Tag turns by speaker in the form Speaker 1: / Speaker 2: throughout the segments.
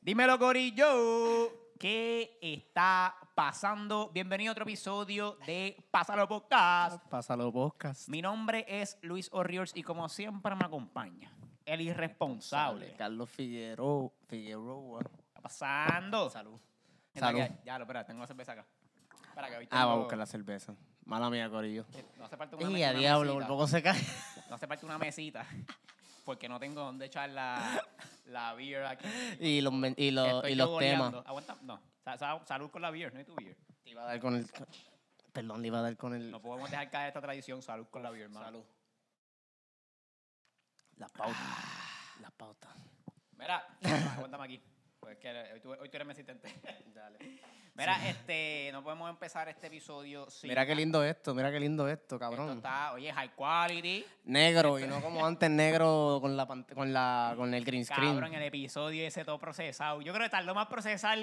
Speaker 1: Dímelo, Corillo. ¿Qué está pasando? Bienvenido a otro episodio de Pásalo Podcast.
Speaker 2: Pásalo podcast.
Speaker 1: Mi nombre es Luis O'Riors y como siempre me acompaña el irresponsable. ¿Qué
Speaker 2: Carlos Figueroa. Figueroa. Ah,
Speaker 1: está pasando?
Speaker 2: Salud.
Speaker 1: Mira,
Speaker 2: Salud.
Speaker 1: ya- Ya, lo espera, tengo la cerveza acá. Para que hoy
Speaker 2: Ah, va a
Speaker 1: tengo-
Speaker 2: buscar la cerveza. Mala mía, Corillo.
Speaker 1: eh, No hace falta una,
Speaker 2: Y
Speaker 1: me-
Speaker 2: a
Speaker 1: una
Speaker 2: diablo, por
Speaker 1: mesita.
Speaker 2: poco se cae.
Speaker 1: No hace falta una mesita. Porque no tengo dónde echar la, la beer aquí.
Speaker 2: Y los, men- y los,
Speaker 1: Estoy
Speaker 2: y los
Speaker 1: yogoreando.
Speaker 2: temas.
Speaker 1: Aguanta, no. Sa- sa- salud con la beer, no es tu beer.
Speaker 2: Te iba a dar con el. Perdón, le iba a dar con el.
Speaker 1: No podemos dejar caer esta tradición. Salud con la beer, hermano.
Speaker 2: Salud. Las pautas.
Speaker 1: Ah.
Speaker 2: Las pautas.
Speaker 1: Mira, aguántame aquí. Pues que hoy tú, hoy tú eres mi asistente. Dale. Mira, este, no podemos empezar este episodio sin.
Speaker 2: Mira qué lindo esto, mira qué lindo esto,
Speaker 1: Esto
Speaker 2: cabrón.
Speaker 1: está, oye, high quality.
Speaker 2: Negro, y no como antes negro con la pant- con la con el green screen.
Speaker 1: Cabrón, el episodio ese todo procesado. Yo creo que tardó más procesar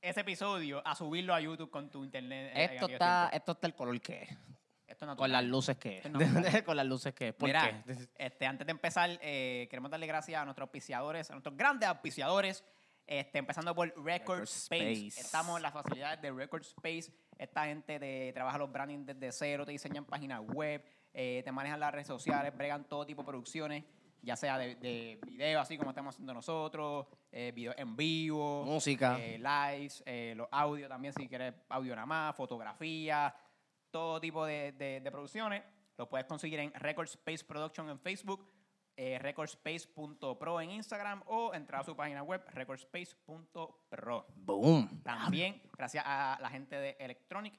Speaker 1: ese episodio a subirlo a YouTube con tu internet. eh, en
Speaker 2: esto
Speaker 1: aquellos
Speaker 2: está,
Speaker 1: tiempos.
Speaker 2: esto está el color que es.
Speaker 1: Esto es natural.
Speaker 2: Con las luces que
Speaker 1: Esto es natural.
Speaker 2: es. con las luces que es. Eh, ¿Por
Speaker 1: Mira,
Speaker 2: qué?
Speaker 1: este, antes de empezar, eh, queremos darle gracias a nuestros auspiciadores, a nuestros grandes auspiciadores, este, empezando por Record,
Speaker 2: Record
Speaker 1: Space.
Speaker 2: Space.
Speaker 1: Estamos en las facilidades de Record Space. Esta gente de, trabaja los branding desde cero, te diseñan páginas web, eh, te manejan las redes sociales, bregan todo tipo de producciones, ya sea de, de video, así como estamos haciendo nosotros, eh, video en vivo,
Speaker 2: Música.
Speaker 1: eh, lives, eh, los audios también, si quieres audio nada más, fotografía, todo tipo de, de- de producciones. Lo puedes conseguir en Record Space Production en Facebook, eh, recordspace.pro en Instagram o entrar a su página web recordspace.pro.
Speaker 2: Boom.
Speaker 1: También, gracias a la gente de Electronic,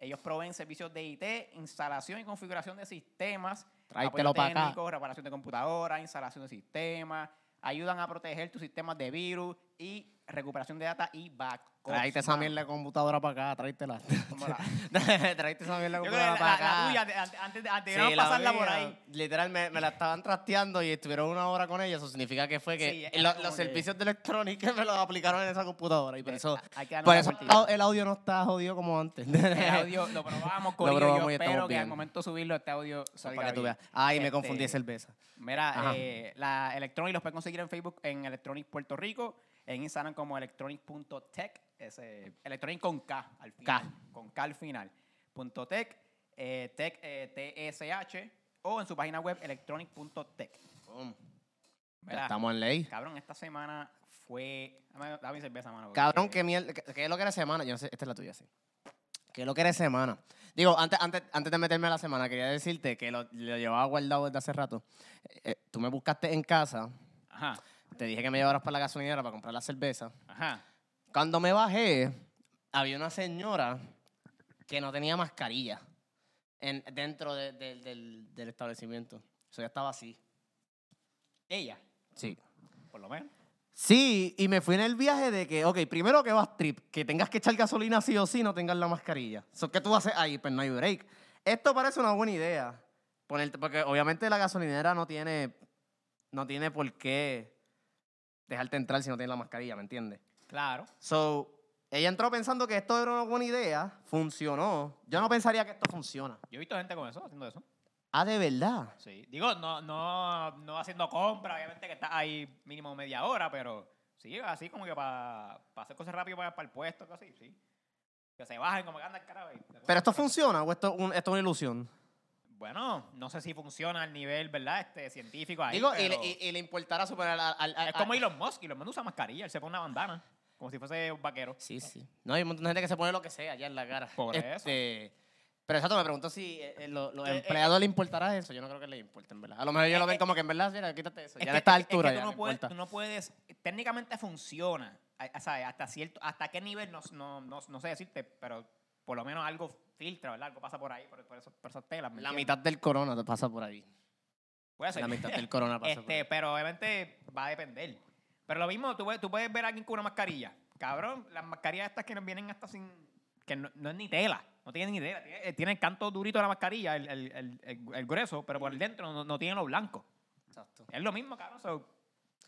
Speaker 1: ellos proveen servicios de IT, instalación y configuración de sistemas,
Speaker 2: Tráetelo
Speaker 1: apoyo
Speaker 2: pa' acá.
Speaker 1: técnico, reparación de computadoras, instalación de sistemas, ayudan a proteger tus sistemas de virus y recuperación de data y backups.
Speaker 2: Traíte esa
Speaker 1: mano.
Speaker 2: mierda de computadora para acá, tráetela.
Speaker 1: Como la-
Speaker 2: Traíte esa mierda de
Speaker 1: Yo creo que la,
Speaker 2: computadora para
Speaker 1: la-
Speaker 2: acá.
Speaker 1: la tuya, de- antes, antes, antes
Speaker 2: Sí,
Speaker 1: de no
Speaker 2: la
Speaker 1: pasarla por
Speaker 2: mía.
Speaker 1: ahí.
Speaker 2: Literal, me, me la estaban trasteando y estuvieron una hora con ella. Eso significa que fue
Speaker 1: Sí,
Speaker 2: que
Speaker 1: es
Speaker 2: lo-
Speaker 1: como
Speaker 2: los
Speaker 1: que-
Speaker 2: servicios de electrónica me los aplicaron en esa computadora. Y por eso, pues,
Speaker 1: Hay que darnos
Speaker 2: por
Speaker 1: la
Speaker 2: eso
Speaker 1: vueltita.
Speaker 2: el audio no está jodido como antes.
Speaker 1: El audio lo probamos, con
Speaker 2: probamos
Speaker 1: yo
Speaker 2: y estamos
Speaker 1: espero que
Speaker 2: bien.
Speaker 1: al momento de subirlo este audio salga
Speaker 2: para que tú
Speaker 1: bien.
Speaker 2: veas. Ay, me
Speaker 1: Este,
Speaker 2: confundí de cerveza.
Speaker 1: Mira,
Speaker 2: Ajá.
Speaker 1: eh, la Electronic los pueden conseguir en Facebook en Electronic Puerto Rico, en Instagram como electronic.tech, ese, electronic con K al final, con K al final, punto tech, eh, tech, eh, TSH, o en su página web electronic.tech.
Speaker 2: Boom. Ya
Speaker 1: Mira,
Speaker 2: estamos en ley.
Speaker 1: cabrón, esta semana fue... Dame, dame mi cerveza, mano. porque-
Speaker 2: Cabrón, ¿qué, mierda, qué, qué es lo que era semana? Yo no sé, esta es la tuya, sí. ¿Qué es lo que era semana? Digo, antes, antes, antes de meterme a la semana, quería decirte que lo, lo llevaba guardado desde hace rato. Eh, eh, tú me buscaste en casa,
Speaker 1: Ajá,
Speaker 2: te dije que me llevaras para la gasolinera para comprar la cerveza.
Speaker 1: ajá.
Speaker 2: Cuando me bajé, había una señora que no tenía mascarilla en, dentro de- de- del, del establecimiento. Eso ya estaba así.
Speaker 1: Ella,
Speaker 2: Sí.
Speaker 1: por lo menos.
Speaker 2: Sí, y me fui en el viaje de que, ok, primero que vas trip, que tengas que echar gasolina sí o sí, no tengas la mascarilla. So, ¿Qué tú haces ahí? Pues no hay break. Esto parece una buena idea. Ponerte, porque obviamente la gasolinera no tiene, no tiene por qué dejarte entrar si no tienes la mascarilla, ¿me entiendes?
Speaker 1: Claro.
Speaker 2: So, ella entró pensando que esto era una buena idea, funcionó. Yo no pensaría que esto funciona.
Speaker 1: Yo he visto gente con eso, haciendo eso.
Speaker 2: Ah, de verdad.
Speaker 1: Sí, digo, no, no, no haciendo compra, obviamente que está ahí mínimo media hora, pero sí, así como que para hacer cosas rápido para, el puesto, cosas así, sí. Que se bajen como que anda el carajo. y-
Speaker 2: Pero esto funciona o esto, es un- esto es una ilusión.
Speaker 1: Bueno, no sé si funciona al nivel, ¿verdad? Este científico ahí.
Speaker 2: Digo, y,
Speaker 1: pero
Speaker 2: le, y- y le importará superar al, al- al-
Speaker 1: es como Elon Musk, Elon Musk usa mascarilla, él se pone una bandana, como si fuese un vaquero.
Speaker 2: Sí, sí. No, hay un montón de gente que se pone lo que sea allá en la cara.
Speaker 1: Por eso.
Speaker 2: Este, Pero exacto, me pregunto si eh, eh, lo- los
Speaker 1: Eh, eh,
Speaker 2: empleados le importará eso. Yo no creo que le importe, en verdad. A lo mejor ellos lo ven como que en verdad, mira, quítate eso.
Speaker 1: Es
Speaker 2: ya
Speaker 1: que-
Speaker 2: a esta
Speaker 1: es que
Speaker 2: altura
Speaker 1: tú
Speaker 2: ya
Speaker 1: no
Speaker 2: no
Speaker 1: puedes,
Speaker 2: importa.
Speaker 1: tú no puedes- técnicamente funciona, a- a- ¿sabes? Hasta cierto, hasta qué nivel, no, no, no, no sé decirte, pero por lo menos algo filtra, ¿verdad? Algo pasa por ahí, por, por, esos- por esas telas. ¿me
Speaker 2: La
Speaker 1: entiendes?
Speaker 2: mitad del corona te pasa por ahí.
Speaker 1: Puede ser.
Speaker 2: La mitad del corona pasa por
Speaker 1: Este,
Speaker 2: ahí.
Speaker 1: pero obviamente va a depender. Pero lo mismo, tú, puedes- tú puedes ver a alguien con una mascarilla. Cabrón, las mascarillas estas que nos vienen hasta sin. que no, no es ni tela. No tienen ni tela. Tiene, eh, tiene el canto durito de la mascarilla, el, el- el- el- el grueso, pero por dentro no, no tiene lo blanco.
Speaker 2: Exacto.
Speaker 1: Es lo mismo, cabrón. So,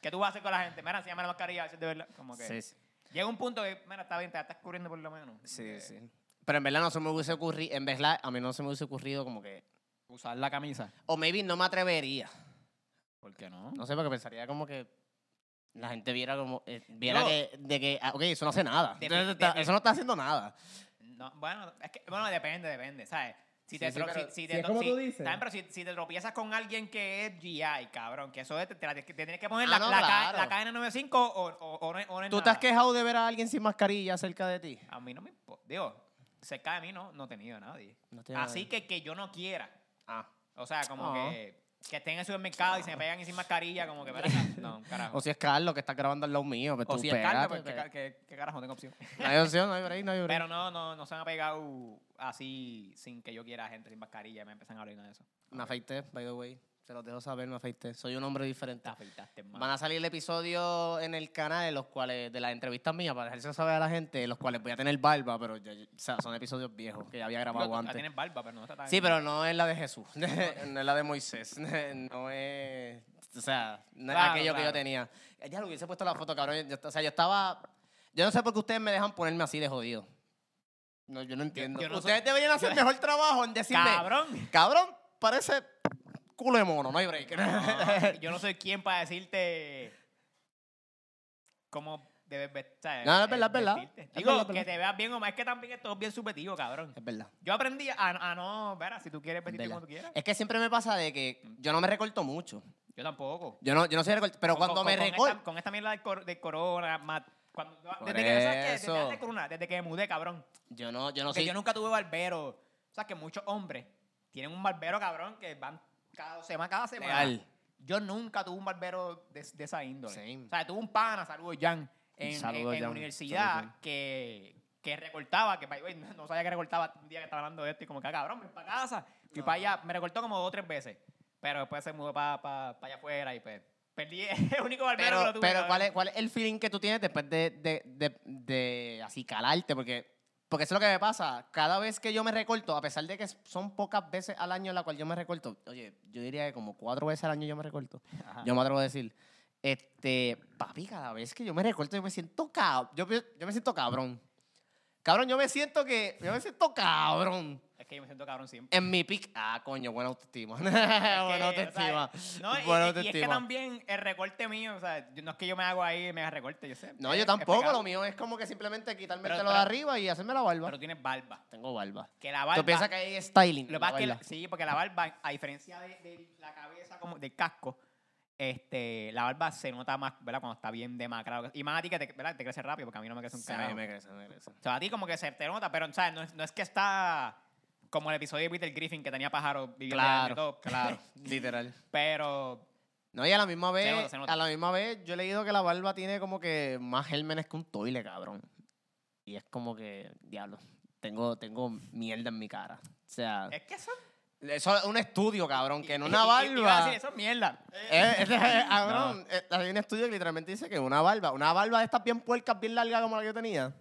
Speaker 1: ¿Qué tú vas a hacer con la gente? Mira, enséñame la mascarilla. a ver si es de verdad. Como que
Speaker 2: Sí, sí.
Speaker 1: Llega un punto que, mira, está bien, te la estás cubriendo por lo menos.
Speaker 2: Sí,
Speaker 1: Eh,
Speaker 2: sí. Pero en verdad no se me hubiese ocurrido, en verdad a mí no se me hubiese ocurrido como que,
Speaker 1: Usar la camisa.
Speaker 2: o maybe no me atrevería.
Speaker 1: ¿Por qué no?
Speaker 2: No sé, porque pensaría como que, la gente viera como eh, viera
Speaker 1: Digo,
Speaker 2: que de que ah, ok, eso no hace nada
Speaker 1: de-
Speaker 2: Entonces,
Speaker 1: de-
Speaker 2: está-
Speaker 1: de-
Speaker 2: eso no está haciendo nada
Speaker 1: No, bueno, es que, bueno, depende, depende, ¿sabes? Si te,
Speaker 3: Sí, sí,
Speaker 1: tro-
Speaker 3: pero
Speaker 1: si- si
Speaker 3: si
Speaker 1: te
Speaker 3: es
Speaker 1: to-
Speaker 3: como
Speaker 1: si-
Speaker 3: tú dices.
Speaker 1: está bien, pero si, si te tropiezas con alguien que es GI, cabrón, que eso es, te, la- te tienes que poner
Speaker 2: Ah,
Speaker 1: la,
Speaker 2: no,
Speaker 1: la K-
Speaker 2: claro.
Speaker 1: la KN95 o, o, o no es- o no es
Speaker 2: tú te
Speaker 1: nada.
Speaker 2: has quejado de ver a alguien sin mascarilla cerca de ti
Speaker 1: A mí no me importa. Digo, cerca de mí no, no he tenido a nadie.
Speaker 2: No tiene
Speaker 1: Así
Speaker 2: nadie.
Speaker 1: que que yo no quiera.
Speaker 2: Ah.
Speaker 1: O sea, como
Speaker 2: Ah.
Speaker 1: que, que estén en el supermercado y se me pegan y sin mascarilla, como que... "Ven acá". No, un carajo.
Speaker 2: o si es Carlos que está grabando al lado mío pero
Speaker 1: O
Speaker 2: tú
Speaker 1: si es carne,
Speaker 2: pégate,
Speaker 1: pues, ¿qué,
Speaker 2: pégate.
Speaker 1: ca- qué- qué carajo? No tengo opción.
Speaker 2: no hay opción no hay break no hay break
Speaker 1: Pero no, no, no se me ha pegado así sin que yo quiera gente sin mascarilla. Me empiezan a hablar de eso.
Speaker 2: Me afeité, by the way. Se los dejo saber, me afeité. Soy un hombre diferente.
Speaker 1: Te afeitaste,
Speaker 2: Van
Speaker 1: hermano.
Speaker 2: a salir episodios en el canal en los cuales, de las entrevistas mías, para dejarse saber a la gente, en los cuales voy a tener barba, pero ya- ya- o sea, son episodios viejos que ya había
Speaker 1: Digo,
Speaker 2: grabado
Speaker 1: tú-
Speaker 2: antes.
Speaker 1: Tienes barba, pero no está tan...
Speaker 2: Sí, pero no es la de Jesús, no
Speaker 1: eh.
Speaker 2: es la de Moisés, no es, o sea, no es
Speaker 1: Claro,
Speaker 2: aquello que
Speaker 1: claro.
Speaker 2: yo tenía. Ya lo hubiese puesto la foto, cabrón. Yo- o sea, yo estaba, yo no sé por qué ustedes me dejan ponerme así de jodido. No, yo no entiendo.
Speaker 1: yo no
Speaker 2: ustedes
Speaker 1: soy-
Speaker 2: deberían hacer mejor trabajo en decirme,
Speaker 1: ¡Cabrón!
Speaker 2: Cabrón, parece culo de mono, no hay break.
Speaker 1: No, yo no soy quien para decirte cómo debes vestir.
Speaker 2: No, no, es verdad, es verdad. Es
Speaker 1: eh, Digo,
Speaker 2: verdad, es
Speaker 1: que
Speaker 2: verdad.
Speaker 1: te veas bien o mal. Es que también esto es bien subjetivo, cabrón.
Speaker 2: es verdad.
Speaker 1: Yo aprendí a, a no, verá, si tú quieres vestirte
Speaker 2: verdad.
Speaker 1: como tú quieras.
Speaker 2: Es que siempre me pasa de que yo no me recorto mucho.
Speaker 1: Yo tampoco.
Speaker 2: Yo no, yo no soy recorto, pero
Speaker 1: Con-
Speaker 2: cuando
Speaker 1: con-
Speaker 2: me
Speaker 1: con
Speaker 2: recorto.
Speaker 1: Esta, con esta mierda de, cor- de corona, más... Cuando,
Speaker 2: Por
Speaker 1: desde, que, ¿sabes qué? Desde
Speaker 2: eso.
Speaker 1: antes de corona, desde que me mudé, cabrón.
Speaker 2: Yo no, yo no
Speaker 1: Porque
Speaker 2: soy.
Speaker 1: yo nunca tuve barbero. O sea, que muchos hombres tienen un barbero cabrón que van cada dos semanas, cada semana.
Speaker 2: Legal.
Speaker 1: Yo nunca tuve un barbero de, de esa índole.
Speaker 2: Same.
Speaker 1: O sea, tuve un pana, saludos Jan, en,
Speaker 2: Saludos,
Speaker 1: en- en
Speaker 2: Jan.
Speaker 1: universidad
Speaker 2: Saludos, Jan.
Speaker 1: que, que recortaba, que by the way, no no sabía que recortaba un día que estaba hablando de esto y como que, "Ah, cabrón, me para casa. Fui para allá, me recortó como dos o tres veces. Pero después se mudó para allá afuera y pues perdí el único barbero que lo
Speaker 2: Pero,
Speaker 1: tuve.
Speaker 2: pero
Speaker 1: cabrón.
Speaker 2: ¿cuál, es, ¿cuál es el feeling que tú tienes después de, de, de, de así calarte? Porque, porque eso es lo que me pasa. Cada vez que yo me recorto, a pesar de que son pocas veces al año en la cual yo me recorto, oye, yo diría que como cuatro veces al año yo me recorto.
Speaker 1: Ajá.
Speaker 2: Yo me atrevo a decir, este, papi, cada vez que yo me recorto, yo me siento cabrón. Yo, pi- yo me siento cabrón. Cabrón, yo me siento que, yo me siento cabrón.
Speaker 1: Es que yo me siento cabrón siempre.
Speaker 2: En mi pic, ah, coño, buena autoestima.
Speaker 1: que,
Speaker 2: buena autoestima.
Speaker 1: o sea, No, y-
Speaker 2: buena
Speaker 1: y, y es que
Speaker 2: autoestima.
Speaker 1: también el recorte mío, o sea, yo- no es que yo me hago ahí mega recorte, yo sé.
Speaker 2: No,
Speaker 1: es-
Speaker 2: yo
Speaker 1: es
Speaker 2: tampoco.
Speaker 1: pecado.
Speaker 2: Lo mío es como que simplemente quitarme
Speaker 1: Pero-
Speaker 2: el pelo de
Speaker 1: pero-
Speaker 2: arriba y hacerme la barba.
Speaker 1: Pero tienes barba.
Speaker 2: Tengo barba.
Speaker 1: Que la barba.
Speaker 2: ¿Tú piensas que hay styling?
Speaker 1: lo que
Speaker 2: en la
Speaker 1: pasa es que la-
Speaker 2: barba?
Speaker 1: sí, porque la barba, a diferencia de, de la cabeza, como del casco, este, la barba se nota más, ¿verdad? Cuando está bien demacrado. Y más a ti que te, ¿verdad? te crece rápido, porque a mí no me crece un
Speaker 2: Sí,
Speaker 1: carajo.
Speaker 2: me crece, me crece.
Speaker 1: O sea, a ti como que se te nota, pero ¿sabes? No, es, no es que está como el episodio de Peter Griffin que tenía pájaros viviendo en el
Speaker 2: Claro,
Speaker 1: top,
Speaker 2: claro. Literal.
Speaker 1: Pero
Speaker 2: No, y a la misma vez,
Speaker 1: nota, se nota.
Speaker 2: a la misma vez, yo he leído que la barba tiene como que más gérmenes que un toile, cabrón. Y es como que, diablo, tengo, tengo mierda en mi cara. O sea,
Speaker 1: es que eso.
Speaker 2: eso es un estudio, cabrón, que en una
Speaker 1: Eh, y- y- y iba a
Speaker 2: barba...
Speaker 1: decir, eso es mierda.
Speaker 2: Eh, eh, eh, cabrón, eh, hay un estudio que literalmente dice que una barba, una barba de estas bien puercas, bien largas como la que yo tenía,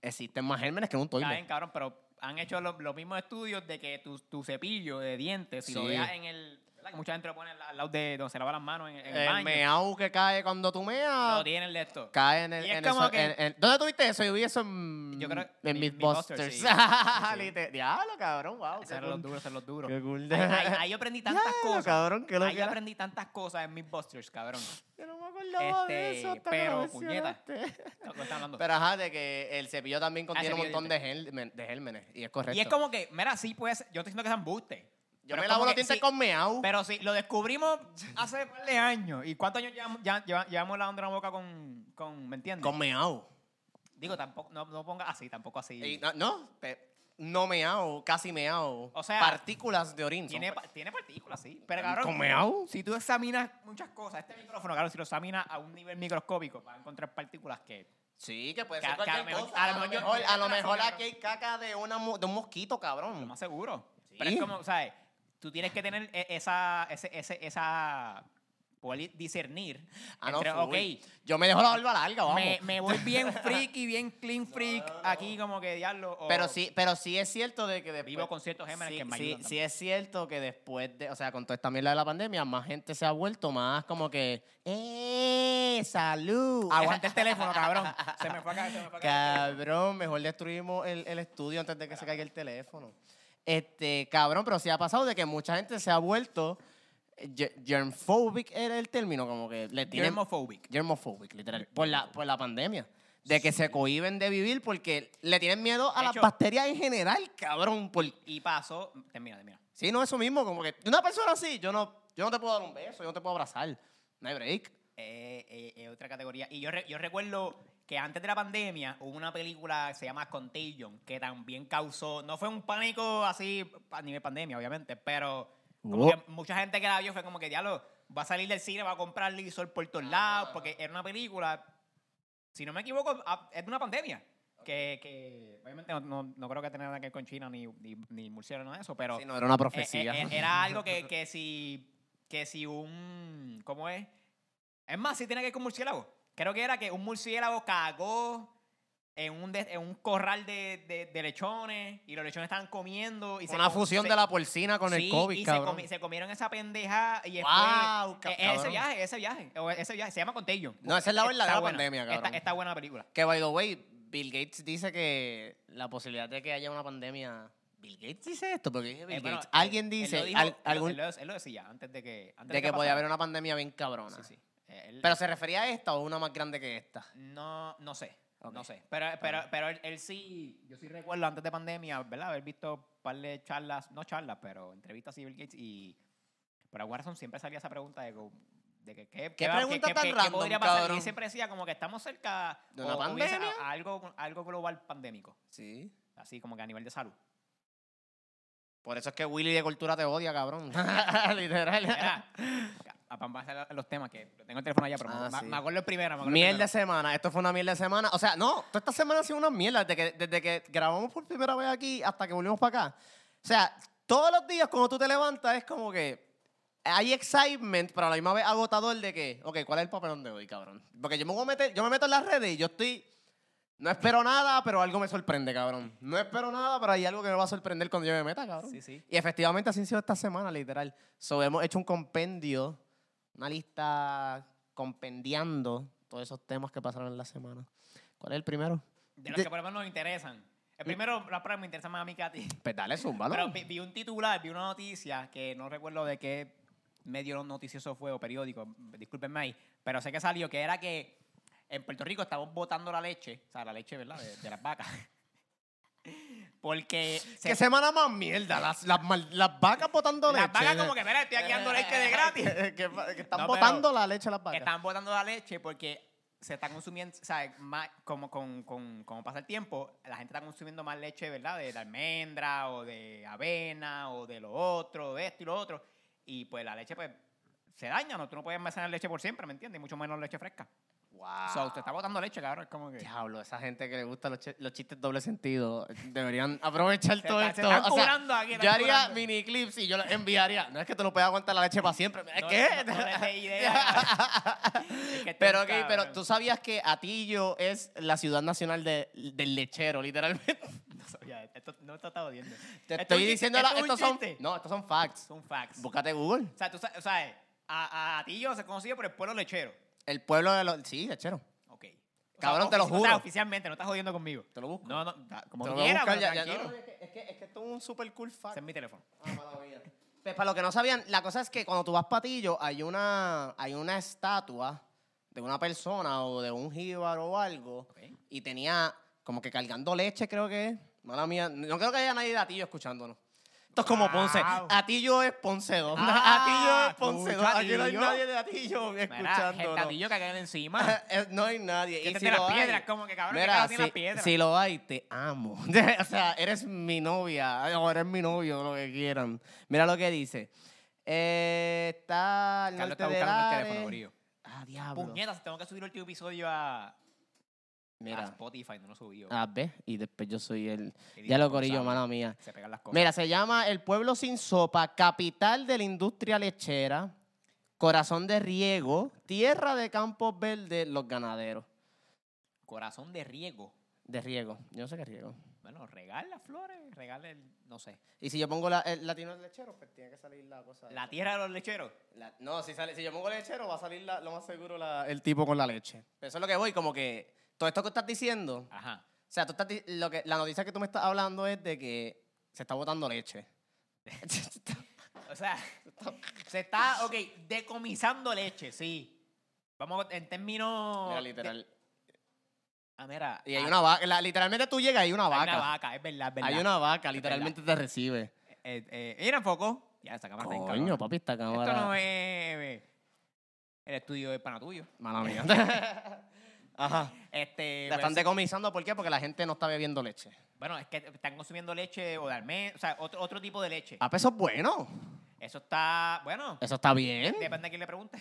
Speaker 2: existen más gérmenes que en un
Speaker 1: Está
Speaker 2: toile.
Speaker 1: bien, cabrón, pero han hecho lo- los mismos estudios de que tu, tu cepillo de dientes, si lo
Speaker 2: Sí.
Speaker 1: dejas en el. ¿verdad? Que mucha gente lo pone al al lado de donde se lava las manos en, en el,
Speaker 2: El
Speaker 1: baño.
Speaker 2: meao que cae cuando tú
Speaker 1: Lo
Speaker 2: meas,
Speaker 1: tienen de esto.
Speaker 2: cae en el...
Speaker 1: Y es
Speaker 2: en
Speaker 1: como
Speaker 2: eso-
Speaker 1: que-
Speaker 2: en- en- ¿Dónde tuviste eso? Yo vi eso en...
Speaker 1: Yo creo-
Speaker 2: En
Speaker 1: en
Speaker 2: Mythbusters.
Speaker 1: Mythbusters, sí. Sí.
Speaker 2: Lite- Diablo, cabrón, wow.
Speaker 1: Esos eran los duros, esos eran los duros.
Speaker 2: Qué cool.
Speaker 1: Ahí, ahí- ahí yo aprendí tantas cosas.
Speaker 2: cabrón, qué lo
Speaker 1: ahí
Speaker 2: que
Speaker 1: yo
Speaker 2: era.
Speaker 1: aprendí tantas cosas en mis busters, cabrón.
Speaker 2: Yo no me acordaba de
Speaker 1: Este,
Speaker 2: eso hasta que lo
Speaker 1: pero,
Speaker 2: mencionaste.
Speaker 1: No, no están hablando.
Speaker 2: Pero ajá, de que el cepillo también contiene un
Speaker 1: Ah, cepillo de
Speaker 2: montón de, gérmen- de gérmenes. Y es correcto.
Speaker 1: y es como que, mira, sí, pues, yo estoy diciendo que sean buste.
Speaker 2: Yo me lavo los dientes con meao.
Speaker 1: Pero sí, lo descubrimos hace par de años. ¿Y cuántos años llevamos, ya, lleva- llevamos la onda en la boca con, con, ¿me entiendes?
Speaker 2: Con meao.
Speaker 1: Digo, tampoco, no, no ponga así, tampoco así.
Speaker 2: Y no, no, pe- no meao, casi meao.
Speaker 1: O sea,
Speaker 2: partículas de orín. son
Speaker 1: Tiene,
Speaker 2: par-
Speaker 1: pa- tiene partículas, sí. Pero cabrón,
Speaker 2: ¿Con meao?
Speaker 1: si tú examinas muchas cosas, este micrófono, claro, si lo examinas a un nivel microscópico, vas a encontrar partículas que.
Speaker 2: Sí, que puede
Speaker 1: Que-
Speaker 2: ser
Speaker 1: que a
Speaker 2: cualquier
Speaker 1: lo mejor-
Speaker 2: cosa.
Speaker 1: a lo mejor yo- yo-
Speaker 2: a lo
Speaker 1: yo- yo-
Speaker 2: mejor
Speaker 1: yo-
Speaker 2: aquí hay caca de, una, mu- de un mosquito,
Speaker 1: Lo
Speaker 2: cabrón.
Speaker 1: más seguro.
Speaker 2: Sí.
Speaker 1: Pero es como, ¿sabes? Tú tienes que tener e- esa. Ese, ese, esa poder discernir.
Speaker 2: Ah, no,
Speaker 1: entre,
Speaker 2: full.
Speaker 1: ok,
Speaker 2: Yo me dejo la barba larga, vamos.
Speaker 1: me, me voy bien freaky, bien clean freak, aquí como que diablo. o
Speaker 2: Pero sí, pero sí es cierto de que después...
Speaker 1: Vivo con ciertos gémenes
Speaker 2: sí,
Speaker 1: que me
Speaker 2: sí-
Speaker 1: ayudan.
Speaker 2: sí es cierto que después de, o sea, con toda esta mierda de la pandemia, más gente se ha vuelto más como que, ¡eh, salud!
Speaker 1: Aguanta el teléfono, cabrón. Se me fue acá, se me fue acá.
Speaker 2: Cabrón, mejor destruimos el, el estudio antes de que se caiga el teléfono. Este, cabrón, pero sí ha pasado de que mucha gente se ha vuelto Ge- Germphobic era el término, como que le tienen.
Speaker 1: Germophobic.
Speaker 2: Germophobic, literal. Por la, por la pandemia. De que se cohiben de vivir porque le tienen miedo a
Speaker 1: De
Speaker 2: las
Speaker 1: hecho-
Speaker 2: bacterias en general, cabrón. Por...
Speaker 1: Y pasó, termina, termina.
Speaker 2: Sí, no, eso mismo, como que una persona así, yo no, yo no te puedo dar un beso, yo no te puedo abrazar. No hay break.
Speaker 1: Eh, eh, eh, otra categoría. Y yo, re- yo recuerdo que antes de la pandemia hubo una película que se llama Contagion, que también causó, no fue un pánico así a nivel pandemia, obviamente, pero como
Speaker 2: Hubo-
Speaker 1: que mucha gente que la vio fue como que, diablo, va a salir del cine, va a comprar lisor por todos lados, porque era una película, si no me equivoco, a- es de una pandemia. Que, que obviamente no, no- no creo que tenga nada que ver con China ni, ni, ni murciélago, nada de eso, pero...
Speaker 2: Sí, no, era una
Speaker 1: Eh,
Speaker 2: profecía.
Speaker 1: eh, eh, era algo que, que si que si un ¿cómo es? Es más, si tiene que ver con murciélago. Creo que era que un murciélago cagó en un, de- en un corral de, de- de lechones y los lechones estaban comiendo y se
Speaker 2: una
Speaker 1: com-
Speaker 2: fusión
Speaker 1: se-
Speaker 2: de la porcina con
Speaker 1: sí,
Speaker 2: el COVID,
Speaker 1: y se
Speaker 2: cabrón.
Speaker 1: comi- se comieron esa pendeja y después-
Speaker 2: Guau, ca-
Speaker 1: eh, ese
Speaker 2: cabrón.
Speaker 1: viaje, ese viaje, o ese viaje se llama Contagion.
Speaker 2: No, esa es la
Speaker 1: Está
Speaker 2: verdadera
Speaker 1: buena,
Speaker 2: pandemia,
Speaker 1: está-
Speaker 2: cabrón.
Speaker 1: está buena la película.
Speaker 2: Que, by the way, Bill Gates dice que la posibilidad de que haya una pandemia... ¿Bill Gates dice esto? Porque Bill
Speaker 1: Eh, bueno,
Speaker 2: Gates... Alguien
Speaker 1: él- él lo
Speaker 2: dice...
Speaker 1: dijo-
Speaker 2: al-
Speaker 1: él lo-
Speaker 2: algún,
Speaker 1: él, lo, él lo decía antes de que antes
Speaker 2: de que podía
Speaker 1: pasara.
Speaker 2: haber una pandemia bien cabrona.
Speaker 1: Sí, sí. Eh, él-
Speaker 2: ¿Pero se refería a esta o una más grande que esta?
Speaker 1: No, no sé.
Speaker 2: Ok.
Speaker 1: No sé. Pero, pero, pero él, él sí, yo sí recuerdo antes de pandemia, ¿verdad? Haber visto un par de charlas, no charlas, pero entrevistas a Bill Gates y por alguna razón siempre salía esa pregunta de, como- de que, ¿qué, va-
Speaker 2: pregunta
Speaker 1: qué-
Speaker 2: tan
Speaker 1: qué- qué
Speaker 2: random,
Speaker 1: podría pasar? Y
Speaker 2: cabrón?
Speaker 1: él siempre decía como que estamos cerca
Speaker 2: ¿De una
Speaker 1: o hubiese a-
Speaker 2: pandemia?
Speaker 1: a algo, algo global pandémico,
Speaker 2: Sí.
Speaker 1: así como que a nivel de salud.
Speaker 2: Por eso es que Willy de Cultura te odia, cabrón. Literal.
Speaker 1: Mira, a- a- vamos a hacer los temas que tengo el teléfono allá, pero
Speaker 2: Ah,
Speaker 1: me,
Speaker 2: sí.
Speaker 1: me acuerdo el primero. me acuerdo el
Speaker 2: Miel de
Speaker 1: primero.
Speaker 2: semana. Esto fue una miel de semana. O sea, no, toda esta semana ha sido una mierda. Desde que, desde que grabamos por primera vez aquí hasta que volvimos para acá. O sea, todos los días cuando tú te levantas es como que hay excitement, pero a la misma vez agotador de que, ok, ¿cuál es el papelón de hoy, cabrón? Porque yo me voy a meter, yo me meto en las redes y yo estoy. No espero nada, pero algo me sorprende, cabrón. No espero nada, pero hay algo que me va a sorprender cuando yo me meta, cabrón.
Speaker 1: Sí, sí.
Speaker 2: Y efectivamente así ha sido esta semana, literal. So, hemos hecho un compendio, una lista compendiando todos esos temas que pasaron en la semana. ¿Cuál es el primero?
Speaker 1: De los
Speaker 2: de-
Speaker 1: que por lo menos nos interesan. El primero, la prueba me interesa más a mí que a ti.
Speaker 2: Pues dale, zúmbalo.
Speaker 1: Pero vi, vi un titular, vi una noticia que no recuerdo de qué medio noticioso fue o periódico, discúlpenme ahí, pero sé que salió que era que en Puerto Rico estamos botando la leche, o sea, la leche, ¿verdad?, de, de las vacas. Porque se-
Speaker 2: ¿Qué semana más mierda? Las, las, mal- las vacas botando
Speaker 1: las
Speaker 2: leche.
Speaker 1: vacas como que, mira, estoy aquí dando leche de gratis.
Speaker 2: que, que están
Speaker 1: No, pero-
Speaker 2: botando la leche a las vacas.
Speaker 1: Están botando la leche porque se está consumiendo, o sea, más, como, con, con- como pasa el tiempo, la gente está consumiendo más leche, ¿verdad? De, la almendra o de avena o de lo otro, de esto y lo otro. Y pues la leche, pues, se daña, ¿no? Tú no puedes almacenar leche por siempre, ¿me entiendes? Y mucho menos leche fresca.
Speaker 2: Wow.
Speaker 1: So, te está botando leche, cabrón, es como que...
Speaker 2: Diablo, esa gente que le gusta los, chi- los chistes doble sentido deberían aprovechar
Speaker 1: Se
Speaker 2: todo
Speaker 1: está- se
Speaker 2: esto.
Speaker 1: están
Speaker 2: O sea,
Speaker 1: curando aquí, están
Speaker 2: yo haría
Speaker 1: curando.
Speaker 2: mini clips y yo los enviaría. No es que tú no puedes aguantar la leche para siempre. ¿Es
Speaker 1: no-
Speaker 2: que
Speaker 1: No, no les dé idea. Es que tú,
Speaker 2: Pero, ok, pero
Speaker 1: cabrón,
Speaker 2: tú sabías que Atillo es la ciudad nacional de- del lechero, literalmente.
Speaker 1: no sabía, esto no te está odiando.
Speaker 2: Te estoy diciendo, la- estos son,
Speaker 1: No.
Speaker 2: no, estos son facts.
Speaker 1: Son facts.
Speaker 2: Búscate Google.
Speaker 1: O sea, tú sa- o sea, eh, a, a ti yo se conocía por el pueblo lechero.
Speaker 2: El pueblo de los, sí, lechero.
Speaker 1: Ok. O
Speaker 2: Cabrón, te lo
Speaker 1: ofici- O sea,
Speaker 2: juro.
Speaker 1: oficialmente, no estás jodiendo conmigo.
Speaker 2: Te lo busco.
Speaker 1: No, no, da- como
Speaker 2: Te
Speaker 1: tú
Speaker 2: lo voy a
Speaker 1: quieras,
Speaker 2: buscar
Speaker 1: pero
Speaker 2: ya, ya,
Speaker 1: tranquilo.
Speaker 2: no, es que- es que- es que esto es un super cool fact.
Speaker 1: Ese es mi teléfono.
Speaker 2: Ah, maravilla. Pues, para los que no sabían, la cosa es que cuando tú vas a Patillo hay una, hay una estatua de una persona o de un jíbaro o algo
Speaker 1: Ok.
Speaker 2: y tenía como que cargando leche, creo que es. Mala mía, no creo que haya nadie de Atillo escuchándonos. Esto es como
Speaker 1: Wow.
Speaker 2: Ponce. Atillo es Ponce 2.
Speaker 1: Ah,
Speaker 2: Atillo es Ponce 2.
Speaker 1: escucha,
Speaker 2: Aquí no hay
Speaker 1: Atillo.
Speaker 2: nadie de Atillo
Speaker 1: Mira,
Speaker 2: escuchándonos.
Speaker 1: gestatillo que caen encima.
Speaker 2: Eh, no hay nadie.
Speaker 1: Que
Speaker 2: Y
Speaker 1: te
Speaker 2: si
Speaker 1: de las
Speaker 2: lo hay-
Speaker 1: piedras, como que cabrón, que
Speaker 2: Mira,
Speaker 1: cagas en
Speaker 2: si,
Speaker 1: las piedras.
Speaker 2: si lo hay, te amo. o sea, eres mi novia o eres mi novio, lo que quieran. Mira lo que dice. Eh, está al
Speaker 1: Carlos
Speaker 2: norte
Speaker 1: está
Speaker 2: de
Speaker 1: buscando el
Speaker 2: Lares.
Speaker 1: teléfono, brillo.
Speaker 2: Ah, diablo.
Speaker 1: Puñetas, tengo que subir el último episodio a, a
Speaker 2: Mira,
Speaker 1: Spotify, no lo subí.
Speaker 2: a ver, y después yo soy el...
Speaker 1: Qué
Speaker 2: Ya lo
Speaker 1: irresponsable.
Speaker 2: corillo, mala mía.
Speaker 1: Se pegan las cosas.
Speaker 2: Mira, se llama El Pueblo Sin Sopa, capital de la industria lechera, corazón de riego, tierra de campos verdes, los ganaderos.
Speaker 1: Corazón de riego.
Speaker 2: De riego, yo no sé qué es riego.
Speaker 1: Bueno, regala flores, regala el, no sé.
Speaker 2: Y si yo pongo la, el latino lechero, pues tiene que salir la cosa.
Speaker 1: La tierra de los lecheros.
Speaker 2: La- no, si, sale, si yo pongo lechero, va a salir la- lo más seguro la- el tipo con la leche. Pero eso es lo que voy, como que todo esto que estás diciendo, o
Speaker 1: Ajá.
Speaker 2: sea, tú estás di- lo que, la noticia que tú me estás hablando es de que se está botando leche.
Speaker 1: o sea, se está, ok, decomisando leche, sí. Vamos en términos.
Speaker 2: Mira,
Speaker 1: de-
Speaker 2: literal.
Speaker 1: ah, mira.
Speaker 2: Y hay
Speaker 1: ah,
Speaker 2: una vaca. la- literalmente tú llegas y hay una
Speaker 1: hay una
Speaker 2: vaca.
Speaker 1: vaca, es verdad, es verdad.
Speaker 2: Hay una vaca, literalmente te recibe.
Speaker 1: Eh, eh, mira, foco. Ya, esa cámara está bien
Speaker 2: Coño,
Speaker 1: cabrona.
Speaker 2: papi, esta cámara.
Speaker 1: Esto no es. eh, el estudio de pana tuyo.
Speaker 2: Mala mía. Ajá.
Speaker 1: Este,
Speaker 2: La
Speaker 1: pero
Speaker 2: están
Speaker 1: sí,
Speaker 2: decomisando, ¿por qué? Porque la gente no está bebiendo leche.
Speaker 1: bueno, es que están consumiendo leche o de almendra, o sea, otro, otro tipo de leche.
Speaker 2: Ah, pero eso es bueno.
Speaker 1: Eso está, bueno,
Speaker 2: Eso está bien.
Speaker 1: depende a quién le pregunte.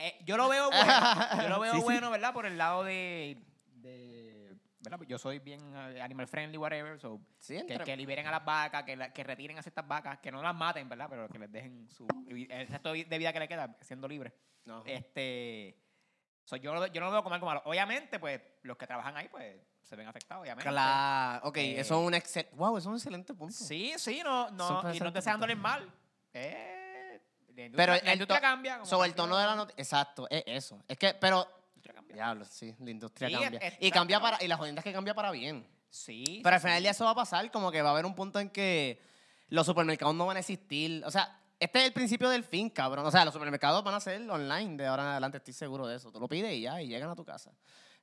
Speaker 1: Eh, yo lo veo bueno, yo lo veo
Speaker 2: Sí, sí.
Speaker 1: bueno, ¿verdad? Por el lado de, de- ¿verdad? Yo soy bien eh, animal friendly, whatever, so,
Speaker 2: Sí,
Speaker 1: que,
Speaker 2: entre-
Speaker 1: que liberen a las vacas, que, la- que retiren a ciertas vacas, que no las maten, ¿verdad? Pero que les dejen su, el resto de vida que le queda siendo libre.
Speaker 2: No.
Speaker 1: Este. so, yo, no, yo no lo veo como algo malo. Obviamente, pues, los que trabajan ahí, pues, se ven afectados, obviamente.
Speaker 2: Claro. Ok,
Speaker 1: Eh.
Speaker 2: eso es un excelente. Wow, eso es un excelente punto.
Speaker 1: Sí, sí, no,
Speaker 2: Son
Speaker 1: no, y no
Speaker 2: presentes.
Speaker 1: deseándoles mal. Eh, la industria,
Speaker 2: Pero
Speaker 1: la
Speaker 2: el
Speaker 1: industria
Speaker 2: to-
Speaker 1: cambia. como
Speaker 2: Sobre el
Speaker 1: cualquier
Speaker 2: tono de la
Speaker 1: otra,
Speaker 2: noticia. Exacto, es eso. Es que, pero.
Speaker 1: la industria cambia.
Speaker 2: Diablo, sí, la industria
Speaker 1: Sí,
Speaker 2: cambia.
Speaker 1: es-
Speaker 2: y
Speaker 1: es-
Speaker 2: cambia para. Y la jodienda es que cambia para bien.
Speaker 1: Sí.
Speaker 2: Pero al
Speaker 1: sí,
Speaker 2: final del
Speaker 1: sí.
Speaker 2: día eso va a pasar, como que va a haber un punto en que los supermercados no van a existir. O sea, este es el principio del fin, cabrón. O sea, los supermercados van a ser online de ahora en adelante, estoy seguro de eso. Tú lo pides y ya, y llegan a tu casa.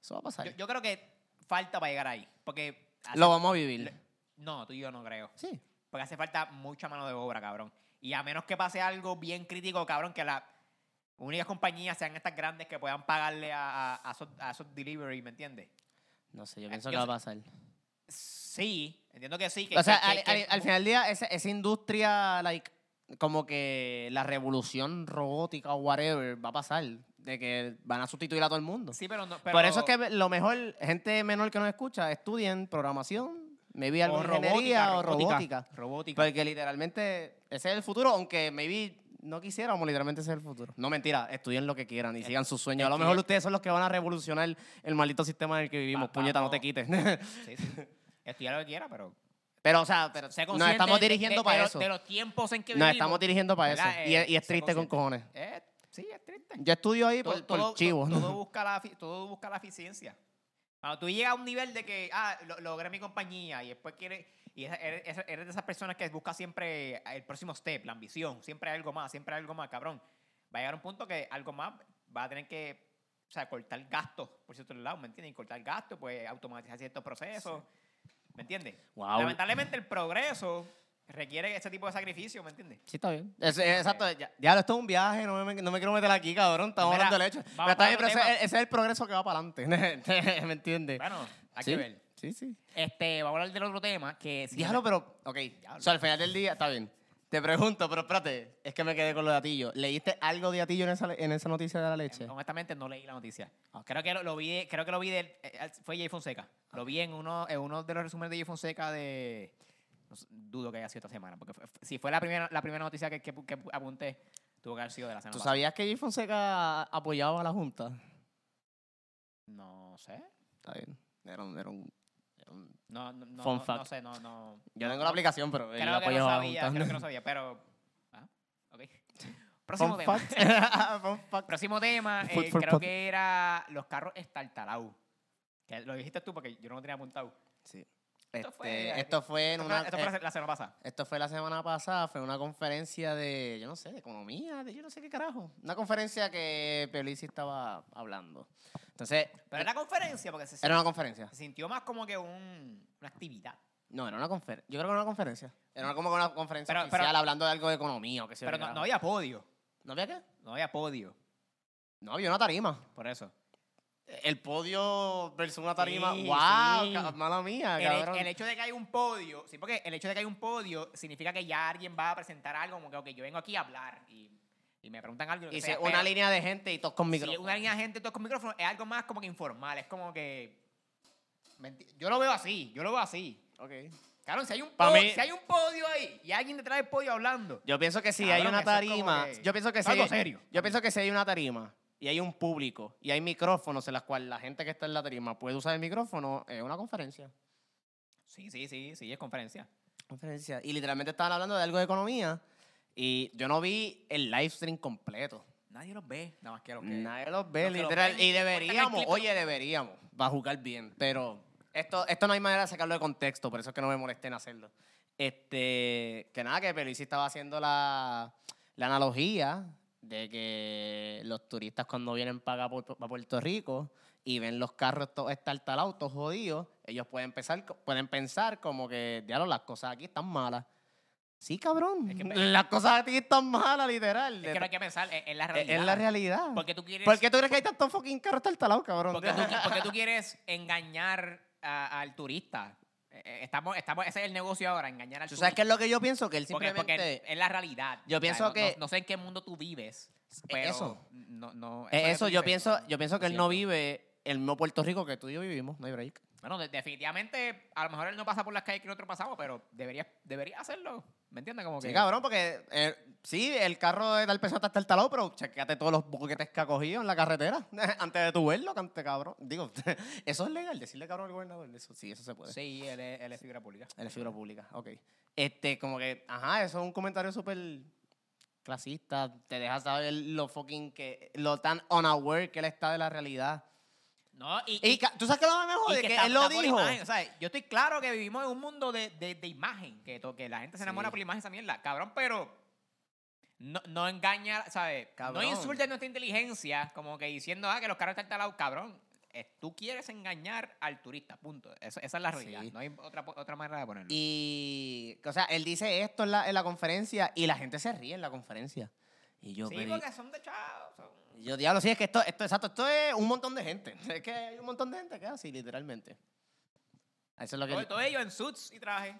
Speaker 2: Eso va a pasar.
Speaker 1: Yo, yo creo que falta para llegar ahí. Porque. hace-
Speaker 2: lo vamos a vivir.
Speaker 1: No, tú y yo no creo.
Speaker 2: Sí.
Speaker 1: Porque hace falta mucha mano de obra, cabrón. Y a menos que pase algo bien crítico, cabrón, que las únicas compañías sean estas grandes que puedan pagarle a, a- a esos, a esos delivery, ¿me entiendes?
Speaker 2: No sé, yo pienso
Speaker 1: Ah, yo
Speaker 2: que va a
Speaker 1: sé-
Speaker 2: pasar.
Speaker 1: Sí, entiendo que sí. Que,
Speaker 2: O sea,
Speaker 1: que-
Speaker 2: al,
Speaker 1: que- uh,
Speaker 2: al- al final del día, esa, esa industria, like, como que la revolución robótica o whatever va a pasar, de que van a sustituir a todo el mundo.
Speaker 1: Sí, pero no.
Speaker 2: Por
Speaker 1: pero-
Speaker 2: eso es que lo mejor, gente menor que nos escucha, estudien programación, maybe
Speaker 1: o
Speaker 2: algo de ingeniería o robótica.
Speaker 1: robótica. Robótica.
Speaker 2: Porque literalmente ese es el futuro, aunque maybe no quisiéramos literalmente ese es el futuro. No, mentira, estudien lo que quieran y sigan sus sueños. A lo
Speaker 1: Eh, estudien.
Speaker 2: mejor ustedes son los que van a revolucionar el maldito sistema en el que vivimos.
Speaker 1: Va-
Speaker 2: Puñeta, no
Speaker 1: vamos.
Speaker 2: te quites.
Speaker 1: Sí, sí. Estudia lo que quiera, pero.
Speaker 2: pero, o sea, pero
Speaker 1: Sé
Speaker 2: nos
Speaker 1: consciente
Speaker 2: estamos
Speaker 1: de-
Speaker 2: dirigiendo
Speaker 1: de-
Speaker 2: para
Speaker 1: de los-
Speaker 2: eso.
Speaker 1: De los tiempos en que
Speaker 2: nos
Speaker 1: vivimos.
Speaker 2: estamos dirigiendo para eso.
Speaker 1: ¿verdad?
Speaker 2: Y,
Speaker 1: Eh,
Speaker 2: es- y es
Speaker 1: sé
Speaker 2: triste con
Speaker 1: consciente.
Speaker 2: cojones.
Speaker 1: Eh, sí, es triste.
Speaker 2: Yo estudio ahí por,
Speaker 1: Todo-
Speaker 2: por
Speaker 1: todo-
Speaker 2: chivo.
Speaker 1: Todo, todo busca la, efi- todo busca la eficiencia. Cuando tú llegas a un nivel de que, ah, lo- logré mi compañía y después quieres, y esa- eres, esa- eres de esas personas que busca siempre el próximo step, la ambición, siempre hay algo más, siempre hay algo más, cabrón. Va a llegar un punto que algo más va a tener que, o sea, cortar gastos, por cierto lado, ¿me entiendes? Y cortar gastos, pues automatizar ciertos procesos, ¿me entiendes?
Speaker 2: Wow.
Speaker 1: Lamentablemente el progreso requiere ese tipo de sacrificio, ¿me entiendes?
Speaker 2: Sí, está bien. Es- es- exacto. Ya, ya, esto es un viaje, no me, no me quiero meter aquí, cabrón. Estamos
Speaker 1: Mira,
Speaker 2: hablando de leche.
Speaker 1: vamos
Speaker 2: Pero está
Speaker 1: para
Speaker 2: bien,
Speaker 1: otro
Speaker 2: pero ese,
Speaker 1: tema.
Speaker 2: ese es el progreso que va para adelante. ¿Me entiendes?
Speaker 1: Bueno, hay
Speaker 2: sí,
Speaker 1: que ver.
Speaker 2: Sí, sí.
Speaker 1: Este, vamos a hablar del otro tema que... si-
Speaker 2: Dígalo, pero. Ok.
Speaker 1: Diablo.
Speaker 2: O sea, al final del día, está bien. Te pregunto, pero espérate, es que me quedé con lo de Atillo. ¿Leíste algo de Atillo en esa, le- en esa noticia de la leche?
Speaker 1: Honestamente no leí la noticia. Creo que lo, lo vi, creo que lo vi del, eh, eh, fue Jay Fonseca. Lo vi en uno, en uno de los resúmenes de Jay Fonseca de no sé, dudo que haya sido esta semana, porque fue- si fue la primera, la primera noticia que, que, pu- que pu- apunté, tuvo que haber sido de la semana
Speaker 2: ¿Tú
Speaker 1: pasada.
Speaker 2: sabías que Jay Fonseca apoyaba a la Junta?
Speaker 1: No sé.
Speaker 2: Está bien. Era un. Era un, era un-
Speaker 1: No, no, no,
Speaker 2: Fun
Speaker 1: no-
Speaker 2: fact.
Speaker 1: no sé, no, no.
Speaker 2: Yo
Speaker 1: no-
Speaker 2: tengo
Speaker 1: no-
Speaker 2: la aplicación, pero. él
Speaker 1: Creo que no
Speaker 2: apoyaba a la
Speaker 1: sabía,
Speaker 2: Junta.
Speaker 1: creo que no sabía, pero. ah, ok. Próximo
Speaker 2: Fun
Speaker 1: tema.
Speaker 2: fact. Fun fact.
Speaker 1: Próximo tema, eh,
Speaker 2: Food for
Speaker 1: creo
Speaker 2: thought.
Speaker 1: que era los carros estartalados. Que lo dijiste tú porque yo no lo tenía apuntado.
Speaker 2: Sí.
Speaker 1: Esto
Speaker 2: Esto
Speaker 1: fue-
Speaker 2: fue, esto fue en
Speaker 1: Esto
Speaker 2: una.
Speaker 1: fue, esto fue
Speaker 2: eh,
Speaker 1: la- la semana pasada.
Speaker 2: Esto fue la semana pasada, fue una conferencia de, yo no sé, de economía, de yo no sé qué carajo. Una conferencia que Pierluisi estaba hablando. Entonces,
Speaker 1: Pero era conferencia, porque se,
Speaker 2: era una conferencia.
Speaker 1: se sintió más como que un- una actividad.
Speaker 2: No, era una conferencia. Yo creo que era una conferencia. Era como que una conferencia
Speaker 1: Pero- pero-
Speaker 2: oficial hablando de algo de economía o qué sé yo
Speaker 1: Pero
Speaker 2: qué
Speaker 1: no,
Speaker 2: carajo.
Speaker 1: no había podio.
Speaker 2: ¿No había qué?
Speaker 1: No había podio,
Speaker 2: No había una tarima.
Speaker 1: por eso.
Speaker 2: El podio versus una tarima.
Speaker 1: Sí,
Speaker 2: ¡Wow!
Speaker 1: sí.
Speaker 2: ca- Mala mía,
Speaker 1: El,
Speaker 2: Ah, cabrón.
Speaker 1: he- el hecho de que haya un podio, sí, porque el hecho de que haya un podio significa que ya alguien va a presentar algo, como que ok, yo vengo aquí a hablar y, y me preguntan algo. y lo que
Speaker 2: Hice
Speaker 1: sea,
Speaker 2: una
Speaker 1: pero
Speaker 2: línea de gente y todos con
Speaker 1: si
Speaker 2: micrófono.
Speaker 1: una línea de gente todos con micrófono es algo más como que informal, es como que... ¿me enti- Yo lo veo así, yo lo veo así.
Speaker 2: Ok.
Speaker 1: Claro, si hay un,
Speaker 2: Pa'
Speaker 1: po-
Speaker 2: mí-
Speaker 1: si hay un podio ahí y alguien detrás del podio hablando,
Speaker 2: Yo pienso que si hay
Speaker 1: Cabrón,
Speaker 2: una
Speaker 1: eso es como
Speaker 2: tarima.
Speaker 1: que-
Speaker 2: Yo pienso que
Speaker 1: es
Speaker 2: si.
Speaker 1: algo serio.
Speaker 2: Yo pienso que si hay una tarima y hay un público y hay micrófonos en las cuales la gente que está en la tarima puede usar el micrófono, es una conferencia.
Speaker 1: sí, sí, sí, sí, es conferencia.
Speaker 2: Conferencia. Y literalmente estaban hablando de algo de economía y yo no vi el live stream completo.
Speaker 1: Nadie los ve, nada más que los que...
Speaker 2: Nadie los ve,
Speaker 1: Los que los
Speaker 2: literal.
Speaker 1: ven, cortan
Speaker 2: y
Speaker 1: el
Speaker 2: deberíamos,
Speaker 1: clip,
Speaker 2: oye, deberíamos. Va a jugar bien, pero esto, esto no hay manera de sacarlo de contexto, por eso es que no me molesté en hacerlo. Este, que nada, que Peluisi estaba haciendo la, la analogía de que los turistas cuando vienen para, acá por- para Puerto Rico y ven los carros todos estartalados, todos jodidos, ellos pueden pensar, co- pueden pensar como que, diablo, las cosas aquí están malas. Sí, cabrón.
Speaker 1: Es que-
Speaker 2: las cosas aquí están malas, literal.
Speaker 1: Es que no hay que pensar, es, es la
Speaker 2: Es-
Speaker 1: realidad.
Speaker 2: es la realidad.
Speaker 1: Porque tú quieres,
Speaker 2: ¿Por qué tú crees que hay tantos fucking carros estartalados, cabrón?
Speaker 1: porque tú, porque tú quieres engañar a- al turista. Eh, eh, Estamos, estamos, ese es el negocio ahora, engañar al
Speaker 2: ¿Tú sabes qué
Speaker 1: turista.
Speaker 2: es lo que yo pienso? Que él
Speaker 1: porque,
Speaker 2: simplemente...
Speaker 1: porque es la realidad.
Speaker 2: Yo
Speaker 1: O sea,
Speaker 2: pienso
Speaker 1: no- no-
Speaker 2: que- E
Speaker 1: No, sé en qué mundo tú vives, pero...
Speaker 2: Eso.
Speaker 1: No, no,
Speaker 2: Eh,
Speaker 1: que
Speaker 2: Eso,
Speaker 1: tú
Speaker 2: yo
Speaker 1: dices,
Speaker 2: pienso, yo pienso que él no
Speaker 1: cierto.
Speaker 2: vive el mismo Puerto Rico que tú y yo vivimos, no hay break.
Speaker 1: Bueno, de- definitivamente, a lo mejor él no pasa por las calles que nosotros pasamos, pero debería, debería hacerlo. ¿Me entiendes? Como que...
Speaker 2: Sí, cabrón, porque eh, sí, el carro de tal persona está talado, pero chequeate todos los boquetes que ha cogido en la carretera antes de tu verlo, cante cabrón. Digo, eso es legal, decirle cabrón al gobernador, eso sí, eso se puede.
Speaker 1: Sí, él es, él es figura pública.
Speaker 2: En la figura pública, ok. Este, como que, ajá, eso es un comentario súper clasista, te deja saber lo fucking que, lo tan unaware que él está de la realidad.
Speaker 1: No, y,
Speaker 2: Y ca- tú sabes que lo más
Speaker 1: y
Speaker 2: mejor es que,
Speaker 1: está-
Speaker 2: él lo
Speaker 1: está por
Speaker 2: dijo.
Speaker 1: imagen, o sea, yo estoy claro que vivimos en un mundo de, de- de imagen, que, to- que la gente se enamora
Speaker 2: Sí.
Speaker 1: por la imagen de esa mierda. Cabrón, pero no, no engaña, ¿sabes?
Speaker 2: Cabrón.
Speaker 1: No insultes nuestra inteligencia, como que diciendo, ah, que los carros están talados. Cabrón, eh, tú quieres engañar al turista, punto. Esa- esa es la realidad.
Speaker 2: Sí.
Speaker 1: No hay otra, otra manera de ponerlo.
Speaker 2: Y, o sea, él dice esto en la, en la conferencia y la gente se ríe en la conferencia. Y yo,
Speaker 1: sí,
Speaker 2: pero-
Speaker 1: porque son de chavos. son-
Speaker 2: y yo diablo, sí, es que esto, esto, exacto, esto es un montón de gente. Es que hay un montón de gente que es así, literalmente. Eso es lo que
Speaker 1: Todo,
Speaker 2: él
Speaker 1: todo ello en suits y traje.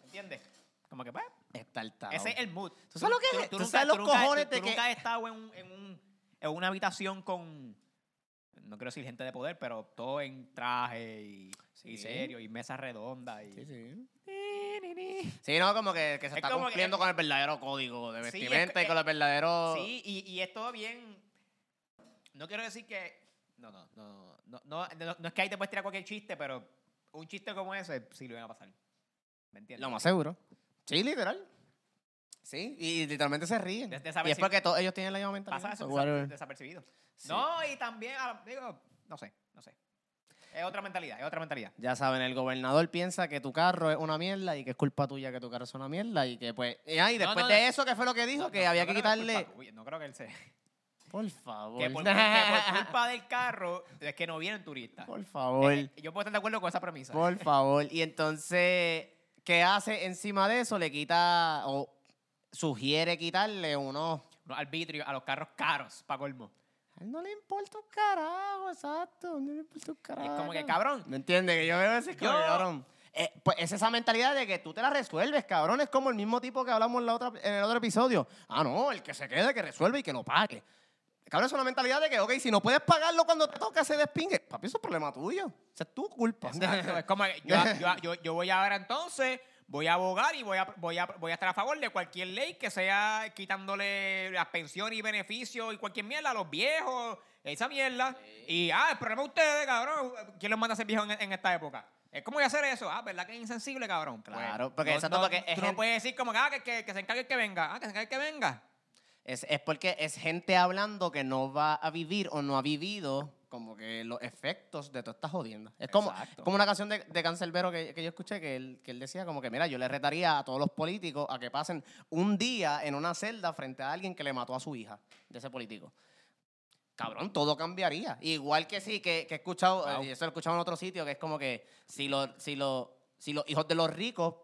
Speaker 1: ¿Me entiendes? Como que, pues,
Speaker 2: está altado.
Speaker 1: ese es el mood.
Speaker 2: ¿Tú sabes lo que es? ¿Tú sabes los
Speaker 1: nunca-
Speaker 2: cojones
Speaker 1: tú-
Speaker 2: de
Speaker 1: tú
Speaker 2: que-
Speaker 1: nunca has estado en, un- en, un- en una habitación con, no quiero decir gente de poder, pero todo en traje y, y
Speaker 2: Sí.
Speaker 1: serio y mesa redonda. Y...
Speaker 2: Sí, sí.
Speaker 1: Ni, ni, ni.
Speaker 2: Sí, no, como que, que se
Speaker 1: Es
Speaker 2: está
Speaker 1: como que-
Speaker 2: cumpliendo con el verdadero código de
Speaker 1: Sí, es que-
Speaker 2: vestimenta y con el verdadero...
Speaker 1: Sí, y, y es todo bien. No quiero decir que. No, no, no, no, no, no, no es que ahí te puedes tirar cualquier chiste, pero un chiste como ese sí lo iban a pasar. ¿Me entiendes?
Speaker 2: Lo más seguro. Sí, literal. Sí, y literalmente se ríen.
Speaker 1: De- de
Speaker 2: y
Speaker 1: saber
Speaker 2: es
Speaker 1: si-
Speaker 2: porque todos ellos tienen la misma mentalidad.
Speaker 1: Pasa
Speaker 2: so
Speaker 1: desa-
Speaker 2: whatever.
Speaker 1: desapercibido.
Speaker 2: Sí.
Speaker 1: No, y también, a la- digo, no sé, no sé. Es otra mentalidad, es otra mentalidad.
Speaker 2: Ya saben, el gobernador piensa que tu carro es una mierda y que es culpa tuya que tu carro es una mierda y que pues... Y, ah, y
Speaker 1: No,
Speaker 2: después
Speaker 1: no,
Speaker 2: de
Speaker 1: no.
Speaker 2: eso, ¿qué fue lo que dijo?
Speaker 1: No,
Speaker 2: que
Speaker 1: no,
Speaker 2: había
Speaker 1: no
Speaker 2: que
Speaker 1: creo es
Speaker 2: quitarle...
Speaker 1: culpa tuya, No creo que él se...
Speaker 2: por favor.
Speaker 1: Que por, cul- que por culpa del carro es que no vienen turistas.
Speaker 2: Por favor.
Speaker 1: Eh, yo puedo estar de acuerdo con esa premisa.
Speaker 2: Por favor. Y entonces, ¿qué hace encima de eso? Le quita o sugiere quitarle unos...
Speaker 1: Unos arbitrios a los carros caros, pa' colmo.
Speaker 2: A él No le importa un carajo, exacto. No le importa un
Speaker 1: Y
Speaker 2: carajo.
Speaker 1: es como que, cabrón,
Speaker 2: ¿Me entiendes? Que yo veo ese
Speaker 1: Yo-
Speaker 2: cabrón. Eh, pues es esa mentalidad de que tú te la resuelves, cabrón. Es como el mismo tipo que hablamos en, la otra, en el otro episodio. Ah, no, el que se quede, que resuelve y que lo pague. Cabrón, es una mentalidad de que, ok, si no puedes pagarlo cuando te toca ese despingue, papi, eso es problema tuyo. Esa es tu culpa.
Speaker 1: Exacto, es como que yo, yo- yo- yo voy ahora entonces, voy a abogar y voy a, voy, a, voy a estar a favor de cualquier ley que sea quitándole las pensiones y beneficios y cualquier mierda a los viejos, esa mierda. Y, ah, el problema es ustedes, cabrón. ¿Quién los manda a ser viejos en, en esta época? Es como voy a hacer eso. Ah, ¿verdad que es insensible, cabrón? Pues,
Speaker 2: Claro, porque exacto, porque es
Speaker 1: tú
Speaker 2: gente-
Speaker 1: no puedes decir como que, ah, que, que- que se encargue el que venga. Ah, que se encargue el que venga.
Speaker 2: Es, es porque es gente hablando que no va a vivir o no ha vivido como que los efectos de todas estas jodiendas. Es como,
Speaker 1: Exacto.
Speaker 2: como una canción de, de Cancelbero que, que yo escuché que él, que él decía como que, mira, yo le retaría a todos los políticos a que pasen un día en una celda frente a alguien que le mató a su hija, de ese político. Cabrón, todo cambiaría. Igual que sí, que, que he escuchado,
Speaker 1: Wow.
Speaker 2: eh, y eso lo he escuchado en otro sitio, que es como que si, los si, los si los hijos de los ricos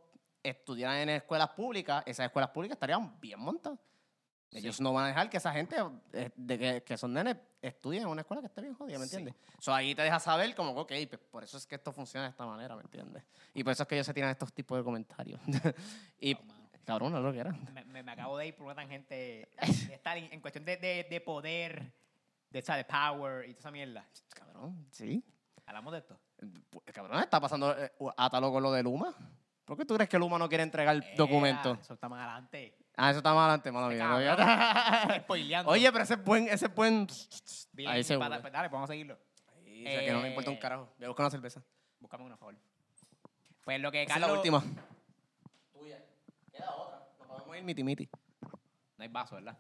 Speaker 2: estudiaran en escuelas públicas, esas escuelas públicas estarían bien montadas. Ellos no van a dejar que esa gente, eh, de que, que son nenes, estudien en una escuela que esté bien jodida, ¿me
Speaker 1: Sí.
Speaker 2: entiendes? So, ahí te deja saber como, ok, pues, por eso es que esto funciona de esta manera, ¿me entiendes? Y por eso es que ellos se tiran estos tipos de comentarios. y, cabrón, no lo que era.
Speaker 1: me, me- me acabo de ir por una tangente de estar en, en cuestión de, de- de poder, de, o sea, de power y toda esa mierda.
Speaker 2: Cabrón, sí.
Speaker 1: Hablamos de esto.
Speaker 2: Pues, Cabrón, está pasando eh, átalo con lo de Luma. ¿Por qué tú crees que Luma no quiere entregar documentos?
Speaker 1: Ea, Eso está más adelante.
Speaker 2: Ah, eso está más adelante, mala mía. no, ya-
Speaker 1: Spoileando.
Speaker 2: Oye, pero ese es buen, ese es buen...
Speaker 1: Bien,
Speaker 2: Ahí se
Speaker 1: pata- pues dale, vamos a seguirlo.
Speaker 2: Sí, o sea, que no me importa un
Speaker 1: Eh,
Speaker 2: carajo. Voy a buscar una cerveza.
Speaker 1: Búscame una, por favor. Pues lo que
Speaker 2: Esa es la
Speaker 1: Carlos...
Speaker 2: última. Tuya. Queda otra. Nos podemos ir miti miti.
Speaker 1: No hay vaso, ¿verdad?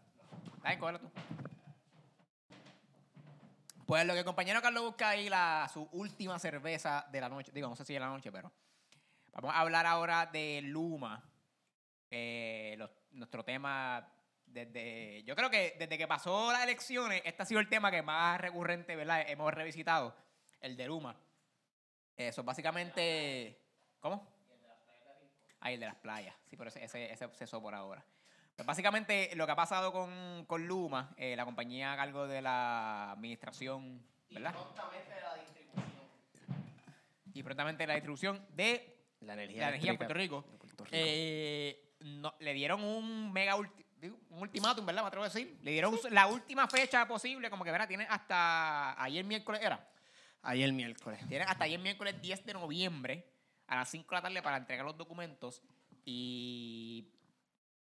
Speaker 1: Dale, cógelo tú. Pues lo que el compañero Carlos busca ahí, la, su última cerveza de la noche. Digo, no sé si de la noche, pero... Vamos a hablar ahora de Luma. Eh, los- nuestro tema desde. Yo creo que desde que pasó las elecciones, este ha sido el tema que más recurrente, ¿verdad? Hemos revisitado. El de Luma. Eso es básicamente. ¿Cómo? Ahí el de las playas. Sí, pero ese, ese, ese cesó por ahora. Pues básicamente lo que ha pasado con, con Luma, eh, la compañía a cargo de la administración, ¿verdad? Y prontamente la distribución de
Speaker 2: La energía,
Speaker 1: la energía en
Speaker 2: eléctrica
Speaker 1: Puerto Rico.
Speaker 2: de Puerto Rico.
Speaker 1: Eh, no- le dieron un mega ulti- digo, un ultimátum, ¿verdad? Me atrevo a decir. Le dieron la última fecha posible, como que, ¿verdad? Tienen hasta ayer miércoles, ¿era?
Speaker 2: Ayer miércoles.
Speaker 1: Tienen hasta ayer miércoles 10 de noviembre a las 5 de la tarde para entregar los documentos y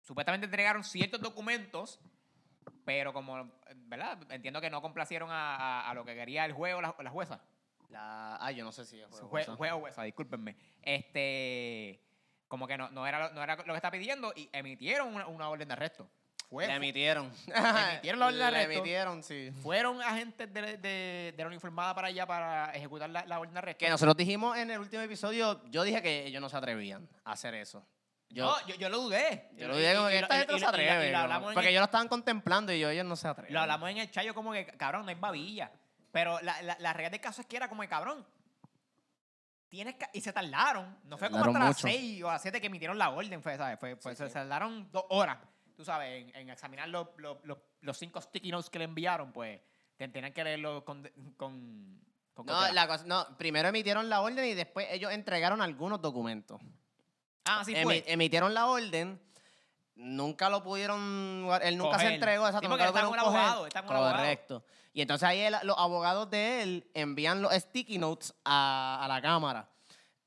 Speaker 1: supuestamente entregaron ciertos documentos, pero como, ¿verdad? Entiendo que no complacieron a, a- a lo que quería el juez o la, la jueza.
Speaker 2: La... Ah, yo no sé si es
Speaker 1: Jue-
Speaker 2: juego,
Speaker 1: Juez,
Speaker 2: eso.
Speaker 1: o jueza, discúlpenme. Este, como que no, no, era, lo- no era lo que está pidiendo y emitieron una, una orden de arresto. Fue-
Speaker 2: La emitieron.
Speaker 1: emitieron la orden de
Speaker 2: La
Speaker 1: arresto.
Speaker 2: emitieron, sí.
Speaker 1: fueron agentes de, de, de la uniformada para allá para ejecutar la, la orden de arresto.
Speaker 2: Que nosotros dijimos en el último episodio, yo dije que ellos no se atrevían a hacer eso. Yo,
Speaker 1: No, yo, yo lo dudé.
Speaker 2: yo lo dije como
Speaker 1: Y-
Speaker 2: que
Speaker 1: y-
Speaker 2: esta
Speaker 1: y-
Speaker 2: gente no
Speaker 1: y-
Speaker 2: se
Speaker 1: y- y- y- y-
Speaker 2: atreve.
Speaker 1: y lo
Speaker 2: como-
Speaker 1: hablamos en
Speaker 2: porque
Speaker 1: el-
Speaker 2: ellos lo estaban contemplando y yo, ellos no se atreven.
Speaker 1: Lo hablamos en el chayo como que, cabrón, no hay babilla. Pero la, la, la realidad del caso es que era como de cabrón. Tienes que- y se tardaron. No fue como
Speaker 2: Tardaron
Speaker 1: hasta las
Speaker 2: mucho.
Speaker 1: 6 o las 7 que emitieron la orden. Fue, ¿sabes? Fue, fue-
Speaker 2: Sí,
Speaker 1: se
Speaker 2: sí.
Speaker 1: tardaron dos horas, tú sabes, en, en examinar los, los, los, los cinco sticky notes que le enviaron. Pues te- tenían que leerlo con... con, con
Speaker 2: No,
Speaker 1: cautela.
Speaker 2: la cosa- no, primero emitieron la orden y después ellos entregaron algunos documentos.
Speaker 1: ah, sí
Speaker 2: Emi-
Speaker 1: fue.
Speaker 2: emitieron la orden, nunca lo pudieron, él nunca
Speaker 1: Coger.
Speaker 2: se entregó, exacto,
Speaker 1: Sí, porque
Speaker 2: nunca lo
Speaker 1: está
Speaker 2: pudieron
Speaker 1: con el
Speaker 2: coger.
Speaker 1: abogado, está con el abogado.
Speaker 2: Correcto. Y entonces ahí el- los abogados de él envían los sticky notes a, a la cámara.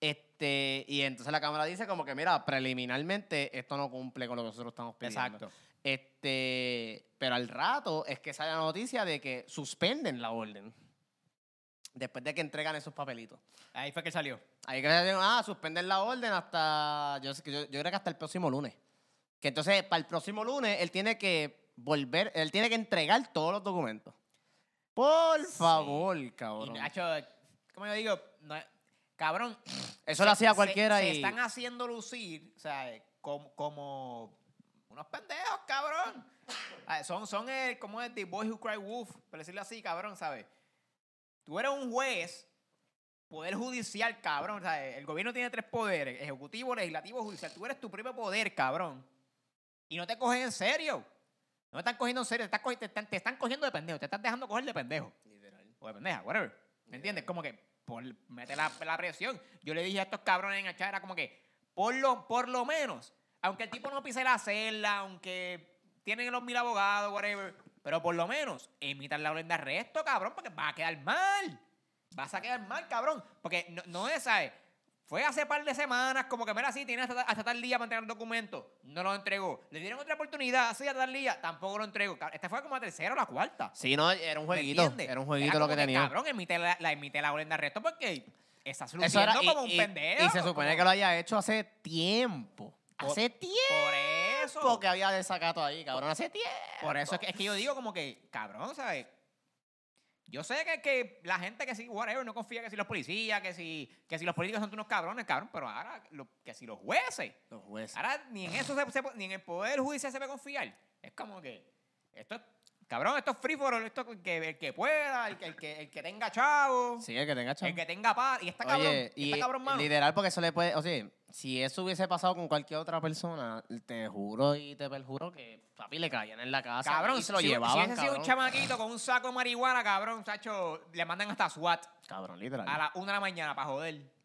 Speaker 2: Este, y entonces la cámara dice como que, mira, preliminarmente esto no cumple con lo que nosotros estamos pidiendo.
Speaker 1: Exacto.
Speaker 2: Este, pero al rato es que sale la noticia de que suspenden la orden después de que entregan esos papelitos.
Speaker 1: Ahí fue que salió.
Speaker 2: Ahí que dijeron, ah, suspenden la orden hasta, yo, sé que yo, yo creo que hasta el próximo lunes. Que entonces, para el próximo lunes, él tiene que volver, él tiene que entregar todos los documentos. Por favor,
Speaker 1: Y,
Speaker 2: cabrón.
Speaker 1: Nacho, como yo digo, No es- cabrón,
Speaker 2: Eso lo hacía cualquiera
Speaker 1: se,
Speaker 2: y...
Speaker 1: se están haciendo lucir, o sea, eh, como, como unos pendejos, cabrón. Ah, Son, son el, como es The Boy Who Cry Wolf, por decirlo así, cabrón, ¿sabes? Tú eres un juez, poder judicial, cabrón, ¿sabes? El gobierno tiene tres poderes, ejecutivo, legislativo, judicial. Tú eres tu propio poder, cabrón. Y no te cogen en serio. No te están cogiendo en serio, te están, cogi- te están, te están cogiendo de pendejo, te están dejando coger de pendejo o de pendeja, whatever. ¿Me entiendes? Como que por, mete la, la presión. Yo le dije a estos cabrones en Achá, era como que, por lo, por lo menos, aunque el tipo no pise la celda, aunque tienen los mil abogados, whatever, pero por lo menos, emitan la orden de arresto, cabrón, porque va a quedar mal. Vas a quedar mal, cabrón. Porque no, no es, ¿sabes? Fue hace par de semanas, como que, mira, sí, tienes hasta, hasta tal día para entregar el documento. No lo entregó. Le dieron otra oportunidad, sí, hasta tal día. Tampoco lo entregó. Cab- Esta fue como la tercera o la cuarta.
Speaker 2: Sí, no, era un
Speaker 1: ¿Me
Speaker 2: jueguito.
Speaker 1: entiendes?
Speaker 2: Era un jueguito
Speaker 1: Era
Speaker 2: lo
Speaker 1: como
Speaker 2: que tenía.
Speaker 1: Cabrón, emite la, la emite la orden de arresto porque estás
Speaker 2: Eso
Speaker 1: luciendo
Speaker 2: era, y,
Speaker 1: como un
Speaker 2: y-
Speaker 1: pendejo.
Speaker 2: y se supone que lo haya hecho hace tiempo.
Speaker 1: Por-
Speaker 2: Hace tiempo
Speaker 1: Por eso.
Speaker 2: que había desacato ahí, cabrón. Hace tiempo.
Speaker 1: Por eso es que, es que yo digo como que, cabrón, ¿sabes? Yo sé que, que la gente que sí, whatever, no confía que si los policías, que si, que si los políticos son unos cabrones, cabrón, pero ahora lo- que si los jueces.
Speaker 2: Los jueces.
Speaker 1: Ahora ni en eso se, se- ni en el poder judicial se puede confiar. Es como que esto es- cabrón, esto es free for all, esto es que el que pueda, el que, el que, el que tenga chavo,
Speaker 2: Sí, el que tenga chavo.
Speaker 1: el que tenga paz, y está cabrón,
Speaker 2: Oye,
Speaker 1: y está
Speaker 2: y
Speaker 1: cabrón mano.
Speaker 2: literal porque eso le puede, o sea, si eso hubiese pasado con cualquier otra persona, te juro y te perjuro que papi le caían en la casa
Speaker 1: Cabrón,
Speaker 2: y se lo
Speaker 1: si,
Speaker 2: llevaban,
Speaker 1: Si ese sido
Speaker 2: cabrón.
Speaker 1: un chamaquito con un saco de marihuana, cabrón, chacho, le mandan hasta SWAT
Speaker 2: Cabrón, literal.
Speaker 1: a las 1 de la mañana para joder.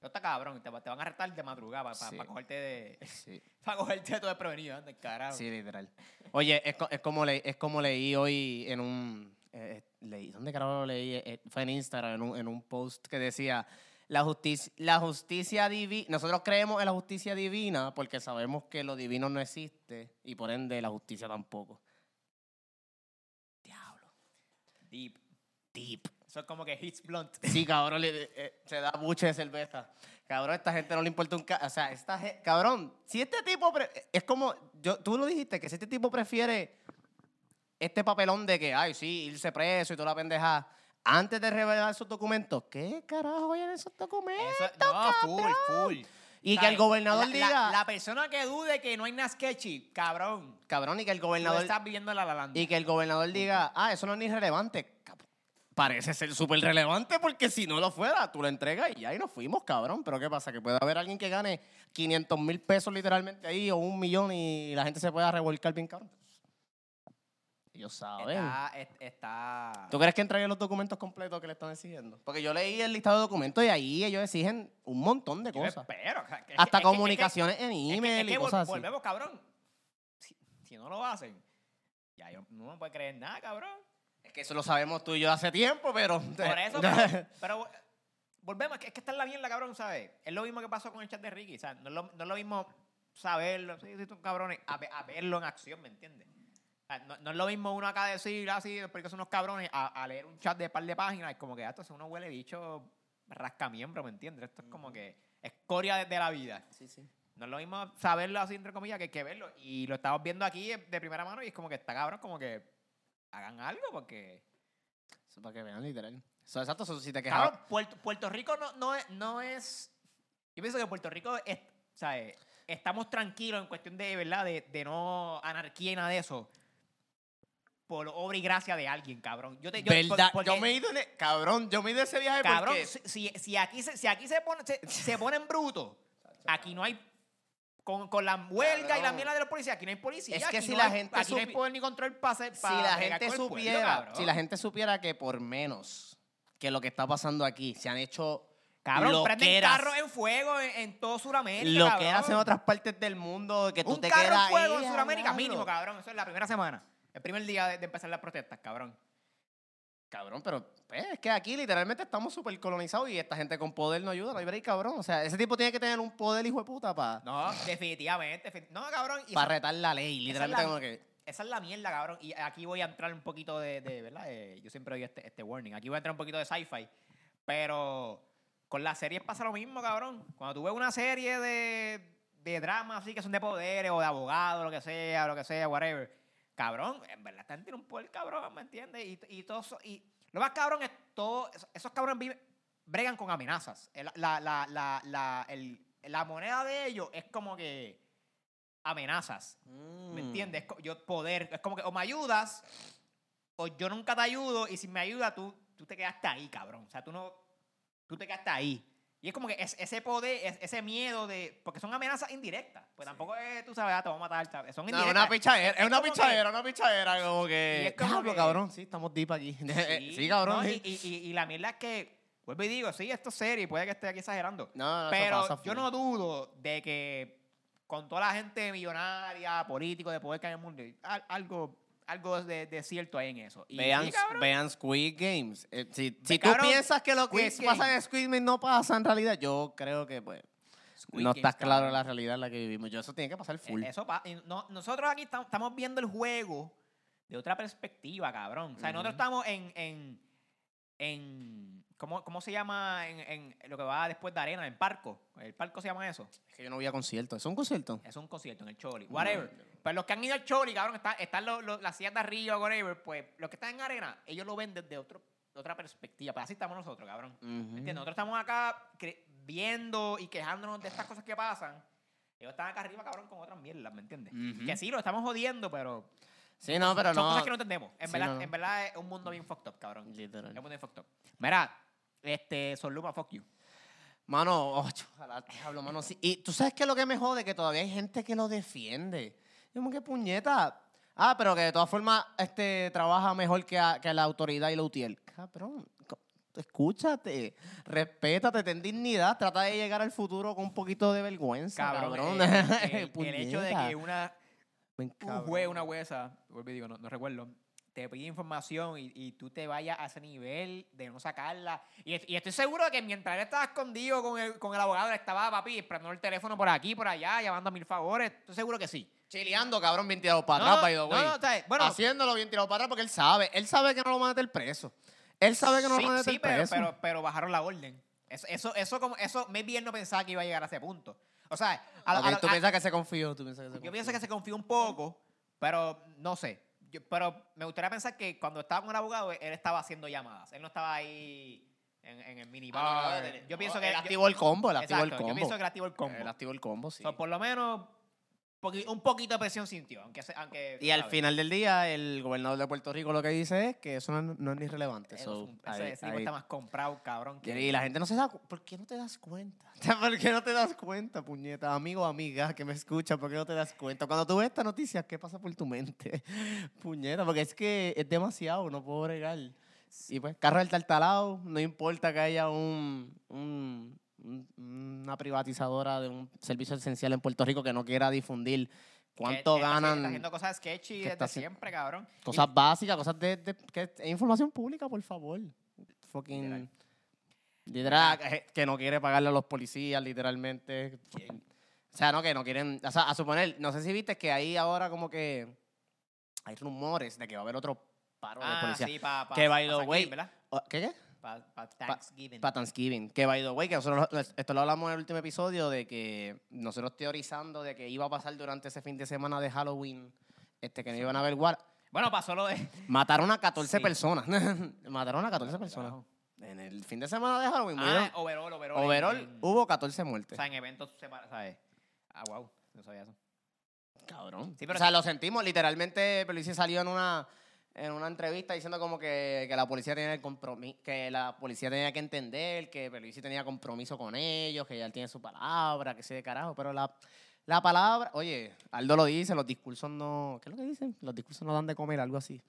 Speaker 1: No está cabrón, te, te van a arrestar de madrugada para
Speaker 2: Sí.
Speaker 1: cogerte de.
Speaker 2: Sí,
Speaker 1: Para cogerte de todo desprevenido, anda, carajo.
Speaker 2: sí, literal. Oye, es, co- es como le, es como leí hoy en un eh, eh, leí, ¿dónde carajo lo leí? Eh, eh, fue en Instagram en un, en un post que decía la justicia, la justicia divina, nosotros creemos en la justicia divina porque sabemos que lo divino no existe y por ende la justicia tampoco. Diablo.
Speaker 1: Deep.
Speaker 2: Deep.
Speaker 1: Eso es como que hits blunt.
Speaker 2: Sí, cabrón, le- eh, se da buche de cerveza. Cabrón, esta gente no le importa un... ca- o sea, esta ge- Cabrón, si este tipo... pre- Es como... Yo, tú lo dijiste, que si este tipo prefiere este papelón de que, ay, sí, irse preso y toda la pendejada, antes de revelar sus documentos, ¿qué carajo hay en esos documentos?
Speaker 1: Eso, no, full, full.
Speaker 2: Y Y que
Speaker 1: ¿Sabes?
Speaker 2: el gobernador
Speaker 1: La-
Speaker 2: diga.
Speaker 1: La, la persona que dude que no hay nada sketchy, cabrón.
Speaker 2: Cabrón, y que el
Speaker 1: No
Speaker 2: gobernador.
Speaker 1: estás viviendo en la lalanda.
Speaker 2: Y que el gobernador diga, ah, eso no es ni relevante. Cap- Parece ser súper relevante porque si no lo fuera, tú lo entregas y ahí nos fuimos, cabrón. Pero ¿qué pasa? Que puede haber alguien que gane 500 mil pesos literalmente ahí o un millón y la gente se pueda revolcar bien, cabrón. Ellos saben.
Speaker 1: Está, es- está...
Speaker 2: ¿Tú crees que entregué los documentos completos que le están exigiendo? Porque yo leí el listado de documentos y ahí ellos exigen un montón de
Speaker 1: Yo
Speaker 2: cosas.
Speaker 1: espero, o sea, que-
Speaker 2: Hasta
Speaker 1: es que- es que-
Speaker 2: comunicaciones en
Speaker 1: es que- es
Speaker 2: email
Speaker 1: que
Speaker 2: y
Speaker 1: vol-
Speaker 2: cosas así.
Speaker 1: Volvemos, cabrón. Si, si no lo hacen, ya yo no me puede creer nada, cabrón.
Speaker 2: Es que eso lo sabemos tú y yo hace tiempo, pero...
Speaker 1: Por eso, pero, pero volvemos, es que, es que está en la mierda, cabrón, ¿sabes? Es lo mismo que pasó con el chat de Ricky, ¿sabes? No es lo, no es lo mismo saberlo, sí, sí, son cabrones, a, ve- a verlo en acción, ¿me entiendes? O sea, No, no es lo mismo uno acá decir así, porque son unos cabrones, a, a leer un chat de par de páginas, es como que "Ah, esto es uno huele bicho rascamiembro, ¿me entiendes? Esto es como que escoria de, de la vida.
Speaker 2: Sí, sí.
Speaker 1: No es lo mismo saberlo así, entre comillas, que, que verlo. Y lo estamos viendo aquí de de primera mano y es como que está cabrón, como que hagan algo porque...
Speaker 2: Eso para que vean, literal. Eso exacto, eso si te quejas.
Speaker 1: Cabrón, Puerto, Puerto Rico no, no, es, no es. Yo pienso que Puerto Rico es, ¿sabes? estamos tranquilos en cuestión de, ¿verdad? De, de no anarquía y nada de eso. Por obra y gracia de alguien, cabrón. Yo te, yo, por-
Speaker 2: Verdad,
Speaker 1: porque,
Speaker 2: yo me he ido en e- Cabrón, yo me he ido de ese viaje
Speaker 1: Cabrón,
Speaker 2: porque...
Speaker 1: si, si- si aquí se, si aquí se pone, se, se ponen brutos, aquí no hay. Con, con la huelga y la
Speaker 2: Cabrón.
Speaker 1: mierda de los policías, aquí no hay policía.
Speaker 2: Es que
Speaker 1: aquí
Speaker 2: si
Speaker 1: no
Speaker 2: la
Speaker 1: hay-
Speaker 2: gente
Speaker 1: Aquí no hay
Speaker 2: supi-
Speaker 1: poder ni control para hacer.
Speaker 2: si
Speaker 1: pa'
Speaker 2: la
Speaker 1: bregar
Speaker 2: gente
Speaker 1: con el pueblo,
Speaker 2: supiera...
Speaker 1: cabrón.
Speaker 2: si la gente supiera que por menos que lo que está pasando aquí se han hecho...
Speaker 1: Cabrón, prenden
Speaker 2: loqueras,
Speaker 1: carros en fuego en, en todo Sudamérica.
Speaker 2: Loqueras
Speaker 1: cabrón.
Speaker 2: en otras partes del mundo que tú
Speaker 1: un
Speaker 2: te
Speaker 1: carro
Speaker 2: quedas
Speaker 1: en fuego
Speaker 2: ahí,
Speaker 1: en Sudamérica,
Speaker 2: diablo.
Speaker 1: mínimo, cabrón. Eso es la primera semana. El primer día de, de empezar las protestas, cabrón.
Speaker 2: Cabrón, pero pues, es que aquí literalmente estamos súper colonizados y esta gente con poder no ayuda, no hay break, cabrón. O sea, ese tipo tiene que tener un poder, hijo de puta, para
Speaker 1: No, definitivamente. defi- No, cabrón. y esa,
Speaker 2: retar la ley.
Speaker 1: esa es la-
Speaker 2: Literalmente como que...
Speaker 1: esa es la mierda, cabrón. Y aquí voy a entrar un poquito de, de- ¿verdad? Eh, yo siempre doy este, este warning. Aquí voy a entrar un poquito de sci-fi. Pero con las series pasa lo mismo, cabrón. Cuando tú ves una serie de, de dramas así que son de poderes o de abogados, lo que sea, lo que sea, whatever. Cabrón, en verdad están tiene un poder cabrón, ¿me entiendes? Y, y todo eso- y lo más cabrón es todo, esos, esos cabrones viven- bregan con amenazas. El- La, la, la, la- el- la moneda de ellos es como que amenazas. ¿Me
Speaker 2: Mm.
Speaker 1: entiendes? Es co- Yo poder, es como que o me ayudas o yo nunca te ayudo y si me ayuda tú, tú te quedaste ahí, cabrón. O sea, tú no, tú te quedaste ahí. Y es como que es- ese poder, es- ese miedo de, porque son amenazas indirectas. Pues tampoco es, tú sabes, ah, te vamos a matar, ¿sabes? son
Speaker 2: No,
Speaker 1: indirectas.
Speaker 2: una pichadera, es una
Speaker 1: como que-
Speaker 2: pichadera, una pichadera, como que...
Speaker 1: Y es como
Speaker 2: Diablo,
Speaker 1: que-
Speaker 2: cabrón, sí, estamos deep aquí. Sí, cabrón.
Speaker 1: no,
Speaker 2: sí.
Speaker 1: y, y- y- y la mierda es que, vuelvo y digo, sí, esto es serio, puede que esté aquí exagerando.
Speaker 2: No, no, eso
Speaker 1: Pero
Speaker 2: pasa,
Speaker 1: yo
Speaker 2: full.
Speaker 1: no dudo de que con toda la gente millonaria, político, de poder que hay en el mundo, al- algo, algo de, de cierto hay en eso. Y
Speaker 2: Vean,
Speaker 1: sí, cabrón,
Speaker 2: vean Squid Games. Eh, si si tú
Speaker 1: cabrón,
Speaker 2: piensas que lo que
Speaker 1: Squid
Speaker 2: pasa en
Speaker 1: Games.
Speaker 2: Squid Games no pasa en realidad, yo creo que pues
Speaker 1: Squid
Speaker 2: no
Speaker 1: Games,
Speaker 2: está claro
Speaker 1: cabrón.
Speaker 2: la realidad en la que vivimos. Yo eso tiene que pasar full.
Speaker 1: Eh, Eso pa- y no- nosotros aquí tam- estamos viendo el juego de otra perspectiva, cabrón. O sea, nosotros
Speaker 2: Ujú.
Speaker 1: estamos en... en, en- ¿cómo, ¿Cómo se llama en, en lo que va después de arena? En parco. ¿El parco se llama eso?
Speaker 2: Es que yo no voy a conciertos. ¿Es un concierto?
Speaker 1: Es un concierto en el Choli. Whatever. Pero Pues los que han ido al Choli, cabrón, están, están los, los- las sillas de arriba, whatever. Pues los que están en arena, ellos lo ven desde otro, otra perspectiva. Pues así estamos nosotros, cabrón.
Speaker 2: Ujú.
Speaker 1: ¿Entiendes? Nosotros estamos acá cre- viendo y quejándonos de estas cosas que pasan. Ellos están acá arriba, cabrón, con otras mierdas, ¿me entiendes?
Speaker 2: Ujú.
Speaker 1: Que sí, lo estamos jodiendo, pero,
Speaker 2: Sí, no, pero
Speaker 1: son
Speaker 2: no.
Speaker 1: cosas que no entendemos. En,
Speaker 2: Sí,
Speaker 1: verdad,
Speaker 2: no, no.
Speaker 1: en verdad es un mundo bien fucked up, cabrón.
Speaker 2: Literal.
Speaker 1: Es un mundo bien fucked up. Mira, este, Soluma, fuck you.
Speaker 2: Mano, oh, ch- ojalá te hablo, mano. sí. Y tú sabes que lo que me jode, que todavía hay gente que lo defiende. Yo como que puñeta. Ah, pero que de todas formas este, trabaja mejor que, a- que la autoridad y la UTIEL. E Cabrón, co- escúchate, respétate, ten dignidad, trata de llegar al futuro con un poquito de vergüenza. Cabrón,
Speaker 1: eh, el- el, hecho de
Speaker 2: Puñeta.
Speaker 1: que una,
Speaker 2: Ven,
Speaker 1: un
Speaker 2: cabrón.
Speaker 1: juez, una jueza, vuelvo y digo, no, no recuerdo, te pide información y, y tú te vayas a ese nivel de no sacarla. Y, est- y estoy seguro de que mientras él estaba escondido con el, con el abogado, él estaba papi esperando el teléfono por aquí, por allá, llamando a mil favores. Estoy seguro que sí.
Speaker 2: Chileando, cabrón, bien tirado para
Speaker 1: No,
Speaker 2: atrás, by the
Speaker 1: no,
Speaker 2: way.
Speaker 1: no, o sea, bueno-
Speaker 2: Haciéndolo bien tirado para atrás porque él sabe. Él sabe que no lo van a meter preso. Él sabe que no
Speaker 1: sí,
Speaker 2: lo van a meter
Speaker 1: sí, pero,
Speaker 2: preso.
Speaker 1: pero, pero bajaron la orden. Eso, eso, eso, como, eso, maybe él no pensaba que iba a llegar a ese punto. O sea, a lo- a
Speaker 2: Ok,
Speaker 1: lo-
Speaker 2: tú
Speaker 1: a-
Speaker 2: piensas que se confió, tú piensas que se
Speaker 1: yo
Speaker 2: confió.
Speaker 1: pienso que se confió un poco, pero no sé. Yo- pero me gustaría pensar que cuando estaba con el abogado, él estaba haciendo llamadas. Él no estaba ahí en, en el minibar.
Speaker 2: Ah, no, no, no,
Speaker 1: yo pienso
Speaker 2: no,
Speaker 1: que.
Speaker 2: Él
Speaker 1: yo-
Speaker 2: activó el combo, él activó el
Speaker 1: exacto,
Speaker 2: combo.
Speaker 1: Yo pienso que él activó el combo.
Speaker 2: Él activó el combo, sí.
Speaker 1: So, por lo menos, poqui- un poquito de presión sintió. Aunque, se- aunque,
Speaker 2: Y al
Speaker 1: ¿sabes?
Speaker 2: final del día, el gobernador de Puerto Rico lo que dice es que eso no, no es ni relevante.
Speaker 1: Eso
Speaker 2: so,
Speaker 1: es un-
Speaker 2: ahí-
Speaker 1: ese, ese tipo
Speaker 2: ahí-
Speaker 1: está más comprado, cabrón. que-
Speaker 2: Y la gente no se da cu- ¿Por qué no te das cuenta? ¿Por qué no te das cuenta, puñeta? Amigo o amiga que me escucha, ¿por qué no te das cuenta? Cuando tú ves esta noticia, ¿qué pasa por tu mente? Puñeta, porque es que es demasiado, no puedo bregar. Y pues, carro del tartalado, no importa que haya un, un- un- una privatizadora de un servicio esencial en Puerto Rico que no quiera difundir
Speaker 1: que-
Speaker 2: cuánto
Speaker 1: que está haciendo- Está
Speaker 2: ganan
Speaker 1: haciendo cosas sketchy
Speaker 2: que
Speaker 1: desde
Speaker 2: está haci-
Speaker 1: siempre, cabrón. Y-
Speaker 2: Cosas básicas, cosas de, de- que es información pública, por favor. Fucking.
Speaker 1: Literal. Ah.
Speaker 2: Literal, que- que no quiere pagarle a los policías, literalmente. O sea, no, que no quieren. O sea, a suponer, no sé si viste que ahí ahora como que hay rumores de que va a haber otro paro de
Speaker 1: Ah,
Speaker 2: policía.
Speaker 1: sí, para
Speaker 2: Que, by the way-
Speaker 1: ¿verdad?
Speaker 2: O- ¿Qué qué?
Speaker 1: Para Thanksgiving.
Speaker 2: Para Thanksgiving. Que by the way, que nosotros lo- esto lo hablamos en el último episodio de que nosotros teorizando de que iba a pasar durante ese fin de semana de Halloween, este que no iban a haber guardias.
Speaker 1: bueno, pasó lo de.
Speaker 2: Mataron a 14
Speaker 1: Sí.
Speaker 2: personas. Mataron a 14 personas.
Speaker 1: carajo.
Speaker 2: En el fin de semana de Halloween,
Speaker 1: Ah,
Speaker 2: murieron-
Speaker 1: overall, overall. en-
Speaker 2: overall, uh,
Speaker 1: en-
Speaker 2: hubo 14
Speaker 1: O
Speaker 2: muertes.
Speaker 1: sea, en eventos separados, ¿sabes? Ah, wow. No sabía eso.
Speaker 2: Cabrón.
Speaker 1: Sí, pero
Speaker 2: o sea, lo sentimos. Literalmente, Pelusi salió en una, en una entrevista diciendo como que, que la policía tenía el compromiso, que la policía tenía que entender, que Pelusi tenía compromiso con ellos, que ya él tiene su palabra, que sé de carajo. Pero la, la palabra, oye, Aldo lo dice, los discursos no. ¿Qué es lo que dicen? Los discursos no dan de comer, algo así.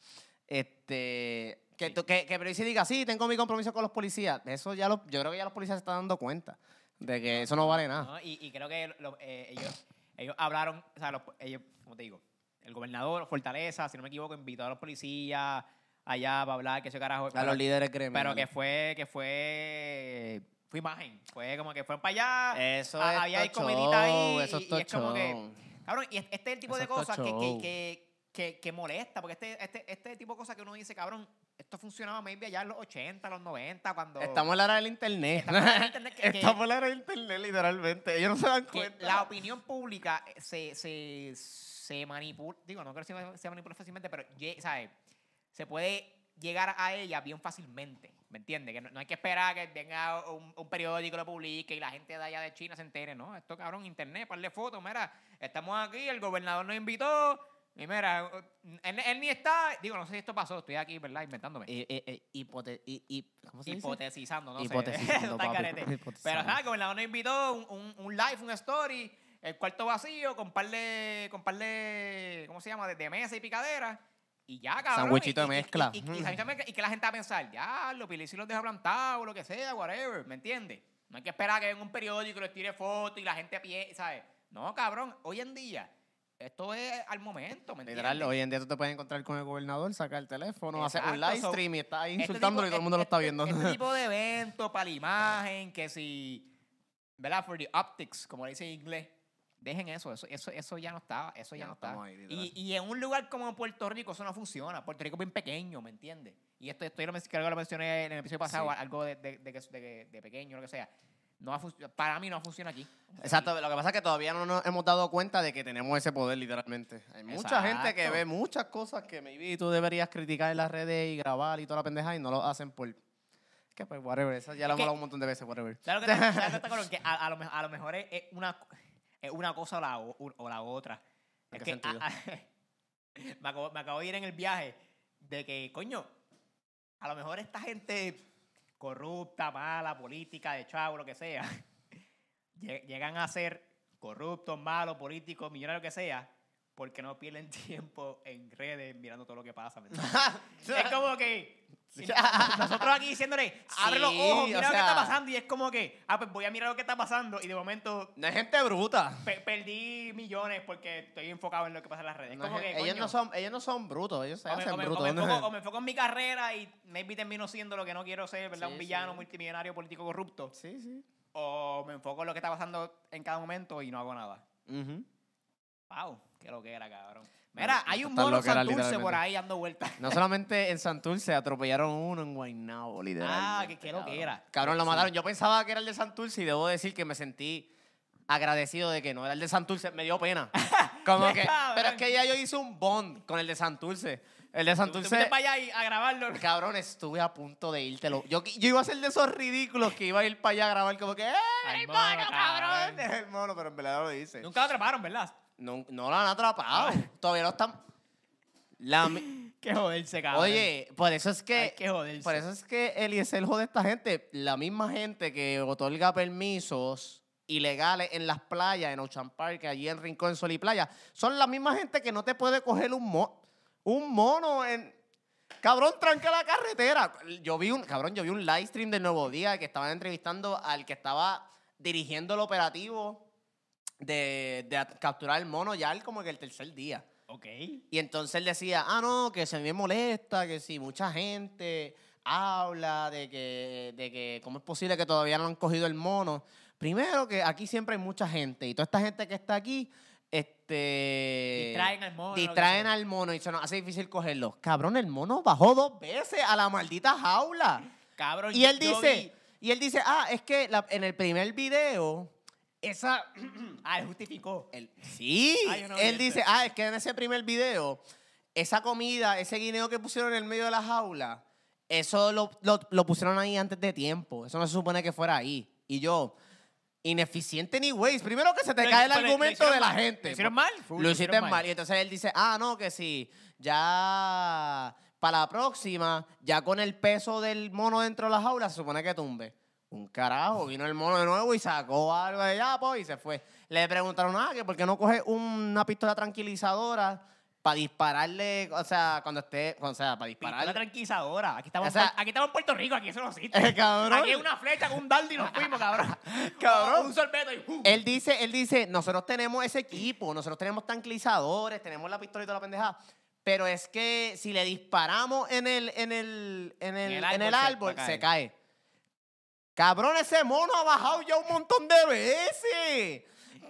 Speaker 2: Este. Que,
Speaker 1: Sí.
Speaker 2: tú- que, que Pelusi diga, sí, tengo mi compromiso con los policías. Eso ya lo, yo creo que ya los policías se están dando cuenta de que eso no vale nada.
Speaker 1: ¿no? Y, y creo que lo- eh, ellos, ellos hablaron, o sea, los- ellos, como te digo, el gobernador, Fortaleza, si no me equivoco, invitó a los policías allá para hablar, que ese carajo.
Speaker 2: A
Speaker 1: Ah, pero-
Speaker 2: los líderes gremiales.
Speaker 1: Pero que fue, que fue, fue imagen. Fue como que fueron para allá.
Speaker 2: Eso
Speaker 1: Ah,
Speaker 2: es
Speaker 1: había ahí
Speaker 2: tochón,
Speaker 1: comidita ahí,
Speaker 2: Eso
Speaker 1: y-
Speaker 2: es
Speaker 1: y es como que-
Speaker 2: tochón.
Speaker 1: Cabrón, y este es el tipo
Speaker 2: Eso
Speaker 1: de
Speaker 2: está
Speaker 1: cosas que, que,
Speaker 2: show.
Speaker 1: que, que- que molesta, porque este, este, este tipo de cosas que uno dice, cabrón, esto funcionaba maybe allá en los 80, los 90, cuando...
Speaker 2: Estamos en la era del internet.
Speaker 1: Estamos en la era del internet, que- que-
Speaker 2: Estamos en la era del internet, literalmente. Ellos no se dan
Speaker 1: que
Speaker 2: cuenta.
Speaker 1: la opinión pública eh, se, se, se manipula, digo, no creo que se- se manipula fácilmente, pero lle- ¿sabes? se puede llegar a ella bien fácilmente, ¿me entiendes? Que no, no hay que esperar que venga un, un periódico, lo publique y la gente de allá de China se entere, ¿no? Esto cabrón, internet, parle fotos, mira, estamos aquí, el gobernador nos invitó, y mira, eh, él, él ni está, digo, no sé si esto pasó, estoy aquí, ¿verdad? Inventándome.
Speaker 2: Eh, eh, eh, hipote- hi- hi- ¿Cómo se dice?
Speaker 1: Hipotetizando, no sé. Está
Speaker 2: Hipotetizando,
Speaker 1: al
Speaker 2: papi.
Speaker 1: garete. Pero
Speaker 2: Hipotetizando.
Speaker 1: nada, el gobernador nos invitó un, un, un live, un story, el cuarto vacío, con par de, con par de- ¿cómo se llama? De, de mesa y picadera. Y ya, cabrón.
Speaker 2: Sandwichito
Speaker 1: y-
Speaker 2: de
Speaker 1: y- y-
Speaker 2: mezcla.
Speaker 1: Y, y- y sandwichito de mezcla, y que la gente va a pensar, ya, lo Pili si los deja plantados, lo que sea, whatever, ¿me entiendes? No hay que esperar a que venga un periódico y les tire fotos y la gente pie, ¿sabes? No, cabrón, hoy en día, esto es al momento, ¿me entiendes?
Speaker 2: Literal, hoy en día tú te puedes encontrar con el gobernador, sacar el teléfono, hacer un
Speaker 1: Exacto,
Speaker 2: live
Speaker 1: so,
Speaker 2: stream y estás ahí
Speaker 1: Este tipo-
Speaker 2: insultándolo y todo el mundo lo está
Speaker 1: este-
Speaker 2: viendo.
Speaker 1: Este tipo de evento para la imagen, que si, ¿verdad? For the optics, como le dice en inglés. Dejen eso, eso, eso, eso ya no está, eso ya,
Speaker 2: Ya
Speaker 1: no
Speaker 2: no
Speaker 1: está.
Speaker 2: estamos ahí,
Speaker 1: y,
Speaker 2: literal.
Speaker 1: y en un lugar como Puerto Rico eso no funciona. Puerto Rico es bien pequeño, ¿me entiendes? Y esto, esto yo lo, men- creo que lo mencioné en el episodio pasado,
Speaker 2: Sí.
Speaker 1: algo de, de, de que- de que- de pequeño, lo que sea. No ha func- para mí no funciona aquí.
Speaker 2: Exacto, lo que pasa es que todavía no nos hemos dado cuenta de que tenemos ese poder, literalmente. Hay mucha gente que
Speaker 1: Exacto.
Speaker 2: ve muchas cosas que maybe tú deberías criticar en las redes y grabar y toda la pendeja y no lo hacen por. Que pues, whatever. Eso ya lo hemos
Speaker 1: que-
Speaker 2: hablado un montón de veces, whatever.
Speaker 1: Claro que, está- claro que está cabrón, que a, a lo, me- a lo mejor es, es una, es una cosa o la, o, o la otra.
Speaker 2: ¿En
Speaker 1: Es
Speaker 2: qué
Speaker 1: que,
Speaker 2: sentido?
Speaker 1: a- a- me, acabo, me acabo de ir en el viaje de que, coño, a lo mejor esta gente corrupta, mala, política, de chavo, lo que sea, lle- llegan a ser corruptos, malos, políticos, millonarios, lo que sea, porque no pierden tiempo en redes mirando todo lo que pasa. ¿me entiendes? es como que... si no- nosotros aquí diciéndole, abre los
Speaker 2: Sí,
Speaker 1: ojos, mira lo
Speaker 2: o
Speaker 1: que está
Speaker 2: sea,
Speaker 1: pasando. Y es como que, ah, pues voy a mirar lo que está pasando. Y de momento
Speaker 2: No es gente bruta.
Speaker 1: pe- perdí millones porque estoy enfocado en lo que pasa en las redes. Es
Speaker 2: No es
Speaker 1: como
Speaker 2: gen-
Speaker 1: que,
Speaker 2: ellos,
Speaker 1: coño,
Speaker 2: no son, ellos no son brutos, ellos se
Speaker 1: o me-
Speaker 2: hacen
Speaker 1: o me, o
Speaker 2: brutos.
Speaker 1: me enfoco, o me enfoco en mi carrera y maybe termino siendo lo que no quiero ser, ¿verdad?
Speaker 2: Sí,
Speaker 1: Un villano
Speaker 2: sí.
Speaker 1: multimillonario político corrupto.
Speaker 2: Sí, sí.
Speaker 1: O me enfoco en lo que está pasando en cada momento y no hago nada.
Speaker 2: Ujú.
Speaker 1: Wow, qué lo que era, cabrón. Mira, hay un
Speaker 2: Está
Speaker 1: mono
Speaker 2: loquera,
Speaker 1: Santurce por
Speaker 2: literalmente.
Speaker 1: ahí dando vueltas.
Speaker 2: No solamente en Santurce atropellaron uno en Guaynabo, literalmente.
Speaker 1: Ah, que- que lo que era.
Speaker 2: cabrón. Cabrón, lo
Speaker 1: Sí.
Speaker 2: mataron. Yo pensaba que era el de Santurce y debo decir que me sentí agradecido de que no era el de Santurce. Me dio pena. Como que,
Speaker 1: Cabrón.
Speaker 2: pero es que ya yo hice un bond con el de Santurce. El de
Speaker 1: Tú te metes
Speaker 2: Santurce,
Speaker 1: para allá y a grabarlo.
Speaker 2: cabrón, estuve a punto de írtelo. Yo, yo iba a ser de esos ridículos que iba a ir para allá a grabar como que, ¡eh,
Speaker 1: Al
Speaker 2: el
Speaker 1: mono,
Speaker 2: mono, cabrón!
Speaker 1: cabrón.
Speaker 2: Es el mono, pero en verdad no lo hice.
Speaker 1: Nunca lo atraparon, ¿verdad?
Speaker 2: No, no lo han
Speaker 1: Ah.
Speaker 2: atrapado. Todavía no están... La mi-
Speaker 1: Qué joderse, cabrón.
Speaker 2: Oye, por eso es
Speaker 1: Hay
Speaker 2: que...
Speaker 1: que joderse.
Speaker 2: Por eso es que Eliezer jode a esta gente. La misma gente que otorga permisos ilegales en las playas, en Ocean Park, allí en Rincón, Sol y Playa, son la misma gente que no te puede coger un, mo- un mono en... Cabrón, tranca la carretera. Yo vi un, cabrón, yo vi un live stream del Nuevo Día que estaban entrevistando al que estaba dirigiendo el operativo de, de at- capturar el mono ya el- como que el tercer día.
Speaker 1: Ok.
Speaker 2: Y entonces él decía, ah, no, que se me molesta, que si mucha gente habla de que, de que cómo es posible que todavía no han cogido el mono. Primero que aquí siempre hay mucha gente y toda esta gente que está aquí, este...
Speaker 1: Distraen al mono,
Speaker 2: Distraen
Speaker 1: lo que sea.
Speaker 2: al mono y se nos hace difícil cogerlo. Cabrón, el mono bajó dos veces a la maldita jaula.
Speaker 1: Cabrón.
Speaker 2: Y
Speaker 1: yo-
Speaker 2: él
Speaker 1: yo
Speaker 2: dice, y él dice, ah, es que la- en el primer video, esa...
Speaker 1: vi- Ah, él justificó.
Speaker 2: Él- sí,
Speaker 1: Ah, yo no vi
Speaker 2: él
Speaker 1: ese.
Speaker 2: dice, ah, es que en ese primer video, esa comida, ese guineo que pusieron en el medio de la jaula, eso lo, lo- lo pusieron ahí antes de tiempo. Eso no se supone que fuera ahí. Y yo, ineficiente ni ways. Primero que se te
Speaker 1: Lo-
Speaker 2: cae el
Speaker 1: pero lo
Speaker 2: argumento
Speaker 1: hicieron
Speaker 2: de la
Speaker 1: mal.
Speaker 2: gente.
Speaker 1: ¿Lo hicieron mal? Full,
Speaker 2: Lo hiciste
Speaker 1: hicieron
Speaker 2: mal. Y entonces él dice, ah, no, que sí, ya para la próxima, ya con el peso del mono dentro de la jaula, se supone que tumbe. Un carajo, vino el mono de nuevo y sacó algo de allá, pues, y se fue. Le preguntaron, ah, que por qué no coge una pistola tranquilizadora para dispararle, o sea, cuando esté, o sea,
Speaker 1: Pistola
Speaker 2: para dispararle.
Speaker 1: tranquilizadora. Aquí estamos,
Speaker 2: O sea-
Speaker 1: en Puer- aquí estamos en Puerto Rico, aquí eso no existe.
Speaker 2: Eh, cabrón.
Speaker 1: Aquí es una flecha con un dardo y nos fuimos, cabrón.
Speaker 2: Cabrón.
Speaker 1: Un sorbeto y ¡pum!
Speaker 2: Él dice, él dice, nosotros tenemos ese equipo, nosotros tenemos tranquilizadores, tenemos la pistola y toda la pendejada. Pero es que si le disparamos en el, en el, en el, en el árbol, se,
Speaker 1: va a
Speaker 2: cae. Cabrón, ese mono ha bajado ya un montón de veces.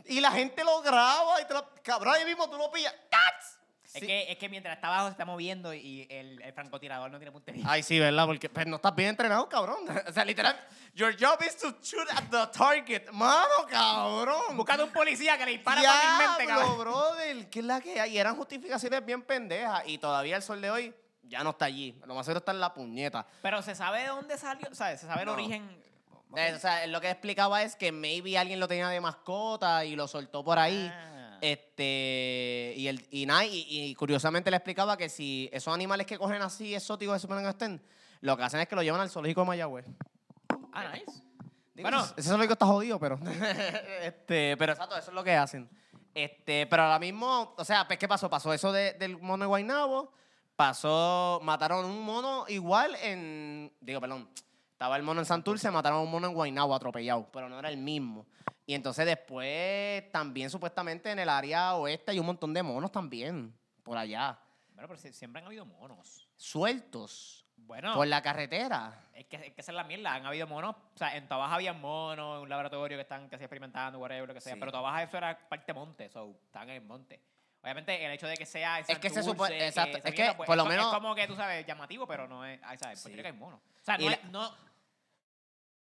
Speaker 2: Y la gente lo graba y te lo- cabrón, ahí mismo tú lo pillas. ¡Tats!
Speaker 1: Es,
Speaker 2: Sí.
Speaker 1: que, es que mientras está abajo se está moviendo y el, el francotirador no tiene puntería.
Speaker 2: Ay, sí, ¿verdad? Porque pues, no estás bien entrenado, cabrón. O sea, literal, your job is to shoot at the target. Mano, cabrón.
Speaker 1: Buscando un policía que le dispara fácilmente,
Speaker 2: Diablo,
Speaker 1: cabrón.
Speaker 2: brother, ¿qué es la que hay? Y eran justificaciones bien pendejas. Y todavía el sol de hoy ya no está allí. Lo más seguro está en la puñeta.
Speaker 1: Pero se sabe de dónde salió, ¿sabes? Se sabe
Speaker 2: No.
Speaker 1: el origen.
Speaker 2: Eh, o sea, lo que explicaba es que maybe alguien lo tenía de mascota y lo soltó por ahí.
Speaker 1: Ah.
Speaker 2: Este, y, el, y, nada, y, y curiosamente le explicaba que si esos animales que cogen así exóticos de Superman estén, lo que hacen es que lo llevan al zoológico de Mayagüez.
Speaker 1: Ah, nice.
Speaker 2: Digo,
Speaker 1: Bueno.
Speaker 2: ese- ese sonido está jodido, pero. este, pero exacto, eso es lo que hacen. Este, pero ahora mismo, o sea, pues, ¿qué pasó? Pasó eso de- del mono de Guaynabo, pasó, mataron un mono igual en. Digo, perdón. Estaba el mono en Santurce, mataron a un mono en Guaynabo atropellado, pero no era el mismo. Y entonces después también supuestamente en el área oeste hay un montón de monos también, por allá,
Speaker 1: Bueno, pero si- siempre han habido monos.
Speaker 2: sueltos
Speaker 1: Bueno,
Speaker 2: por la carretera.
Speaker 1: es, que, es que esa es la mierda. Han habido monos. O sea, en Tobaja había monos, en un laboratorio que están casi experimentando, whatever, lo que sea.
Speaker 2: Sí.
Speaker 1: Pero Tobaja eso era parte monte, so, están en el monte. Obviamente, el hecho de que sea en
Speaker 2: Es que se
Speaker 1: Santurce,
Speaker 2: supone- exacto,
Speaker 1: esa
Speaker 2: es que,
Speaker 1: mierda, pues,
Speaker 2: por lo
Speaker 1: eso
Speaker 2: menos-
Speaker 1: Es como que, tú sabes, llamativo, pero no es... ay, ¿sabes? En
Speaker 2: Sí.
Speaker 1: Puerto Rico hay monos. O sea,
Speaker 2: Y
Speaker 1: no,
Speaker 2: la-
Speaker 1: es- no-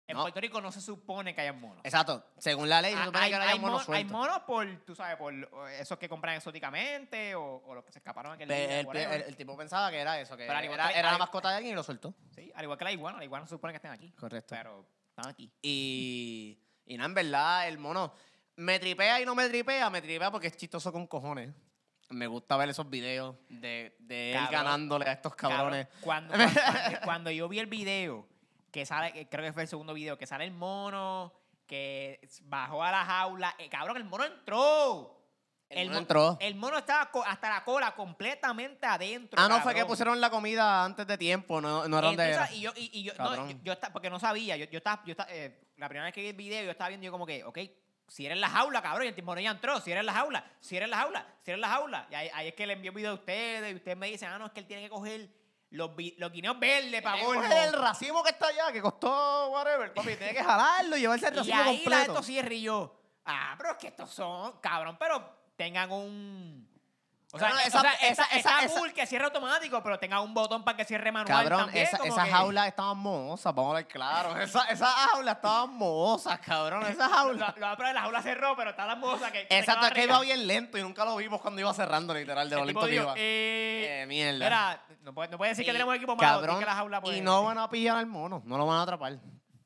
Speaker 1: En
Speaker 2: No.
Speaker 1: Puerto Rico no se supone que hayan monos.
Speaker 2: Exacto, según la ley, se
Speaker 1: Ah,
Speaker 2: supone que ahora hay monos
Speaker 1: mon- hay
Speaker 2: sueltos.
Speaker 1: monos por, tú sabes, por o, esos que compran exóticamente o, o los que se escaparon aquel
Speaker 2: Pe-
Speaker 1: día.
Speaker 2: el,
Speaker 1: whatever.
Speaker 2: el- el tipo pensaba que era eso, que
Speaker 1: Pero al igual
Speaker 2: era,
Speaker 1: que-
Speaker 2: era la
Speaker 1: al-
Speaker 2: mascota de alguien y lo soltó.
Speaker 1: Sí, al igual que la iguana, la iguana se supone que estén aquí.
Speaker 2: Correcto.
Speaker 1: Pero están aquí.
Speaker 2: Y, y no, en verdad, el mono me tripea y no me tripea, me tripea porque es chistoso con cojones. Me gusta ver esos videos de, de él
Speaker 1: Cabrón.
Speaker 2: ganándole a estos cabrones.
Speaker 1: Cabrón, Cuando, cuando, cuando yo vi el video, que sale, que creo que fue el segundo video, que sale el mono, que bajó a la jaula. eh, cabrón, el mono entró.
Speaker 2: El mono
Speaker 1: mo-
Speaker 2: entró.
Speaker 1: El mono estaba co- hasta la cola completamente adentro.
Speaker 2: Ah, no, fue que
Speaker 1: cabrón.
Speaker 2: pusieron la comida antes de tiempo, no, no era donde
Speaker 1: Entonces,
Speaker 2: era.
Speaker 1: y yo, y, y yo, no,
Speaker 2: Cabrón.
Speaker 1: yo- yo esta- porque no sabía, yo, yo estaba, yo estaba, eh, la primera vez que vi el video, yo estaba viendo, yo como que, ok, si eres la jaula, cabrón, y el timonel ya entró, si eres la jaula, si eres la jaula, si eres la jaula. Y ahí, ahí es que le envió un video a ustedes, y ustedes me dicen, ah, no, es que él tiene que coger los, vi- los guineos verdes para
Speaker 2: Coge
Speaker 1: colmo.
Speaker 2: el racimo que está allá, que costó whatever, papi, tiene que jalarlo y llevarse el
Speaker 1: Y
Speaker 2: racimo
Speaker 1: ahí la de
Speaker 2: completo.
Speaker 1: estos cierre y yo, ah, pero es que estos son, cabrón, pero tengan un, O sea,
Speaker 3: No, no,
Speaker 1: eh,
Speaker 3: esa-
Speaker 1: o sea,
Speaker 3: esa-
Speaker 1: está-
Speaker 3: esa-
Speaker 1: está
Speaker 3: esa-
Speaker 1: cool que cierre automático, pero tenga un botón para que cierre manual
Speaker 2: Cabrón,
Speaker 1: también.
Speaker 2: esa-
Speaker 1: como
Speaker 2: esas
Speaker 1: que-
Speaker 2: jaulas estaban mohosas, vamos a hablar claro. Esa- esas jaulas estaban mohosas, cabrón. Esas jaulas.
Speaker 1: Lo, lo abro de la jaula cerró, pero está la moza que. que
Speaker 2: Exacto,
Speaker 1: se
Speaker 2: es que
Speaker 1: queda
Speaker 2: iba
Speaker 1: arriba.
Speaker 2: bien lento y nunca lo vimos cuando iba cerrando, literal, de lo
Speaker 1: El tipo
Speaker 2: lento que
Speaker 1: dijo,
Speaker 2: iba.
Speaker 1: eh,
Speaker 2: Eh, mierda.
Speaker 1: mira, no puede, no puede decir que
Speaker 2: Y,
Speaker 1: tenemos equipo malo,
Speaker 2: cabrón,
Speaker 1: tiene que la jaula puede-
Speaker 2: y no van a pillar al mono, no lo van a atrapar.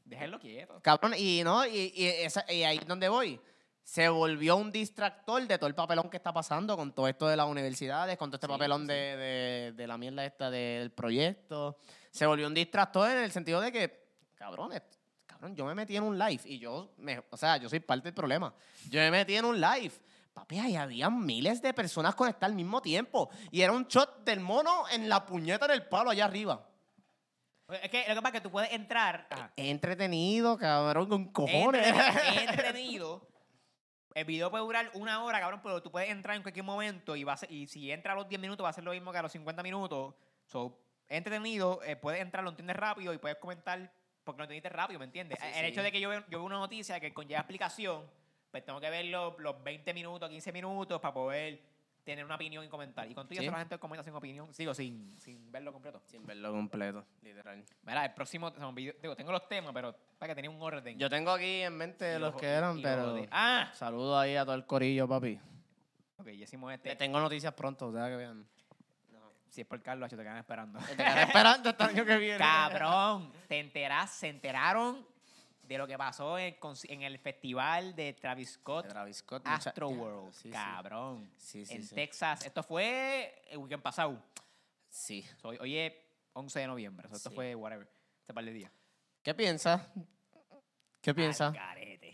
Speaker 1: Déjenlo quieto.
Speaker 2: Cabrón, y no, y, y esa- y ahí es donde voy. Se volvió un distractor de todo el papelón que está pasando con todo esto de las universidades, con todo este
Speaker 1: Sí,
Speaker 2: papelón
Speaker 1: sí.
Speaker 2: De, de- de la mierda esta del proyecto. Se volvió un distractor en el sentido de que, cabrón, est- cabrón, yo me metí en un live y yo, me, o sea, yo soy parte del problema. Yo me metí en un live. Papi, ahí había miles de personas conectadas al mismo tiempo. Y era un shot del mono en la puñeta en el palo allá arriba.
Speaker 1: Es que lo que pasa es que tú puedes entrar.
Speaker 2: Entretenido, cabrón, con cojones.
Speaker 1: Ah. entre- entretenido. El video puede durar una hora, cabrón, pero tú puedes entrar en cualquier momento y, va a ser- y si entra a los 10 minutos va a ser lo mismo que a los 50 minutos. So, entretenido, eh, puedes entrar, lo entiendes rápido y puedes comentar porque lo entendiste rápido, ¿me entiendes? Eh,
Speaker 2: Sí,
Speaker 1: el
Speaker 2: sí.
Speaker 1: hecho de que yo veo, yo veo una noticia que conlleva explicación, pues tengo que ver los, los 20 minutos, 15 minutos para poder tener una opinión y comentar. Y con tuyo
Speaker 2: Sí.
Speaker 1: la gente comenta sin opinión, sigo sin, sin verlo completo.
Speaker 2: Sin verlo completo, literal.
Speaker 1: Mira, el próximo, se me olvidó- digo, tengo los temas, pero para que tenía un orden.
Speaker 2: Yo tengo aquí en
Speaker 1: Y
Speaker 2: mente los
Speaker 1: lo-
Speaker 2: que eran,
Speaker 1: y lo
Speaker 2: pero.
Speaker 1: de- ¡Ah!
Speaker 2: Saludo ahí a todo el corillo, papi.
Speaker 1: Ok, ya hicimos este.
Speaker 2: Te tengo noticias pronto, o sea que vean.
Speaker 1: Si es por Carlos, te quedan esperando.
Speaker 2: Te quedaré esperando hasta el año que viene.
Speaker 1: Cabrón, te enterás, se enteraron de lo que pasó en, el conci- en el festival de Travis Scott
Speaker 2: Travis Scott. mucha-
Speaker 1: Astro World,
Speaker 2: Sí, sí.
Speaker 1: cabrón.
Speaker 2: Sí, sí,
Speaker 1: en
Speaker 2: sí.
Speaker 1: Texas, esto fue el weekend pasado.
Speaker 2: Sí.
Speaker 1: So, hoy- hoy es 11 de noviembre, so, esto
Speaker 2: Sí.
Speaker 1: fue whatever, este par de días.
Speaker 2: ¿Qué piensas? ¿Qué piensas?
Speaker 1: Al garete.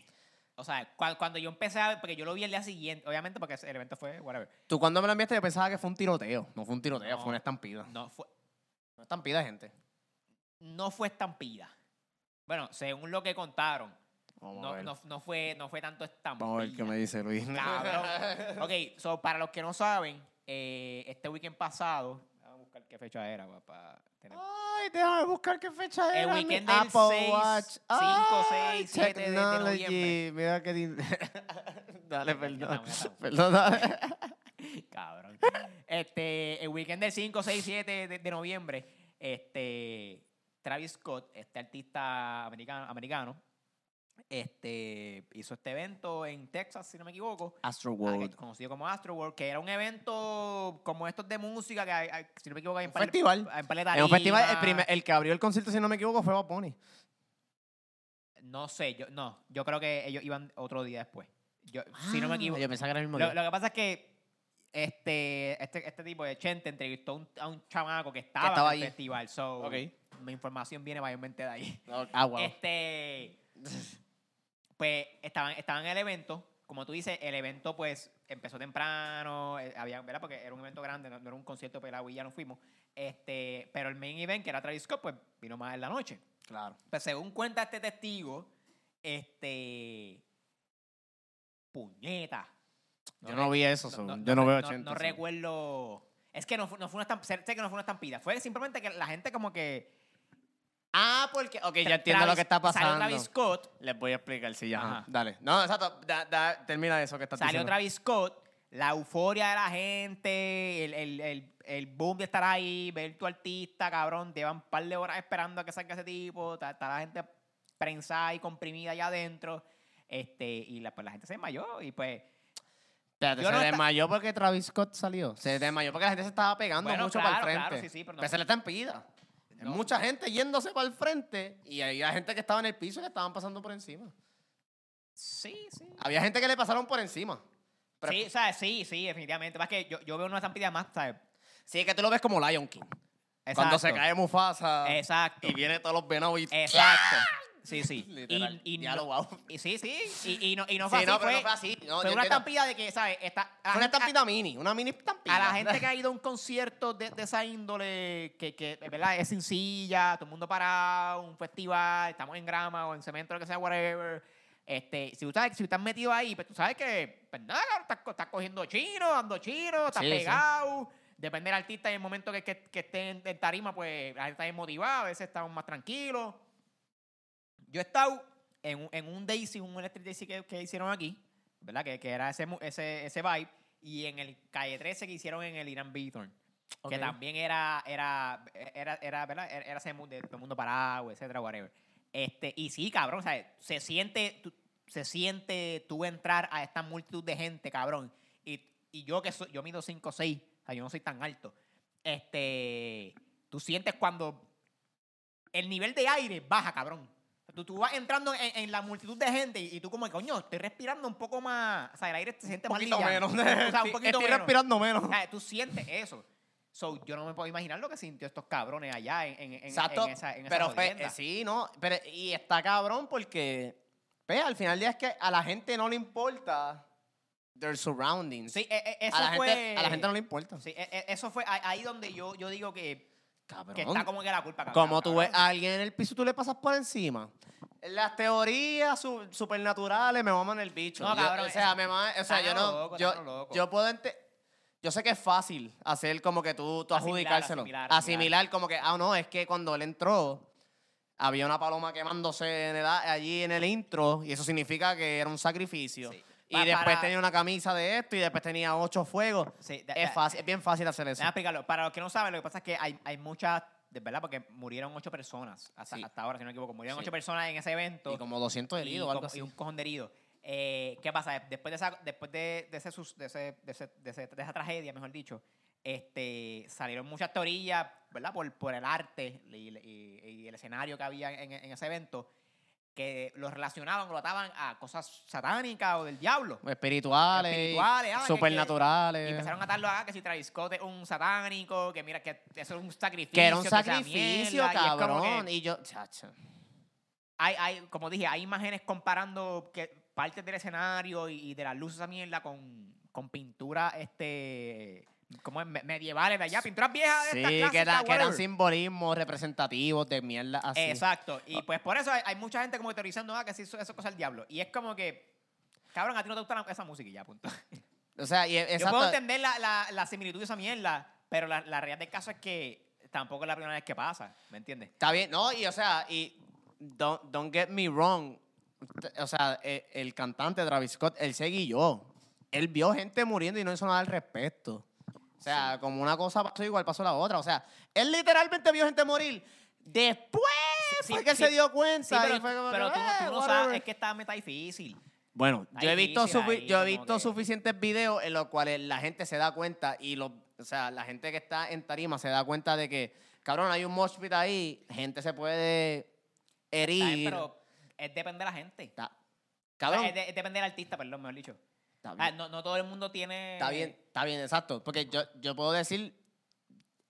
Speaker 1: O sea, cua- cuando, yo empecé a ver, porque yo lo vi el día siguiente, obviamente porque el evento fue whatever.
Speaker 2: Tú cuando me lo enviaste yo pensaba que fue un tiroteo. No fue un tiroteo,
Speaker 1: No.
Speaker 2: fue una estampida.
Speaker 1: No fue,
Speaker 2: Una estampida, de gente.
Speaker 1: no fue estampida. Bueno, según lo que contaron,
Speaker 2: Vamos a
Speaker 1: no,
Speaker 2: ver.
Speaker 1: no, no fue, no fue tanto estampida.
Speaker 2: Vamos a ver qué me dice Luis.
Speaker 1: Cabrón. Ok, so, para los que no saben, eh, este weekend pasado. Vamos a buscar qué fecha era, papá.
Speaker 2: Ay, déjame buscar qué fecha
Speaker 1: El
Speaker 2: era. mi
Speaker 1: weekend del
Speaker 2: Apple
Speaker 1: seis,
Speaker 2: Watch.
Speaker 1: cinco,
Speaker 2: Ay,
Speaker 1: seis, siete de- de noviembre.
Speaker 2: technology. Mira qué lindo. dale, perdón.
Speaker 1: estamos, ya estamos.
Speaker 2: Perdón, dale.
Speaker 1: Cabrón. Este, el weekend del 5, 6, 7 de, de noviembre, este, Travis Scott, este artista americano, americano este, hizo este evento en Texas, si no me equivoco.
Speaker 2: Astro
Speaker 1: ah, que es conocido como Astroworld, que era un evento como estos de música, que hay- hay- si no me equivoco, hay en
Speaker 2: Un
Speaker 1: par de-
Speaker 2: festival.
Speaker 1: hay en par de
Speaker 2: En un festival, el,
Speaker 1: tarimas.
Speaker 2: primer- el que abrió el concierto, si no me equivoco, fue Bad Bunny.
Speaker 1: No sé, yo no, yo creo que ellos iban otro día después. Yo, si no me
Speaker 2: Ah,
Speaker 1: equivoco.
Speaker 2: Yo pensaba que era el mismo
Speaker 1: Lo,
Speaker 2: día.
Speaker 1: lo que pasa es que este, este, este tipo de gente entrevistó a un, a un chamaco que estaba,
Speaker 2: estaba
Speaker 1: en el
Speaker 2: allí.
Speaker 1: festival. So,
Speaker 2: Ok.
Speaker 1: Mi información viene mayormente de ahí.
Speaker 2: Ah, wow.
Speaker 1: Este, pues estaban, estaban en el evento. Como tú dices, el evento pues empezó temprano, eh, había, ¿verdad? Porque era un evento grande, no, no era un concierto pelado y ya nos fuimos. Este, pero el main event, que era Travis Scott, pues vino más en la noche.
Speaker 2: claro.
Speaker 1: Pues según cuenta este testigo, este. Puñeta.
Speaker 2: Yo no vi eso, so- yo no
Speaker 1: re-
Speaker 2: veo
Speaker 1: no,
Speaker 2: 80,
Speaker 1: no
Speaker 2: so.
Speaker 1: recuerdo. Es que no, fu- no fue una estampida. Sé que no fue una estampida. Fue simplemente que la gente como que.
Speaker 2: Ah, porque. Ok, ya
Speaker 1: Tra-
Speaker 2: entiendo lo
Speaker 1: Travis-
Speaker 2: que está
Speaker 1: Salió
Speaker 2: pasando.
Speaker 1: Travis Scott.
Speaker 2: Les voy a explicar, sí, ya.
Speaker 1: Ajá.
Speaker 2: ajá. Dale. No, exacto. da- da- termina eso que estás
Speaker 1: Salió
Speaker 2: diciendo.
Speaker 1: Travis Scott. La euforia de la gente, el, el, el, el boom de estar ahí, ver tu artista, cabrón, llevan un par de horas esperando a que salga ese tipo, está, está la gente prensada y comprimida allá adentro, este, y la, pues la gente se desmayó y pues
Speaker 2: Espérate,
Speaker 1: Yo
Speaker 2: se
Speaker 1: no esta-
Speaker 2: desmayó porque Travis Scott salió. Se desmayó porque la gente se estaba pegando
Speaker 1: Bueno,
Speaker 2: mucho
Speaker 1: claro,
Speaker 2: para el frente.
Speaker 1: claro, sí, sí, pero no-
Speaker 2: Pues se le está en pida.
Speaker 1: No.
Speaker 2: Mucha gente yéndose para el frente y había gente que estaba en el piso que estaban pasando por encima.
Speaker 1: Sí, sí.
Speaker 2: Había gente que le pasaron por encima. Ah, Pero-
Speaker 1: Sí, o sea, sí, sí, definitivamente. Más que yo, yo veo una estampida más, ¿sabes?
Speaker 2: Sí, que tú lo ves como Lion King. Cuando
Speaker 1: Exacto.
Speaker 2: se cae Mufasa
Speaker 1: Exacto.
Speaker 2: y viene todos los venados y...
Speaker 1: Exacto. Sí, sí.
Speaker 2: Literal.
Speaker 1: Y, y
Speaker 2: ya lo
Speaker 1: no,
Speaker 2: wow.
Speaker 1: y sí, sí. Y, y no, y no fue
Speaker 2: Sí,
Speaker 1: así.
Speaker 2: no, pero
Speaker 1: fue,
Speaker 2: no fue así. No,
Speaker 1: fue
Speaker 2: yo
Speaker 1: una
Speaker 2: entiendo.
Speaker 1: estampida de que, ¿sabes? Está,
Speaker 2: Fue una estampida mini, una mini estampida.
Speaker 1: A la gente que ha ido a un concierto de, de esa índole, que, que ¿verdad? es sin silla, todo el mundo parado, un festival, estamos en grama o en cemento, lo que sea, whatever. Este, si tú estás, si tú estás metido ahí, pues tú sabes que, pues nada, cabrón, estás, co- estás cogiendo chino, dando chino, estás
Speaker 2: Sí, sí.
Speaker 1: pegado. Depende del artista y el momento que, que, que esté en, en tarima, pues la gente está bien motivada, a veces estamos más tranquilos. Yo he estado en, un- en un Daisy, un Electric Daisy que, que hicieron aquí, ¿verdad? Que, que era ese, mu- ese, ese vibe. y en el Calle 13 que hicieron en el Irán Bithorn.
Speaker 2: Ok.
Speaker 1: Que también era, era, era, era, ¿verdad? Era, era ese mu- de todo el mundo parado, etcétera, whatever. Este, y sí, cabrón, o sea, se siente, tú- se siente tú entrar a esta multitud de gente, cabrón. Y, y yo que soy, yo mido 5 o 6, o sea, yo no soy tan alto. Este, tú sientes cuando el nivel de aire baja, cabrón. Tú, tú vas entrando en, en la multitud de gente y, y tú como, coño, estoy respirando un poco más, o sea, el aire se siente
Speaker 2: Un poquito
Speaker 1: más
Speaker 2: menos.
Speaker 1: liviano. O sea, un
Speaker 2: Sí,
Speaker 1: poquito
Speaker 2: Estoy
Speaker 1: menos.
Speaker 2: respirando menos.
Speaker 1: O sea, tú sientes eso. So, yo no me puedo imaginar lo que sintió estos cabrones allá en, en, en- en
Speaker 2: Exacto.
Speaker 1: esa, en esa
Speaker 2: pero fe-
Speaker 1: jodienda.
Speaker 2: eh, sí, ¿no? Pero, y está cabrón porque ve, al final del día es que a la gente no le importa their surroundings.
Speaker 1: Sí, eh, eh, eso
Speaker 2: a la,
Speaker 1: fue...
Speaker 2: gente, a la gente no le importa.
Speaker 1: Sí, eh, eh, eso fue ahí ahí donde yo, yo digo que,
Speaker 2: Cabrón.
Speaker 1: que está como que la culpa. cabrón,
Speaker 2: Como tú
Speaker 1: cabrón.
Speaker 2: ves ah, a alguien en el piso, tú le pasas por encima. Las teorías su- supernaturales me maman el bicho.
Speaker 1: No,
Speaker 2: Yo-
Speaker 1: cabrón,
Speaker 2: o sea,
Speaker 1: es-
Speaker 2: me maman- o sea,
Speaker 1: está
Speaker 2: yo
Speaker 1: lo
Speaker 2: no.
Speaker 1: loco, está lo
Speaker 2: yo,
Speaker 1: loco.
Speaker 2: yo puedo ente- Yo sé que es fácil hacer como que tú, tú
Speaker 1: Asimilar,
Speaker 2: adjudicárselo.
Speaker 1: asimilar,
Speaker 2: Asimilar,
Speaker 1: asimilar.
Speaker 2: como que, ah, no, es que cuando él entró, había una paloma quemándose en el a- allí en el intro, y eso significa que era un sacrificio.
Speaker 1: Sí.
Speaker 2: Y
Speaker 1: Pa-
Speaker 2: después
Speaker 1: para-
Speaker 2: tenía una camisa de esto, y después tenía ocho fuegos.
Speaker 1: Sí, da-
Speaker 2: Es,
Speaker 1: da-
Speaker 2: fácil, es bien fácil hacer eso.
Speaker 1: Déjame explicarlo. Para los que no saben, lo que pasa es que hay, hay muchas, de verdad, porque murieron ocho personas hasta,
Speaker 2: Sí.
Speaker 1: hasta ahora, si no me equivoco. Murieron
Speaker 2: Sí.
Speaker 1: ocho personas en ese evento.
Speaker 2: Y como 200
Speaker 1: y
Speaker 2: heridos o algo
Speaker 1: como- y
Speaker 2: así.
Speaker 1: un cojón de heridos. Eh, ¿Qué pasa? Después de esa, después de, de ese, sus- de ese- de ese- de ese- de esa tragedia, mejor dicho, este, salieron muchas teorías, ¿verdad? Por, por el arte y, y- y el escenario que había en, en ese evento, que lo relacionaban, lo ataban a cosas satánicas o del diablo.
Speaker 2: espirituales,
Speaker 1: Espirituales, ah, que- que-
Speaker 2: supernaturales.
Speaker 1: Y empezaron a atarlo a que si Travis Scott es un satánico, que mira, que eso es un sacrificio.
Speaker 2: que era un
Speaker 1: que esa
Speaker 2: sacrificio,
Speaker 1: mierda, y es como
Speaker 2: cabrón.
Speaker 1: que-
Speaker 2: Y yo, chacha.
Speaker 1: hay, hay, como dije, hay imágenes comparando que partes del escenario y, y de las luces esa mierda con, con pintura este como es? Me- medievales de allá, pinturas viejas de
Speaker 2: Sí,
Speaker 1: estas
Speaker 2: que,
Speaker 1: clásicas,
Speaker 2: era- que eran
Speaker 1: Ah, whatever.
Speaker 2: simbolismos representativos de mierda así.
Speaker 1: Exacto. Y
Speaker 2: Oh.
Speaker 1: pues por eso hay, hay mucha gente como teorizando ah, que sí, eso, eso es cosa del diablo. Y es como que, cabrón, a ti no te gusta la- esa música y ya, punto.
Speaker 2: O sea, y, e,
Speaker 1: Yo puedo
Speaker 2: exacto.
Speaker 1: entender la, la, la similitud de esa mierda, pero la, la realidad del caso es que tampoco es la primera vez que pasa, ¿me entiendes?
Speaker 2: Está bien, no, y o sea, y don't, don't get me wrong. O sea, e- el, cantante Travis Scott, él se guilló. Él vio gente muriendo y no hizo nada al respecto. O sea, como una cosa pasó, igual pasó la otra. O sea, él literalmente vio gente morir. Después
Speaker 1: Sí,
Speaker 2: fue
Speaker 1: sí,
Speaker 2: que él se
Speaker 1: sí.
Speaker 2: dio cuenta.
Speaker 1: Sí,
Speaker 2: y
Speaker 1: pero,
Speaker 2: fue como que,
Speaker 1: pero tú,
Speaker 2: "Eh,
Speaker 1: tú no
Speaker 2: whatever".
Speaker 1: sabes, es que esta meta es difícil.
Speaker 2: Bueno,
Speaker 1: Está
Speaker 2: yo he visto,
Speaker 1: difícil
Speaker 2: sufi-
Speaker 1: ahí,
Speaker 2: yo he
Speaker 1: como
Speaker 2: visto
Speaker 1: que-
Speaker 2: suficientes videos en los cuales la gente se da cuenta y los, o sea, la gente que está en tarima se da cuenta de que, cabrón, hay un mosh pit ahí, gente se puede
Speaker 1: Está
Speaker 2: herir.
Speaker 1: bien, Pero es depende de la gente.
Speaker 2: Está- cabrón,
Speaker 1: O sea, es, de- es depende del artista, perdón, mejor dicho.
Speaker 2: está
Speaker 1: Ah, eh.
Speaker 2: bien,
Speaker 1: no, no todo el mundo tiene.
Speaker 2: está bien, está bien, exacto. Porque yo, yo puedo decir,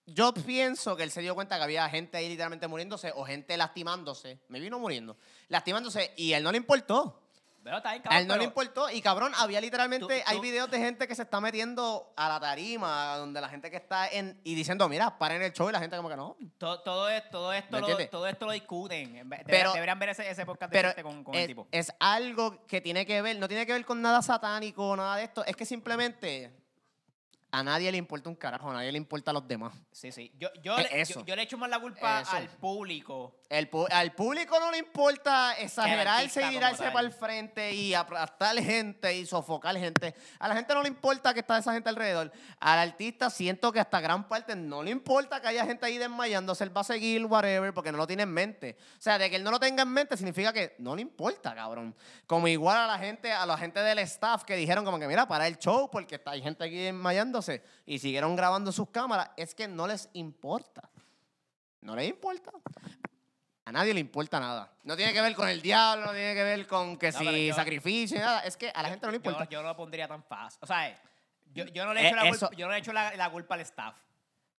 Speaker 2: yo pienso que él se dio cuenta que había gente ahí literalmente muriéndose o gente lastimándose, me vino muriendo, lastimándose y a él no le importó.
Speaker 1: Pero está bien,
Speaker 2: A
Speaker 1: cabrón,
Speaker 2: él no le
Speaker 1: pero-
Speaker 2: importó. Y cabrón, había literalmente,
Speaker 1: Tú-
Speaker 2: hay
Speaker 1: tú-
Speaker 2: videos de gente que se está metiendo a la tarima, donde la gente que está en. y diciendo, mira, paren el show y la gente como que no.
Speaker 1: to- todo, es- todo esto
Speaker 2: ¿Me
Speaker 1: lo,
Speaker 2: entiendes?
Speaker 1: todo esto lo discuten. En vez-
Speaker 2: Pero-
Speaker 1: deberían, deberían ver ese, ese podcast de
Speaker 2: Pero
Speaker 1: gente con, con el
Speaker 2: es,
Speaker 1: tipo.
Speaker 2: es algo que tiene que ver, no tiene que ver con nada satánico, nada de esto. Es que simplemente a nadie le importa un carajo, a nadie le importa a los demás.
Speaker 1: Sí, sí. Yo, yo,
Speaker 2: es
Speaker 1: le, yo-
Speaker 2: eso.
Speaker 1: yo le echo más la culpa
Speaker 2: Eso.
Speaker 1: al público.
Speaker 2: El pu- al público no le importa
Speaker 1: artista
Speaker 2: exagerarse
Speaker 1: como
Speaker 2: y tirarse
Speaker 1: tal.
Speaker 2: para el frente y aplastar gente y sofocar gente. A la gente no le importa que está esa gente alrededor. Al artista siento que hasta gran parte no le importa que haya gente ahí desmayándose. Él va a seguir, whatever, porque no lo tiene en mente. O sea, de que él no lo tenga en mente significa que no le importa, cabrón. Como igual a la gente, a la gente del staff que dijeron como que, mira, para el show porque está- hay gente aquí desmayándose y siguieron grabando sus cámaras. Es que no les importa. No les importa. A nadie le importa nada. No tiene que ver con el diablo, no tiene que ver con que
Speaker 1: No, pero
Speaker 2: si
Speaker 1: yo-
Speaker 2: sacrificio, nada. Es que a la gente no le
Speaker 1: Yo,
Speaker 2: importa.
Speaker 1: yo no lo pondría tan fácil. O sea, eh, yo, yo no le echo,
Speaker 2: Eh,
Speaker 1: la, culpa,
Speaker 2: eso-
Speaker 1: yo no le echo la, la culpa al staff.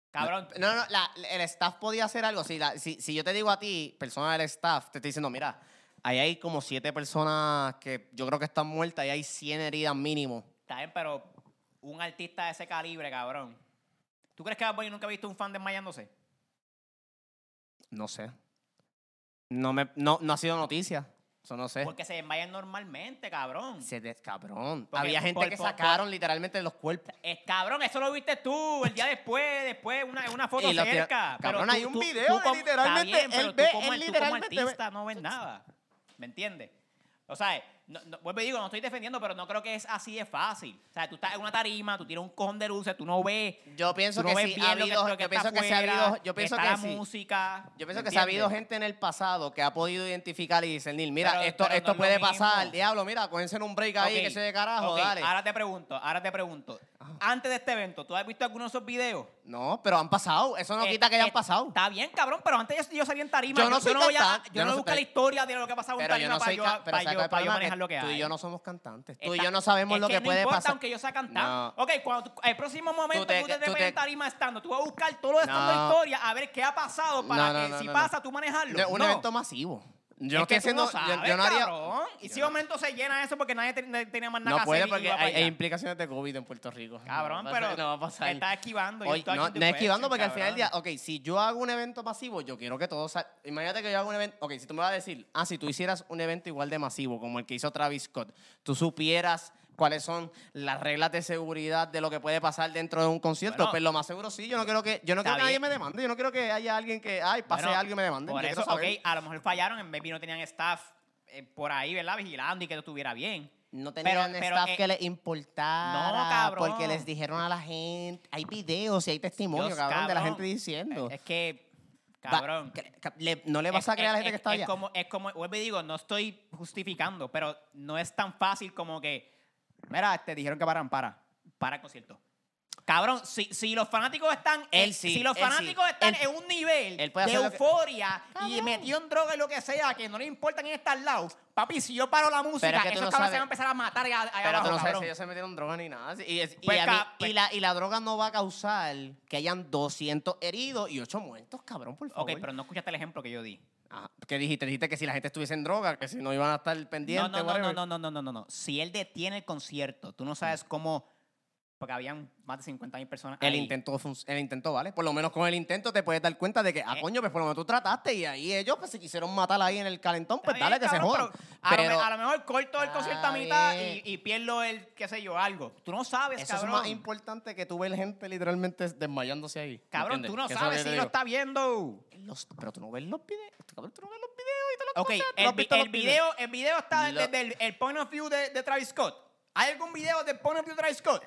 Speaker 1: Cabrón.
Speaker 2: No, no, la- el staff podía hacer algo. Si, la- si, si yo te digo a ti, persona del staff, te estoy diciendo, mira, ahí hay como siete personas que yo creo que están muertas y hay 100 heridas mínimo.
Speaker 1: Está bien, pero un artista de ese calibre, cabrón. ¿Tú crees que Bad Bunny nunca ha visto un fan desmayándose?
Speaker 2: No sé. No, me, no, no ha sido noticia. Eso no sé.
Speaker 1: Porque se desmayan normalmente, cabrón.
Speaker 2: Se des- cabrón.
Speaker 1: Porque
Speaker 2: Había gente
Speaker 1: por-
Speaker 2: que
Speaker 1: por-
Speaker 2: sacaron literalmente los cuerpos.
Speaker 1: Es, cabrón, eso lo viste tú el día después, después una, una foto
Speaker 2: Y lo tira-
Speaker 1: cerca. pero
Speaker 2: cabrón,
Speaker 1: tú-
Speaker 2: hay un
Speaker 1: tú-
Speaker 2: video de
Speaker 1: como- está
Speaker 2: literalmente,
Speaker 1: bien,
Speaker 2: él
Speaker 1: pero tú
Speaker 2: ve-
Speaker 1: como,
Speaker 2: él
Speaker 1: tú como
Speaker 2: literalmente ve-
Speaker 1: artista no ves nada. ¿Me entiendes? O sea, no, no- vuelvo y digo, no estoy defendiendo, pero no creo que es así de fácil. O sea, tú estás en una tarima, tú tienes un cojón de luces, tú no ves.
Speaker 2: Yo pienso
Speaker 1: tú
Speaker 2: que
Speaker 1: no ves
Speaker 2: sí
Speaker 1: bien
Speaker 2: ha
Speaker 1: lo que-
Speaker 2: habido,
Speaker 1: lo que
Speaker 2: yo
Speaker 1: está
Speaker 2: pienso que sí ha
Speaker 1: afuera,
Speaker 2: habido, yo pienso
Speaker 1: está
Speaker 2: que
Speaker 1: la
Speaker 2: sí.
Speaker 1: música.
Speaker 2: Yo
Speaker 1: ¿me
Speaker 2: pienso que sí ha habido
Speaker 1: entiendes?
Speaker 2: gente en el pasado que ha podido identificar y discernir, mira,
Speaker 1: Pero-
Speaker 2: esto,
Speaker 1: pero no
Speaker 2: esto
Speaker 1: es lo
Speaker 2: puede
Speaker 1: mismo.
Speaker 2: pasar, diablo, mira, cógense en un break ahí,
Speaker 1: Ok,
Speaker 2: que se de carajo,
Speaker 1: ok,
Speaker 2: dale.
Speaker 1: Ahora te pregunto, ahora te pregunto. Antes de este evento, ¿tú has visto alguno de esos videos?
Speaker 2: No, pero han pasado, eso no
Speaker 1: Eh,
Speaker 2: quita que hayan
Speaker 1: eh,
Speaker 2: pasado.
Speaker 1: Está bien, cabrón, pero antes yo, yo salí en tarima.
Speaker 2: Yo no soy
Speaker 1: voy a-
Speaker 2: cantante,
Speaker 1: Yo,
Speaker 2: yo no
Speaker 1: no,
Speaker 2: soy-
Speaker 1: busco la historia de lo que ha pasado en
Speaker 2: Pero yo
Speaker 1: tarima
Speaker 2: no
Speaker 1: para
Speaker 2: soy
Speaker 1: yo,
Speaker 2: ca- pero
Speaker 1: para
Speaker 2: ¿sabes
Speaker 1: yo-
Speaker 2: cuál es el
Speaker 1: para yo
Speaker 2: problema?
Speaker 1: manejar lo que
Speaker 2: Tú
Speaker 1: hay.
Speaker 2: y yo no somos cantantes. Tú y
Speaker 1: Está-
Speaker 2: yo no sabemos
Speaker 1: es
Speaker 2: lo que,
Speaker 1: no
Speaker 2: puede
Speaker 1: importa,
Speaker 2: pasar.
Speaker 1: aunque yo sea cantante.
Speaker 2: No.
Speaker 1: Ok, cuando tú- el próximo momento
Speaker 2: te-
Speaker 1: que tú te,
Speaker 2: tú
Speaker 1: te
Speaker 2: te-
Speaker 1: en tarima estando, tú vas a buscar todo lo de estando
Speaker 2: No.
Speaker 1: historia a ver qué ha pasado para
Speaker 2: No, no,
Speaker 1: que
Speaker 2: no,
Speaker 1: si
Speaker 2: no, no.
Speaker 1: pasa tú manejarlo.
Speaker 2: No, un evento masivo. Yo
Speaker 1: Es
Speaker 2: no
Speaker 1: que
Speaker 2: estoy
Speaker 1: tú no
Speaker 2: haciendo. yo-
Speaker 1: sabes,
Speaker 2: yo, no haría.
Speaker 1: cabrón. Y si
Speaker 2: yo
Speaker 1: de
Speaker 2: no-
Speaker 1: momento se llena eso porque nadie, te- nadie tenía más nada
Speaker 2: No
Speaker 1: que
Speaker 2: puede
Speaker 1: hacer y
Speaker 2: porque
Speaker 1: iba para
Speaker 2: hay, hay
Speaker 1: allá.
Speaker 2: implicaciones de COVID en Puerto Rico.
Speaker 1: Cabrón,
Speaker 2: No va a
Speaker 1: pero
Speaker 2: pasar- No va a pasar.
Speaker 1: Estás esquivando. yo
Speaker 2: Oye,
Speaker 1: estoy
Speaker 2: no,
Speaker 1: aquí
Speaker 2: no esquivando
Speaker 1: question,
Speaker 2: porque al final del día,
Speaker 1: cabrón.
Speaker 2: ok, si yo hago un evento masivo, yo quiero que todos sal- Imagínate que yo hago un evento, ok, si tú me vas a decir, ah, si tú hicieras un evento igual de masivo como el que hizo Travis Scott, tú supieras cuáles son las reglas de seguridad de lo que puede pasar dentro de un concierto,
Speaker 1: Bueno.
Speaker 2: pues lo más seguro sí, yo no quiero que yo no
Speaker 1: Está
Speaker 2: quiero que nadie
Speaker 1: bien.
Speaker 2: me demande, yo no quiero que haya alguien que, ay, pase
Speaker 1: Bueno,
Speaker 2: algo y me demande.
Speaker 1: Por
Speaker 2: yo
Speaker 1: eso,
Speaker 2: quiero saber.
Speaker 1: ok, a lo mejor fallaron, en maybe no tenían staff eh, por ahí, ¿verdad? Vigilando y que todo estuviera bien.
Speaker 2: No
Speaker 1: Pero-
Speaker 2: tenían
Speaker 1: pero,
Speaker 2: staff
Speaker 1: eh,
Speaker 2: que les importara.
Speaker 1: no, cabrón.
Speaker 2: Porque les dijeron a la gente. Hay videos y hay testimonios,
Speaker 1: Dios,
Speaker 2: cabrón, de la
Speaker 1: cabrón.
Speaker 2: gente diciendo.
Speaker 1: Es que,
Speaker 2: Va-
Speaker 1: cabrón.
Speaker 2: que- que- le- no le vas a creer a la gente que está
Speaker 1: es
Speaker 2: allá.
Speaker 1: Como, es como, vuelvo y digo, no estoy justificando, pero no es tan fácil como que, mira, te dijeron que paran, para, para el concierto. Cabrón, si, si los fanáticos están,
Speaker 2: Él
Speaker 1: en-
Speaker 2: sí,
Speaker 1: si los
Speaker 2: él sí.
Speaker 1: fanáticos están
Speaker 2: Él-
Speaker 1: en un nivel
Speaker 2: él puede
Speaker 1: de
Speaker 2: hacer lo que-
Speaker 1: euforia y
Speaker 2: Cabrón.
Speaker 1: metió en droga y lo que sea, que no le importa quién está al lado, papi, si yo paro la música,
Speaker 2: Pero es que tú
Speaker 1: esos
Speaker 2: no
Speaker 1: cabrones se van
Speaker 2: sabes.
Speaker 1: a empezar a matar allá, allá
Speaker 2: Pero
Speaker 1: abajo,
Speaker 2: tú no sabes
Speaker 1: cabrón.
Speaker 2: si ellos se metieron droga ni nada. Y, es- y
Speaker 1: Pues,
Speaker 2: a
Speaker 1: ca-
Speaker 2: mí-
Speaker 1: pues-
Speaker 2: y la, y la droga no va a causar que hayan 200 heridos y 8 muertos, cabrón, por favor.
Speaker 1: Ok, pero no escuchaste el ejemplo que yo di.
Speaker 2: Ah, ¿Qué dijiste? Dijiste que si la gente estuviese en droga, que si no iban a estar pendientes.
Speaker 1: No, no, no, no,
Speaker 2: whatever.
Speaker 1: no, no, no, no, no, no. Si él detiene el concierto, tú no sabes cómo. Porque habían más de 50 mil personas.
Speaker 2: El
Speaker 1: ahí.
Speaker 2: intento, func- el intento, ¿vale? Por lo menos con el intento te puedes dar cuenta de que, ah,
Speaker 1: Eh.
Speaker 2: coño, pues por lo menos tú trataste y ahí ellos pues se quisieron matar ahí en el calentón,
Speaker 1: Está
Speaker 2: pues
Speaker 1: bien,
Speaker 2: dale que
Speaker 1: cabrón,
Speaker 2: se jodan.
Speaker 1: pero a,
Speaker 2: Pero,
Speaker 1: lo, me- a lo mejor corto el
Speaker 2: Está
Speaker 1: concierto a mitad y,
Speaker 2: bien.
Speaker 1: y pierdo el, qué sé yo, algo. Tú no sabes,
Speaker 2: eso es
Speaker 1: cabrón.
Speaker 2: más importante que tú ver gente literalmente desmayándose ahí.
Speaker 1: cabrón,
Speaker 2: ¿entiendes?
Speaker 1: tú no
Speaker 2: Que eso
Speaker 1: sabes
Speaker 2: es
Speaker 1: si
Speaker 2: que te
Speaker 1: lo
Speaker 2: digo.
Speaker 1: está viendo.
Speaker 2: Los- pero tú no ves los videos, cabrón, tú no ves los videos y te los
Speaker 1: Ok,
Speaker 2: cosas, tú no
Speaker 1: el,
Speaker 2: has
Speaker 1: vi-
Speaker 2: visto
Speaker 1: el
Speaker 2: los videos.
Speaker 1: video, el video está
Speaker 2: Lo-
Speaker 1: desde el, el point of view de, de Travis Scott. ¿Hay algún video del point of view de Travis Scott?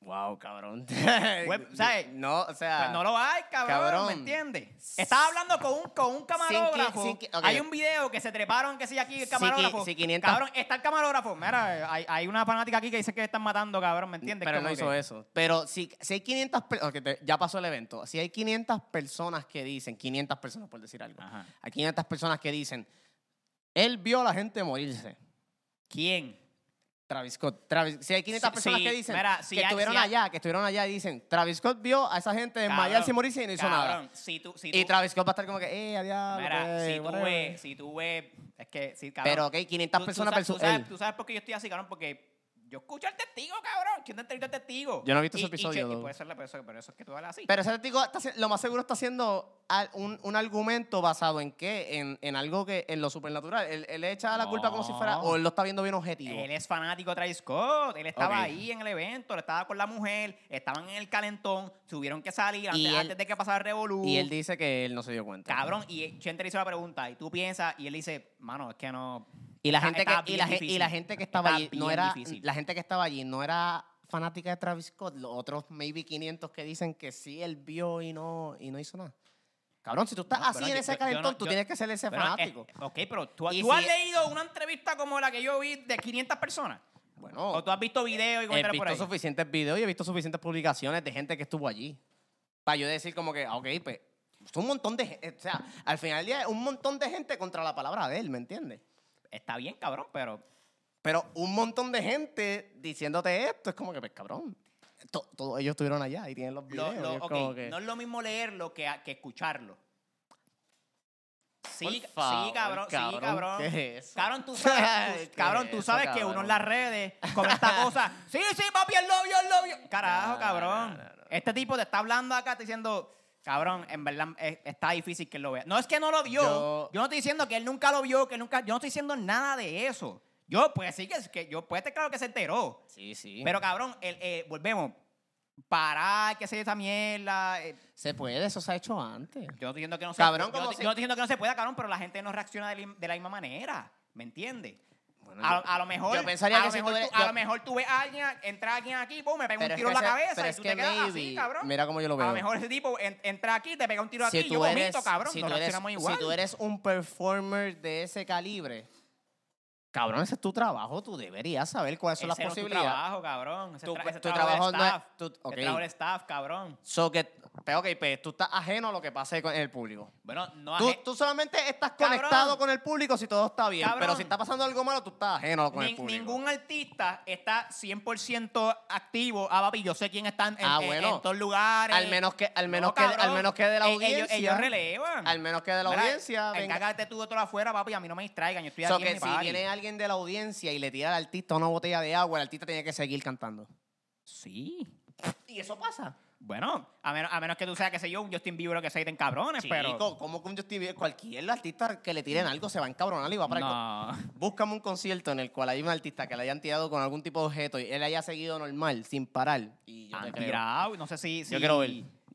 Speaker 2: Wow, cabrón.
Speaker 1: Web- ¿sabes?
Speaker 2: No, o sea.
Speaker 1: Pues no lo hay, cabrón,
Speaker 2: Ah, Cabrón.
Speaker 1: ¿me entiendes? Estaba hablando con un, con un camarógrafo.
Speaker 2: sin que- ok.
Speaker 1: Hay un video que se treparon, que sí, aquí el
Speaker 2: Sí, qui-
Speaker 1: camarógrafo.
Speaker 2: sí, 500.
Speaker 1: Cabrón, está el camarógrafo. Mira, hay, hay una fanática aquí que dice que están matando, cabrón, ¿me entiendes?
Speaker 2: Pero
Speaker 1: Como
Speaker 2: no hizo
Speaker 1: que-
Speaker 2: eso. Pero si, si hay 500 personas, ya pasó el evento, si hay 500 personas que dicen, 500 personas por decir algo,
Speaker 1: Ajá.
Speaker 2: hay 500 personas que dicen, él vio a la gente morirse.
Speaker 1: ¿Quién?
Speaker 2: Travis Scott. Travis, si hay 500
Speaker 1: Sí,
Speaker 2: personas
Speaker 1: sí,
Speaker 2: que dicen
Speaker 1: mira, si
Speaker 2: que
Speaker 1: hay-
Speaker 2: estuvieron
Speaker 1: si hay-
Speaker 2: allá, que estuvieron allá y dicen, Travis Scott vio a esa gente desmayarse y
Speaker 1: Cabrón,
Speaker 2: morirse y no hizo
Speaker 1: cabrón,
Speaker 2: nada.
Speaker 1: Si tú, si tú,
Speaker 2: Y Travis Scott va a estar como que, eh, adiós.
Speaker 1: mira, si tú ves, si tú ves, es que, sí, cabrón.
Speaker 2: Pero, ok, 500
Speaker 1: Tú- tú
Speaker 2: personas
Speaker 1: sabes,
Speaker 2: versus
Speaker 1: tú sabes,
Speaker 2: él.
Speaker 1: tú sabes por qué yo estoy así, cabrón, porque yo escucho al testigo, cabrón. ¿Quién te entrevista al testigo?
Speaker 2: Yo no he visto
Speaker 1: Y-
Speaker 2: ese
Speaker 1: y che-
Speaker 2: episodio,
Speaker 1: y
Speaker 2: though.
Speaker 1: puede ser la- por eso, pero eso es que tú hablas así.
Speaker 2: Pero ese tipo está haci- lo más seguro está haciendo al- un, un argumento basado en qué? En, en algo que, en lo supernatural. Él, él le echa la culpa como si fuera,
Speaker 1: No.
Speaker 2: o él lo está viendo bien objetivo.
Speaker 1: Él es fanático de Travis Scott. Él estaba
Speaker 2: Ok.
Speaker 1: ahí en el evento, él estaba con la mujer, estaban en el calentón, tuvieron que salir antes,
Speaker 2: Y él-
Speaker 1: antes de que pasara el revolú.
Speaker 2: Y él dice que él no se dio cuenta.
Speaker 1: Cabrón, y Chente le hizo la pregunta, y tú piensas, y él dice, mano, es que no.
Speaker 2: Y la
Speaker 1: Está-
Speaker 2: gente
Speaker 1: está
Speaker 2: que, y
Speaker 1: bien
Speaker 2: la, gen- y
Speaker 1: difícil.
Speaker 2: la gente que estaba
Speaker 1: Está
Speaker 2: allí no
Speaker 1: bien
Speaker 2: era,
Speaker 1: difícil.
Speaker 2: la gente que estaba allí no era fanática de Travis Scott. Los otros maybe 500 que dicen que sí él vio y no y no hizo nada. Cabrón, si tú estás
Speaker 1: No,
Speaker 2: así
Speaker 1: pero
Speaker 2: en
Speaker 1: yo-
Speaker 2: ese
Speaker 1: yo- yo
Speaker 2: calentón,
Speaker 1: no-
Speaker 2: tú
Speaker 1: yo-
Speaker 2: tienes que ser ese
Speaker 1: Bueno,
Speaker 2: fanático.
Speaker 1: eh, ok, pero tú,
Speaker 2: Y
Speaker 1: ¿tú has
Speaker 2: si-
Speaker 1: leído una entrevista como la que yo vi de 500 personas.
Speaker 2: bueno,
Speaker 1: O tú has visto videos y
Speaker 2: he
Speaker 1: comentarios por
Speaker 2: visto
Speaker 1: ahí.
Speaker 2: suficientes videos y he visto suficientes publicaciones de gente que estuvo allí. Para yo decir como que, ah, ok, pues, es un montón de gente. O sea, al final del día es un montón de gente contra la palabra de él, ¿me entiendes?
Speaker 1: Está bien, cabrón, pero.
Speaker 2: Pero un montón de gente diciéndote esto es como que, pues, cabrón. to- Todos ellos estuvieron allá y tienen los
Speaker 1: lo-
Speaker 2: videos.
Speaker 1: lo-
Speaker 2: y es
Speaker 1: ok,
Speaker 2: como que-
Speaker 1: no es lo mismo leerlo que, que escucharlo. Sí,
Speaker 2: Por
Speaker 1: sí,
Speaker 2: favor,
Speaker 1: cabrón, sí, cabrón.
Speaker 2: ¿qué es eso?
Speaker 1: Cabrón, tú sabes,
Speaker 2: ¿Qué
Speaker 1: tú- cabrón,
Speaker 2: es
Speaker 1: tú
Speaker 2: eso,
Speaker 1: sabes que uno en
Speaker 2: cabrón?
Speaker 1: las redes comenta cosas. Sí, sí, papi, el novio, el novio. Carajo,
Speaker 2: No, no,
Speaker 1: cabrón.
Speaker 2: no, no, no.
Speaker 1: Este tipo te está hablando acá, te diciendo, cabrón, en verdad eh, está difícil que él lo vea. No es que no lo vio. Yo,
Speaker 2: Yo-
Speaker 1: no estoy diciendo que él nunca lo vio, que él nunca. Yo no estoy diciendo nada de eso. Yo, pues sí que, que yo, puede estar claro que se enteró.
Speaker 2: Sí, sí.
Speaker 1: Pero cabrón, el, eh, volvemos. Parar, que se esa mierda. eh,
Speaker 2: se puede, eso se ha hecho antes.
Speaker 1: yo no estoy diciendo que no se
Speaker 2: Cabrón,
Speaker 1: yo no-
Speaker 2: como
Speaker 1: yo
Speaker 2: si-
Speaker 1: no estoy diciendo que no se pueda, cabrón, pero la gente no reacciona de la, de la misma manera. ¿Me entiendes?
Speaker 4: Bueno,
Speaker 1: A, a lo mejor,
Speaker 2: yo pensaría
Speaker 1: a,
Speaker 2: que
Speaker 1: lo
Speaker 2: si
Speaker 1: mejor
Speaker 2: tú
Speaker 1: tú,
Speaker 2: eres-
Speaker 1: a
Speaker 2: yo-
Speaker 1: lo mejor tú ves a alguien, entra alguien aquí, pum, me pega un
Speaker 2: es
Speaker 1: tiro en
Speaker 2: que
Speaker 1: la
Speaker 2: ese-
Speaker 1: cabeza
Speaker 2: pero
Speaker 1: y
Speaker 2: es
Speaker 1: tú
Speaker 2: que
Speaker 1: te quedas así,
Speaker 2: maybe-
Speaker 1: cabrón.
Speaker 2: Mira cómo yo lo
Speaker 1: A
Speaker 2: veo.
Speaker 1: lo mejor ese tipo en- entra aquí, te pega un tiro aquí, yo vomito, cabrón.
Speaker 2: si
Speaker 1: no
Speaker 2: tú eres-
Speaker 1: reacciona muy
Speaker 2: si
Speaker 1: igual.
Speaker 2: tú eres un performer de ese calibre, cabrón, ese es tu trabajo, tú deberías saber cuáles son
Speaker 1: Ese
Speaker 2: las
Speaker 1: no es tu
Speaker 2: posibilidades.
Speaker 1: trabajo, cabrón. Ese
Speaker 2: Tu-
Speaker 1: tra- ese
Speaker 2: tu
Speaker 1: trabajo
Speaker 2: trabajo
Speaker 1: del
Speaker 2: no es-
Speaker 1: staff.
Speaker 2: tu-
Speaker 1: Ese
Speaker 2: ok.
Speaker 1: trabajo del staff, cabrón.
Speaker 2: So que, pero ok, pues, tú estás ajeno a lo que pase con el público.
Speaker 1: Bueno, no
Speaker 2: Tú,
Speaker 1: aje-
Speaker 2: tú solamente estás
Speaker 1: Cabrón.
Speaker 2: conectado con el público si todo está bien.
Speaker 1: Cabrón.
Speaker 2: Pero si está pasando algo malo, tú estás ajeno con
Speaker 1: Ni-
Speaker 2: el público.
Speaker 1: ningún artista está 100% activo. Ah, papi, yo sé quién está en, en-
Speaker 2: Ah,
Speaker 1: en-
Speaker 2: bueno.
Speaker 1: en todos lugares.
Speaker 2: Al menos que, al
Speaker 1: No,
Speaker 2: menos que, al
Speaker 1: cabrón.
Speaker 2: menos que de la
Speaker 1: Eh,
Speaker 2: audiencia.
Speaker 1: Ellos, ellos relevan.
Speaker 2: al menos que de la
Speaker 1: Mira,
Speaker 2: audiencia. venga.
Speaker 1: Encárgate tú de este todo afuera, papi. A mí no me distraigan. Yo estoy
Speaker 2: So
Speaker 1: aquí en
Speaker 2: que
Speaker 1: mi
Speaker 2: si
Speaker 1: party.
Speaker 2: viene alguien de la audiencia y le tira al artista una botella de agua, el artista tiene que seguir cantando.
Speaker 1: Sí.
Speaker 2: Y eso pasa.
Speaker 1: Bueno, a menos, a menos que tú seas, qué sé yo, un Justin Bieber o que se den cabrones, pero...
Speaker 2: Chico, ¿cómo que un Justin Bieber? Cualquier artista que le tiren algo se va a encabronar y va para el co-
Speaker 1: No.
Speaker 2: Búscame un concierto en el cual hay un artista que le hayan tirado con algún tipo de objeto y él haya seguido normal, sin parar. Y yo te
Speaker 1: Han
Speaker 2: creo.
Speaker 1: tirado, no sé si... si
Speaker 2: Ah, Yo quiero ver.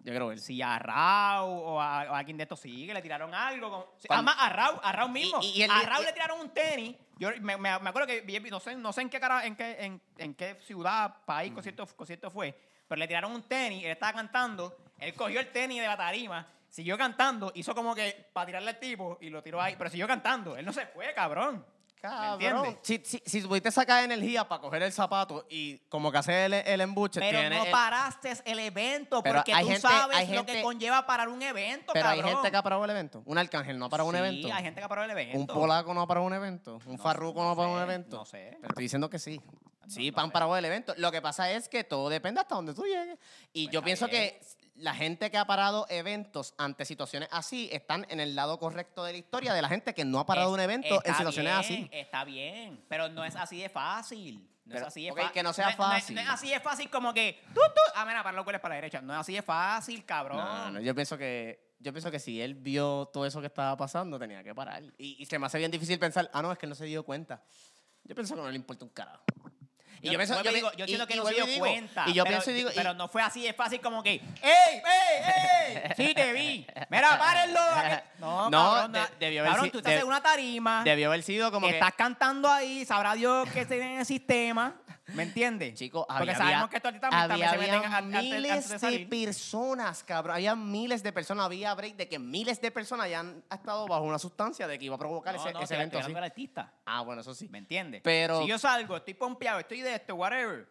Speaker 2: Yo quiero ver.
Speaker 1: Si a Rau o a, o a alguien de estos sí, que le tiraron algo. Con, sí,
Speaker 2: Cuando-
Speaker 1: además, a Rau, a Rau mismo.
Speaker 2: Y- y- y el-
Speaker 1: a Rau
Speaker 2: y-
Speaker 1: le tiraron un tenis. Yo me, me- me acuerdo que vi- no sé, no sé en qué cara, en qué, en, en qué ciudad, país, concierto, concierto fue, pero le tiraron un tenis, él estaba cantando, él cogió el tenis de la tarima, siguió cantando, hizo como que para tirarle al tipo y lo tiró ahí, pero siguió cantando. Él no se fue, cabrón. ¿Me
Speaker 2: Cabrón.
Speaker 1: entiendes?
Speaker 2: Si, si, si pudiste sacar energía para coger el zapato y como que hacer el, el embuche,
Speaker 1: Pero
Speaker 2: tiene
Speaker 1: no
Speaker 2: el-
Speaker 1: paraste el evento
Speaker 2: Pero
Speaker 1: porque
Speaker 2: hay
Speaker 1: tú
Speaker 2: gente-
Speaker 1: sabes
Speaker 2: hay
Speaker 1: lo que
Speaker 2: gente-
Speaker 1: conlleva parar un evento,
Speaker 2: pero hay
Speaker 1: cabrón.
Speaker 2: gente que ha parado el evento. Un arcángel no ha parado un
Speaker 1: Sí,
Speaker 2: evento.
Speaker 1: hay gente que ha parado el evento.
Speaker 2: Un polaco no ha parado un evento. Un
Speaker 1: No
Speaker 2: farruco
Speaker 1: sé,
Speaker 2: no ha parado
Speaker 1: no
Speaker 2: un
Speaker 1: sé,
Speaker 2: evento.
Speaker 1: no sé.
Speaker 2: Pero estoy diciendo que sí. Sí,
Speaker 1: no eh.
Speaker 2: han
Speaker 1: sé.
Speaker 2: parado el evento. Lo que pasa es que todo depende hasta donde tú llegues. Y
Speaker 1: Pues
Speaker 2: yo
Speaker 1: está
Speaker 2: pienso
Speaker 1: bien.
Speaker 2: que la gente que ha parado eventos ante situaciones así están en el lado correcto de la historia de la gente que no ha parado
Speaker 1: Es-
Speaker 2: un evento
Speaker 1: está
Speaker 2: en situaciones
Speaker 1: bien,
Speaker 2: así.
Speaker 1: Está bien, pero no es así de fácil. No
Speaker 2: Pero,
Speaker 1: es así de
Speaker 2: ok,
Speaker 1: fa-
Speaker 2: que no sea
Speaker 1: es- es-
Speaker 2: fácil.
Speaker 1: No es, así de fácil como que. Tú, tú. Ah, mira, para los cuales para la derecha. No es así de fácil, cabrón.
Speaker 2: No, no, yo pienso que yo pienso que si él vio todo eso que estaba pasando tenía que parar y, y se me hace bien difícil pensar, ah no, es que no se dio cuenta. Yo pienso que no le importa un carajo. Y yo, pienso,
Speaker 1: vuelvo y
Speaker 2: pi-
Speaker 1: digo, yo
Speaker 2: y-
Speaker 1: siento que
Speaker 2: y
Speaker 1: no se
Speaker 2: vuelvo y
Speaker 1: dio
Speaker 2: digo-
Speaker 1: cuenta.
Speaker 2: Y yo
Speaker 1: pero,
Speaker 2: pienso y digo, y-
Speaker 1: Pero no fue así de fácil como que. ¡Ey, ey, ey! ¡Sí te vi! ¡Mira, párenlo! aquí". No,
Speaker 2: No,
Speaker 1: cabrón,
Speaker 2: de-
Speaker 1: no.
Speaker 2: debió haber
Speaker 1: Cabrón,
Speaker 2: si-
Speaker 1: tú estás
Speaker 2: de-
Speaker 1: en una tarima.
Speaker 2: debió haber sido como que
Speaker 1: estás cantando ahí, sabrá Dios que se en el sistema. ¿Me entiendes?
Speaker 2: Chicos,
Speaker 1: Porque
Speaker 2: había,
Speaker 1: sabemos
Speaker 2: había-
Speaker 1: que estos artistas también se
Speaker 2: había-
Speaker 1: meten
Speaker 2: había
Speaker 1: antes- antes- antes de
Speaker 2: miles de
Speaker 1: salir.
Speaker 2: personas, cabrón. Había miles de personas. Había break de que miles de personas ya han estado bajo una sustancia de que iba a provocar ese, ese
Speaker 1: estoy
Speaker 2: evento.
Speaker 1: hablando
Speaker 2: así.
Speaker 1: del artista.
Speaker 2: Ah, bueno, eso sí.
Speaker 1: ¿Me entiendes?
Speaker 2: Pero-
Speaker 1: Si yo salgo, estoy pompeado, estoy de esto, whatever.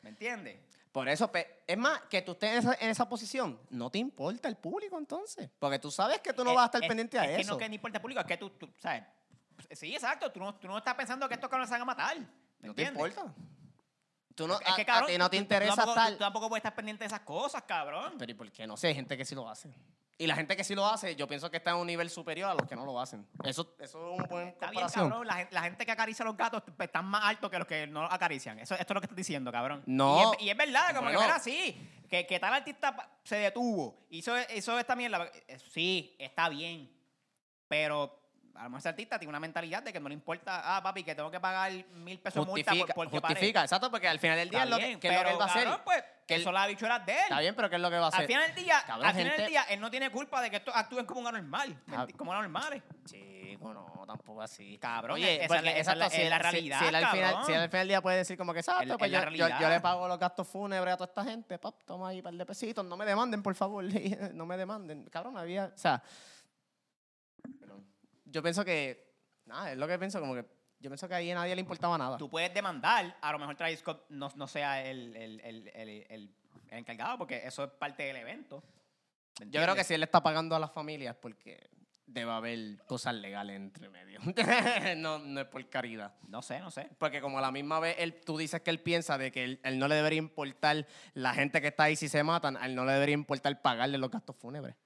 Speaker 1: ¿Me entiendes?
Speaker 2: Por eso, pe- es más, que tú estés en esa, en esa posición, no te importa el público entonces. Porque tú sabes que tú no
Speaker 1: Es-
Speaker 2: vas a estar
Speaker 1: Eh, es-
Speaker 2: pendiente a
Speaker 1: es que
Speaker 2: eso.
Speaker 1: no que ni importa el público, es que tú, tú, ¿sabes? Sí, exacto. Tú no, tú no estás pensando que estos cabrones se van a matar. ¿Me
Speaker 2: no te
Speaker 1: entiendes?
Speaker 2: importa. Tú no,
Speaker 1: Es
Speaker 2: a-
Speaker 1: que,
Speaker 2: a
Speaker 1: cabrón,
Speaker 2: ti no te
Speaker 1: tú- tú
Speaker 2: interesa
Speaker 1: tampoco-
Speaker 2: tal.
Speaker 1: Tú tampoco puedes estar pendiente de esas cosas, cabrón.
Speaker 2: Pero ¿y por qué no sé? Hay gente que sí lo hace. Y la gente que sí lo hace, yo pienso que está en un nivel superior a los que no lo hacen. Eso, eso es un buen
Speaker 1: Está bien,
Speaker 2: comparación.
Speaker 1: cabrón. La, gen- la gente que acaricia a los gatos pues, están más altos que los que no acarician. Eso, esto es lo que estás diciendo, cabrón.
Speaker 2: No.
Speaker 1: Y es, y es verdad, como
Speaker 2: Bueno.
Speaker 1: que era así. Que, que tal artista pa- se detuvo. Hizo, hizo esta mierda. Eh, Sí, está bien. Pero a lo mejor ese artista tiene una mentalidad de que no le importa. Ah, papi, que tengo que pagar mil pesos multa por-
Speaker 2: justifica,
Speaker 1: porque paré.
Speaker 2: justifica, exacto, porque al final del día
Speaker 1: Está
Speaker 2: es lo que,
Speaker 1: bien,
Speaker 2: que es lo que
Speaker 1: pero,
Speaker 2: él va a hacer.
Speaker 1: cabrón, pues,
Speaker 2: que él-
Speaker 1: son las habichuelas de él.
Speaker 2: Está bien, pero ¿qué es lo que va a hacer?
Speaker 1: Al final del día,
Speaker 2: Cabrón,
Speaker 1: al final del
Speaker 2: gente-
Speaker 1: día, él no tiene culpa de que estos actúen como normal,
Speaker 2: Ah.
Speaker 1: como normales.
Speaker 2: Chico, no, tampoco así.
Speaker 1: Cabrón,
Speaker 2: Oye,
Speaker 1: esa es
Speaker 2: porque
Speaker 1: la- esa es la-
Speaker 2: exacto, si-
Speaker 1: es la
Speaker 2: si-
Speaker 1: realidad,
Speaker 2: Si, él al final,
Speaker 1: cabrón.
Speaker 2: si él al final del día puede decir como que
Speaker 1: Es la-
Speaker 2: exacto, pues
Speaker 1: es la
Speaker 2: yo, yo- yo
Speaker 1: realidad.
Speaker 2: le pago los gastos fúnebres a toda esta gente, pap, toma ahí un par de pesitos, no me demanden, por favor, no me demanden. Cabrón, había, o sea, perdón. yo pienso que, nada, es lo que pienso, como que yo pienso que ahí a nadie le importaba nada.
Speaker 1: tú puedes demandar, a lo mejor Travis Scott no, no sea el, el- el- el- el- el encargado, porque eso es parte del evento. ¿me
Speaker 2: Yo creo que
Speaker 1: entiendes?
Speaker 2: si él le está pagando a las familias porque debe haber cosas legales entre medio. no, no es por caridad.
Speaker 1: No sé, no sé.
Speaker 2: Porque como a la misma vez él, tú dices que él piensa de que él, él no le debería importar la gente que está ahí si se matan, a él no le debería importar pagarle los gastos fúnebres.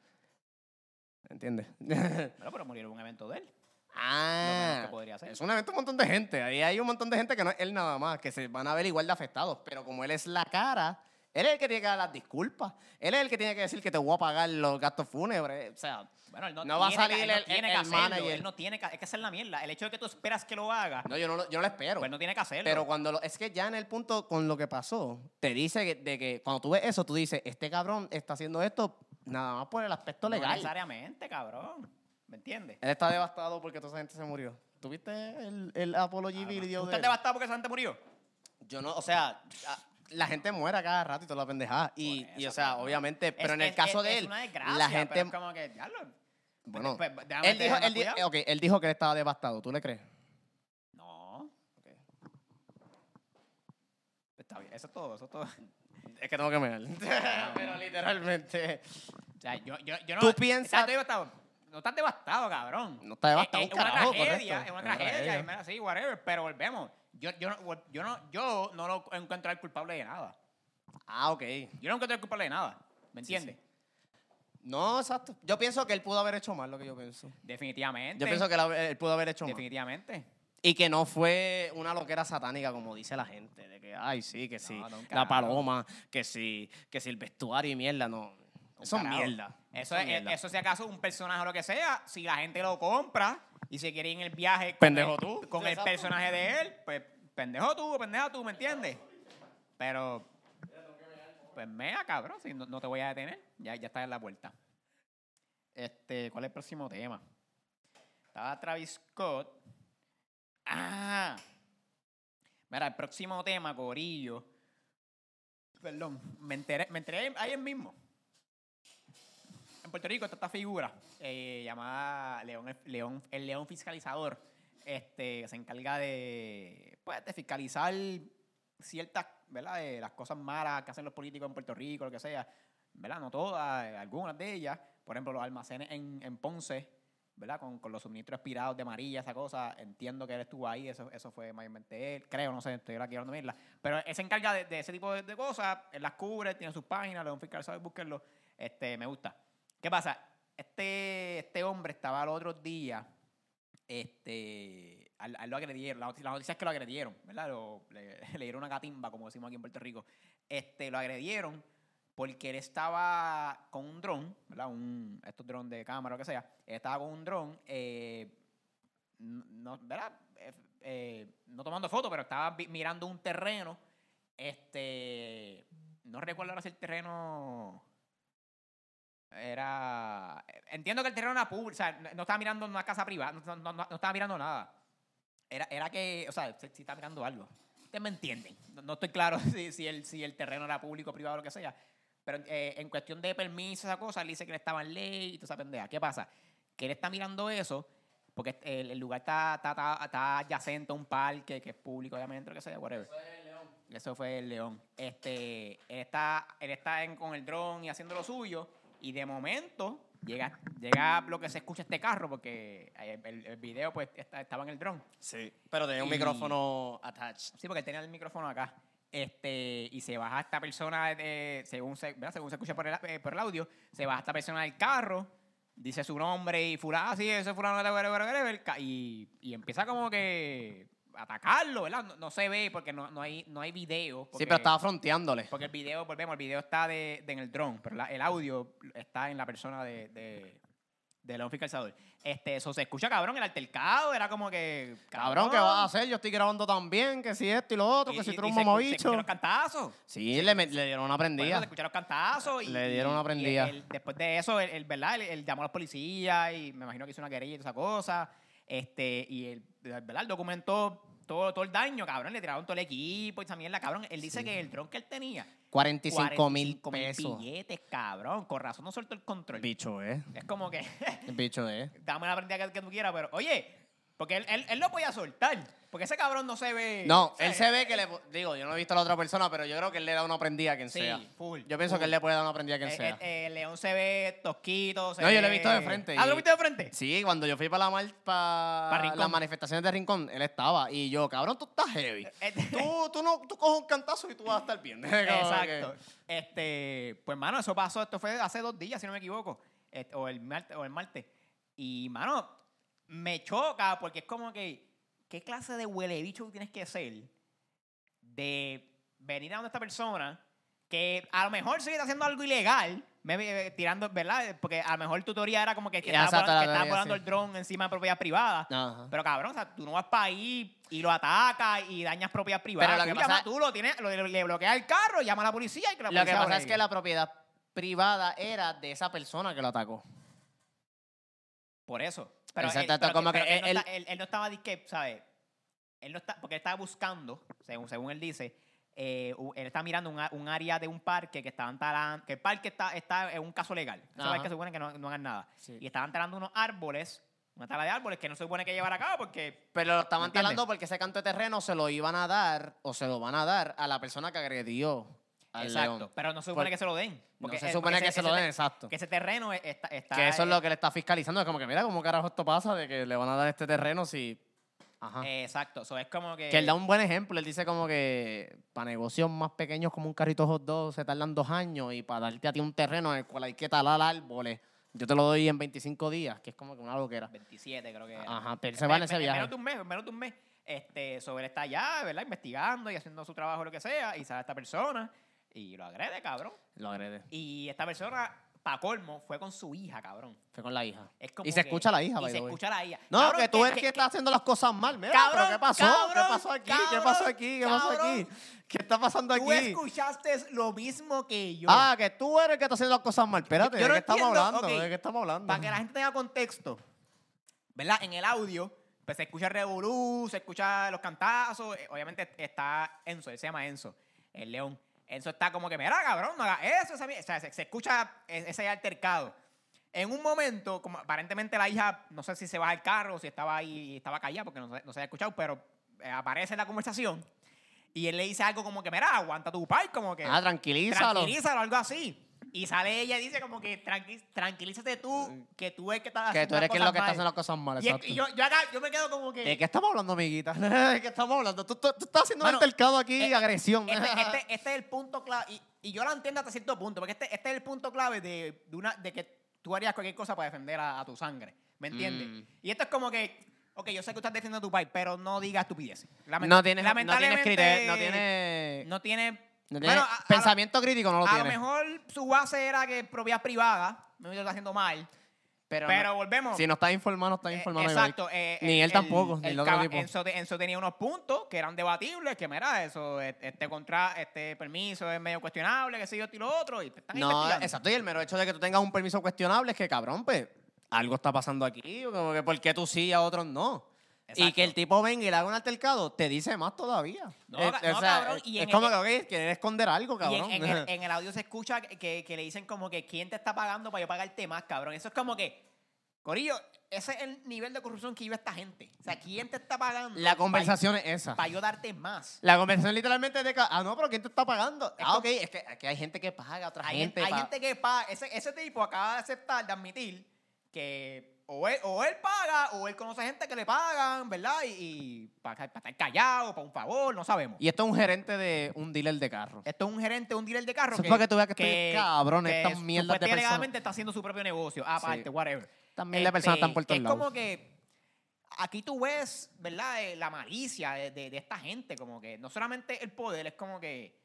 Speaker 2: ¿Entiendes?
Speaker 1: Bueno, pero murieron en un evento de él. Lo menos
Speaker 2: ah,
Speaker 1: que podría hacer.
Speaker 2: es un evento un montón de gente. Ahí hay un montón de gente que no es él nada más, que se van a ver igual de afectados. Pero como él es la cara, él es el que tiene que dar las disculpas. Él es el que tiene que decir que te voy a pagar los gastos fúnebres. O sea,
Speaker 1: Bueno, él no,
Speaker 2: No va a
Speaker 1: tiene que-
Speaker 2: salir
Speaker 1: él no
Speaker 2: el-
Speaker 1: tiene
Speaker 2: el-
Speaker 1: que
Speaker 2: el
Speaker 1: hacerlo,
Speaker 2: manager.
Speaker 1: Él no tiene que, es que hacer la mierda. El hecho de que tú esperas que lo haga,
Speaker 2: no, yo no lo, yo no lo espero.
Speaker 1: pues no tiene que hacerlo.
Speaker 2: Pero cuando lo- es que ya en el punto con lo que pasó, te dice que, de que cuando tú ves eso, tú dices, este cabrón está haciendo esto nada más por el aspecto
Speaker 1: no
Speaker 2: legal.
Speaker 1: necesariamente, cabrón. ¿Me entiendes?
Speaker 2: Él está devastado porque toda esa gente se murió. ¿Tuviste el, el Apollo GV video
Speaker 1: ¿Usted
Speaker 2: de-
Speaker 1: Ah, devastado porque esa gente murió?
Speaker 2: Yo no, o sea, a- la gente muere a cada rato y toda la pendejada. Y,
Speaker 1: Por
Speaker 2: y, o
Speaker 1: eso,
Speaker 2: sea,
Speaker 1: pero-
Speaker 2: obviamente, pero
Speaker 1: Es-
Speaker 2: en el
Speaker 1: es-
Speaker 2: caso
Speaker 1: es-
Speaker 2: de
Speaker 1: es
Speaker 2: él,
Speaker 1: una desgracia,
Speaker 2: la
Speaker 1: pero
Speaker 2: gente.
Speaker 1: es como que, diablo,
Speaker 2: Bueno,
Speaker 1: pues, pues, déjame
Speaker 2: él dijo,
Speaker 1: tener más
Speaker 2: él, di-
Speaker 1: cuidado.
Speaker 2: ok, él dijo que él estaba devastado, ¿tú le crees?
Speaker 1: No. Está bien, eso es todo, eso es todo. O
Speaker 2: Es que tengo que mirar. pero literalmente.
Speaker 1: sea, yo, yo, yo no.
Speaker 2: Tú piensas-
Speaker 1: Estás devastado. No estás devastado, cabrón. Eh,
Speaker 2: No está devastado,
Speaker 1: Es, es
Speaker 2: un carajo,
Speaker 1: una tragedia,
Speaker 2: correcto.
Speaker 1: es una tragedia, y mira, sí, whatever, pero volvemos. Yo, yo, no, yo, no, yo no lo encuentro al culpable de nada.
Speaker 2: Ah, ok.
Speaker 1: Yo no encuentro al culpable de nada, ¿me
Speaker 2: Sí,
Speaker 1: entiendes?
Speaker 2: No, exacto. Yo pienso que él pudo haber hecho más lo que yo pienso.
Speaker 1: Definitivamente.
Speaker 2: Yo pienso que él, él pudo haber hecho más.
Speaker 1: Definitivamente.
Speaker 2: Y que no fue una loquera satánica, como dice la gente. De que, ay, sí, que sí.
Speaker 1: No, no, un
Speaker 2: la
Speaker 1: carajo.
Speaker 2: paloma, que sí, que sí, el vestuario y mierda, no. Eso es
Speaker 1: Carajo.
Speaker 2: mierda.
Speaker 1: Eso, es, eso si acaso un personaje o lo que sea, si la gente lo compra y se quiere ir en el viaje con
Speaker 2: Pendejo
Speaker 1: el,
Speaker 2: tú.
Speaker 1: con el
Speaker 2: Exacto.
Speaker 1: personaje de él, pues pendejo tú, pendeja tú, ¿me entiendes? Pero, pues mea, cabrón, si no, no te voy a detener, ya, ya estás en la puerta. Este, ¿cuál es el próximo tema? Estaba Travis Scott. Ah. Mira, el próximo tema, Corillo. Perdón, me enteré, me enteré ayer mismo. En Puerto Rico está esta figura eh, llamada León, León, el León Fiscalizador. Este, se encarga de, pues, de fiscalizar ciertas, ¿verdad? De las cosas malas que hacen los políticos en Puerto Rico, lo que sea. ¿Verdad? No todas, eh, algunas de ellas. Por ejemplo, los almacenes en, en Ponce, ¿verdad? Con, con los suministros expirados de amarilla, esa cosa. Entiendo que él estuvo ahí, eso, eso fue mayormente él. Creo, no sé, estoy aquí hablando mierda. Pero él se encarga de, de ese tipo de, de cosas. Él las cubre, tiene sus páginas, León Fiscalizador, búsquenlo. Este, me gusta. ¿Qué pasa? Este, este hombre estaba el otro día, este, a, él- a él lo agredieron, la noti- la noticia es que lo agredieron, ¿verdad? Lo- le, le dieron una catimba, como decimos aquí en Puerto Rico. Este, lo agredieron porque él estaba con un dron, ¿verdad? Un, estos drones de cámara, lo que sea. Él estaba con un dron, eh, n- no, ¿verdad? Eh, eh, no tomando fotos, pero estaba vi- mirando un terreno. Este, no recuerdo ahora si el terreno era. Entiendo que el terreno era público, o sea, no no estaba mirando una casa privada, no, no- no- no estaba mirando nada. Era, era que, o sea, sí, sí estaba mirando algo. Ustedes me entienden. No, no estoy claro si, si, el, si el terreno era público, privado, lo que sea. Pero eh, en cuestión de permiso, esa cosa, él dice que le estaba en ley y toda esa pendeja. ¿Qué pasa? Que él está mirando eso porque el, el lugar está, está, está, está adyacente a un parque que es público, obviamente, lo que sea, whatever. Eso fue el león. Este, él está, él está en- con el dron y haciendo lo suyo. Y de momento llega, llega lo que se escucha este carro, porque el, el- el video pues está- estaba en el dron.
Speaker 2: Sí. Pero tenía un
Speaker 1: Y-
Speaker 2: micrófono attached.
Speaker 1: Sí, porque él tenía el micrófono acá. Este, y se baja esta persona, de- según, se, ¿verdad? según se escucha por el, eh, por el audio, se baja esta persona del carro, dice su nombre y fulano, ah, sí, ese fulano, whatever, whatever, whatever, ca- y, y empieza como que a atacarlo, ¿verdad? No, no se ve porque no, no, hay, no hay video.
Speaker 2: Sí,
Speaker 1: porque-
Speaker 2: pero estaba fronteándole.
Speaker 1: porque el video, volvemos, el video está de, de en el dron, pero la- el audio está en la persona de, de, de León Fiscalizador. Este, eso se escucha, cabrón, el altercado, era como que.
Speaker 2: Cabrón, ¿qué vas a hacer? Yo estoy grabando también, que si esto y lo otro, que si tú eres un
Speaker 1: mamabicho. Se
Speaker 2: mamabicho.
Speaker 1: escucharon cantazos.
Speaker 2: Sí, le, me- le dieron una
Speaker 1: Bueno, se
Speaker 2: prendida.
Speaker 1: escucharon cantazos. Y,
Speaker 2: Le dieron una
Speaker 1: y- y
Speaker 2: prendida.
Speaker 1: él- después de eso, él, él, ¿verdad? Él, él llamó a los policías y me imagino que hizo una querella y toda esa cosa. Este, y él, ¿verdad? Él documentó todo, todo el daño, cabrón. Le tiraron todo el equipo y también la cabrón. Él dice que el dron que él tenía.
Speaker 2: 45 mil
Speaker 1: 45 mil
Speaker 2: pesos.
Speaker 1: billetes, cabrón. Con razón no soltó el control.
Speaker 2: Bicho, eh.
Speaker 1: Es como que,
Speaker 2: Bicho, eh.
Speaker 1: dame la prendida que, que tú quieras, pero oye, porque él, él, él lo podía soltar. Porque ese cabrón no se ve.
Speaker 2: No,
Speaker 1: o sea,
Speaker 2: él se ve que le. Digo, yo no he visto a la otra persona, pero yo creo que él le da una prendida a quien
Speaker 1: Sí,
Speaker 2: sea.
Speaker 1: full,
Speaker 2: Yo pienso
Speaker 1: full.
Speaker 2: que él le puede dar una prendida a quien
Speaker 1: eh,
Speaker 2: sea.
Speaker 1: eh, eh, León se ve tosquito. se
Speaker 2: No, yo lo he
Speaker 1: ve-
Speaker 2: visto de frente
Speaker 1: Ah,
Speaker 2: y-
Speaker 1: ¿lo viste de frente?
Speaker 2: Sí, cuando yo fui para la mar, para
Speaker 1: Pa' Rincón.
Speaker 2: las manifestaciones de Rincón, él estaba. Y yo, cabrón, tú estás heavy.
Speaker 1: Eh,
Speaker 2: tú, tú no, tú coges un cantazo y tú vas a estar bien. Como que-
Speaker 1: Exacto. Este, pues, mano, eso pasó. Esto fue hace dos días, si no me equivoco. Este, o, el martes, o el martes. Y, mano, me choca porque es como que, ¿qué clase de huele bicho tú tienes que ser de venir a donde esta persona que a lo mejor sí está haciendo algo ilegal? maybe, eh, tirando, ¿verdad? Porque a lo mejor tu teoría era como que, que
Speaker 2: Ya,
Speaker 1: estaba
Speaker 2: exacto,
Speaker 1: volando,
Speaker 2: la
Speaker 1: que estaba
Speaker 2: teoría,
Speaker 1: volando
Speaker 2: sí.
Speaker 1: el dron encima de propiedad privada.
Speaker 2: Ajá.
Speaker 1: Pero cabrón, o sea, tú no vas para ahí y lo atacas y dañas propiedad privada.
Speaker 2: Pero lo
Speaker 1: tú,
Speaker 2: que pasa-
Speaker 1: llamas- tú lo tienes, lo- le bloqueas el carro, llama a la policía y que la
Speaker 2: Lo que
Speaker 1: policía
Speaker 2: pasa es
Speaker 1: bregue.
Speaker 2: que la propiedad privada era de esa persona que lo atacó.
Speaker 1: Por eso. Pero
Speaker 2: Exacto,
Speaker 1: él, pero
Speaker 2: como
Speaker 1: que-
Speaker 2: que
Speaker 1: pero que él
Speaker 2: él-
Speaker 1: no está- él- él no estaba disque, ¿sabes? Él no está, porque él estaba buscando, según, según él dice, eh, u- él está mirando un, a- un área de un parque que estaban talando, que el parque está, está en un caso legal. Eso
Speaker 2: Ajá.
Speaker 1: es que se supone que no, no hagan nada.
Speaker 2: Sí.
Speaker 1: Y estaban talando unos árboles, una tala de árboles que no se supone que llevar a cabo porque...
Speaker 2: Pero lo estaban
Speaker 1: ¿Entiendes?
Speaker 2: talando porque ese canto de terreno se lo iban a dar o se lo van a dar a la persona que agredió al
Speaker 1: exacto.
Speaker 2: león.
Speaker 1: Pero no se supone
Speaker 2: Por-
Speaker 1: que se lo den.
Speaker 2: Porque
Speaker 1: Porque
Speaker 2: no se
Speaker 1: es-
Speaker 2: supone
Speaker 1: ese-
Speaker 2: que se
Speaker 1: ese
Speaker 2: lo
Speaker 1: te-
Speaker 2: den, exacto.
Speaker 1: Que
Speaker 2: Que,
Speaker 1: ese terreno e- está... está
Speaker 2: eso es lo que le está fiscalizando. Es como que, mira, ¿cómo carajo esto pasa de que le van a dar este terreno si... Ajá.
Speaker 1: eh, Exacto. Eso es como que...
Speaker 2: que él da un buen ejemplo. Él dice como que para negocios más pequeños como un carrito hot dog se tardan dos años y para darte a ti un terreno en el cual hay que talar árboles, yo te lo doy en 25 días, que es como que una loquera.
Speaker 1: 27 creo que era.
Speaker 2: Ajá, pero él se va en
Speaker 1: Me-
Speaker 2: ese
Speaker 1: me-
Speaker 2: viaje.
Speaker 1: menos de un mes, en menos de un mes. Este, sobre está allá, ¿verdad? Investigando y haciendo su trabajo, lo que sea, y sale esta persona y lo agrede, cabrón.
Speaker 2: Lo agrede.
Speaker 1: Y esta persona, pa' colmo, fue con su hija, cabrón.
Speaker 2: Fue con la hija.
Speaker 1: Es como
Speaker 2: Y se
Speaker 1: que-
Speaker 2: escucha la hija,
Speaker 1: Y
Speaker 2: by
Speaker 1: se
Speaker 2: the way.
Speaker 1: escucha la hija.
Speaker 2: No,
Speaker 1: Cabrón,
Speaker 2: que tú eres que, estás haciendo las cosas mal. Mira,
Speaker 1: Cabrón,
Speaker 2: pero ¿qué pasó?
Speaker 1: cabrón,
Speaker 2: ¿Qué pasó aquí? ¿Qué
Speaker 1: cabrón,
Speaker 2: pasó aquí? ¿Qué pasó
Speaker 1: cabrón.
Speaker 2: aquí? ¿Qué está pasando
Speaker 1: Tú
Speaker 2: aquí?
Speaker 1: escuchaste lo mismo que yo.
Speaker 2: Ah, que tú eres el que está haciendo las cosas mal. Espérate,
Speaker 1: Yo no
Speaker 2: ¿de qué estamos
Speaker 1: entiendo,
Speaker 2: hablando?
Speaker 1: ok.
Speaker 2: ¿De qué estamos hablando?
Speaker 1: Para que la gente tenga contexto, ¿verdad? En el audio, pues se escucha revolú, se escucha los cantazos. eh, Obviamente está Enzo, él se llama Enzo, el león. Enzo está como que, mira, cabrón, no hagas eso. esa mie-". o sea, se, se escucha e- ese altercado. En un momento, como aparentemente la hija, no sé si se va al carro o si estaba ahí y estaba callada porque no, se- no se había escuchado, pero eh, aparece en la conversación y él le dice algo como que, mira, aguanta tu pai, como que
Speaker 2: Ah, tranquilízalo.
Speaker 1: tranquilízalo, algo así. Y sale ella y dice como que "Tranqui- tranquilízate tú, que tú eres que estás
Speaker 2: Que
Speaker 1: haciendo
Speaker 2: tú eres
Speaker 1: las
Speaker 2: quien es lo que
Speaker 1: cosas
Speaker 2: está
Speaker 1: mal".
Speaker 2: haciendo las cosas mal.
Speaker 1: Y es-
Speaker 2: exacto.
Speaker 1: Y, yo, eh, yo, acá- yo me quedo como que...
Speaker 2: ¿De qué estamos hablando, amiguita? ¿De qué estamos hablando? Tú, tú- tú estás haciendo
Speaker 1: Mano,
Speaker 2: un altercado aquí,
Speaker 1: eh,
Speaker 2: agresión.
Speaker 1: Este, este- este es el punto clave. Y, y yo lo entiendo hasta cierto punto, porque este, este es el punto clave de, de una, de que tú harías cualquier cosa para defender a, a tu sangre. ¿Me entiendes?
Speaker 2: Mm.
Speaker 1: Y esto es como que, ok, yo sé que estás defendiendo a tu país, pero no digas estupideces. Lament-
Speaker 2: no tienes, no tienes
Speaker 1: lamentablemente,
Speaker 2: criterio, no tienes,
Speaker 1: No tiene...
Speaker 2: no tienes-
Speaker 1: Bueno, a- a-
Speaker 2: pensamiento crítico, no lo
Speaker 1: a
Speaker 2: tienes.
Speaker 1: lo mejor su base era que propiedad privada, me lo está haciendo mal,
Speaker 2: pero,
Speaker 1: pero,
Speaker 2: no-
Speaker 1: volvemos.
Speaker 2: si no estás informado, no estás
Speaker 1: Eh,
Speaker 2: informado. Ibai.
Speaker 1: exacto. eh,
Speaker 2: Ni
Speaker 1: el-
Speaker 2: él tampoco,
Speaker 1: el-
Speaker 2: ni el
Speaker 1: el
Speaker 2: otro
Speaker 1: caba-
Speaker 2: tipo.
Speaker 1: Enzo, te- Enzo tenía unos puntos que eran debatibles, que mira, eso, e- este contra, este permiso es medio cuestionable, que sé yo, esto y lo otro, y te están
Speaker 2: No,
Speaker 1: investigando.
Speaker 2: exacto. Y el mero hecho de que tú tengas un permiso cuestionable es que, cabrón, pues, algo está pasando aquí. Como que, ¿por qué tú sí y a otros no? Y
Speaker 1: Exacto.
Speaker 2: que el tipo venga y le haga un altercado, te dice más todavía.
Speaker 1: No, ca- no, cabrón, y
Speaker 2: es
Speaker 1: en
Speaker 2: como
Speaker 1: el-
Speaker 2: que ok, querer esconder algo,
Speaker 1: Y en,
Speaker 2: cabrón.
Speaker 1: en el, en el audio se escucha que- que, que le dicen como que quién te está pagando para yo pagarte más, cabrón. Eso es como que, Corillo, ese es el nivel de corrupción que vive esta gente. O sea, ¿quién te está pagando?
Speaker 2: La conversación es esa.
Speaker 1: Para yo darte más.
Speaker 2: La conversación literalmente es de, ca- ah, no, pero ¿quién te está pagando? Ah,
Speaker 1: como-
Speaker 2: ok, es que, es que hay gente que paga, otra
Speaker 1: Hay,
Speaker 2: gente
Speaker 1: gente, hay
Speaker 2: paga.
Speaker 1: gente que paga. Ese, ese tipo acaba de aceptar, de admitir que o él, o él paga o él conoce gente que le pagan, ¿verdad? Y, para, estar callado, para un favor, no sabemos.
Speaker 2: Y esto es un gerente de un dealer de carro.
Speaker 1: Esto es un gerente, un dealer de carro.
Speaker 2: Eso es para que tú veas que estoy cabrón, estas mierdas de
Speaker 1: supuestamente,
Speaker 2: personas.
Speaker 1: alegadamente está haciendo su propio negocio, aparte,
Speaker 2: Sí.
Speaker 1: whatever.
Speaker 2: También la persona
Speaker 1: Este,
Speaker 2: está en Puerto
Speaker 1: Es
Speaker 2: Rico.
Speaker 1: como que aquí tú ves, ¿verdad? Eh, la malicia de, de- de esta gente, como que no solamente el poder, es como que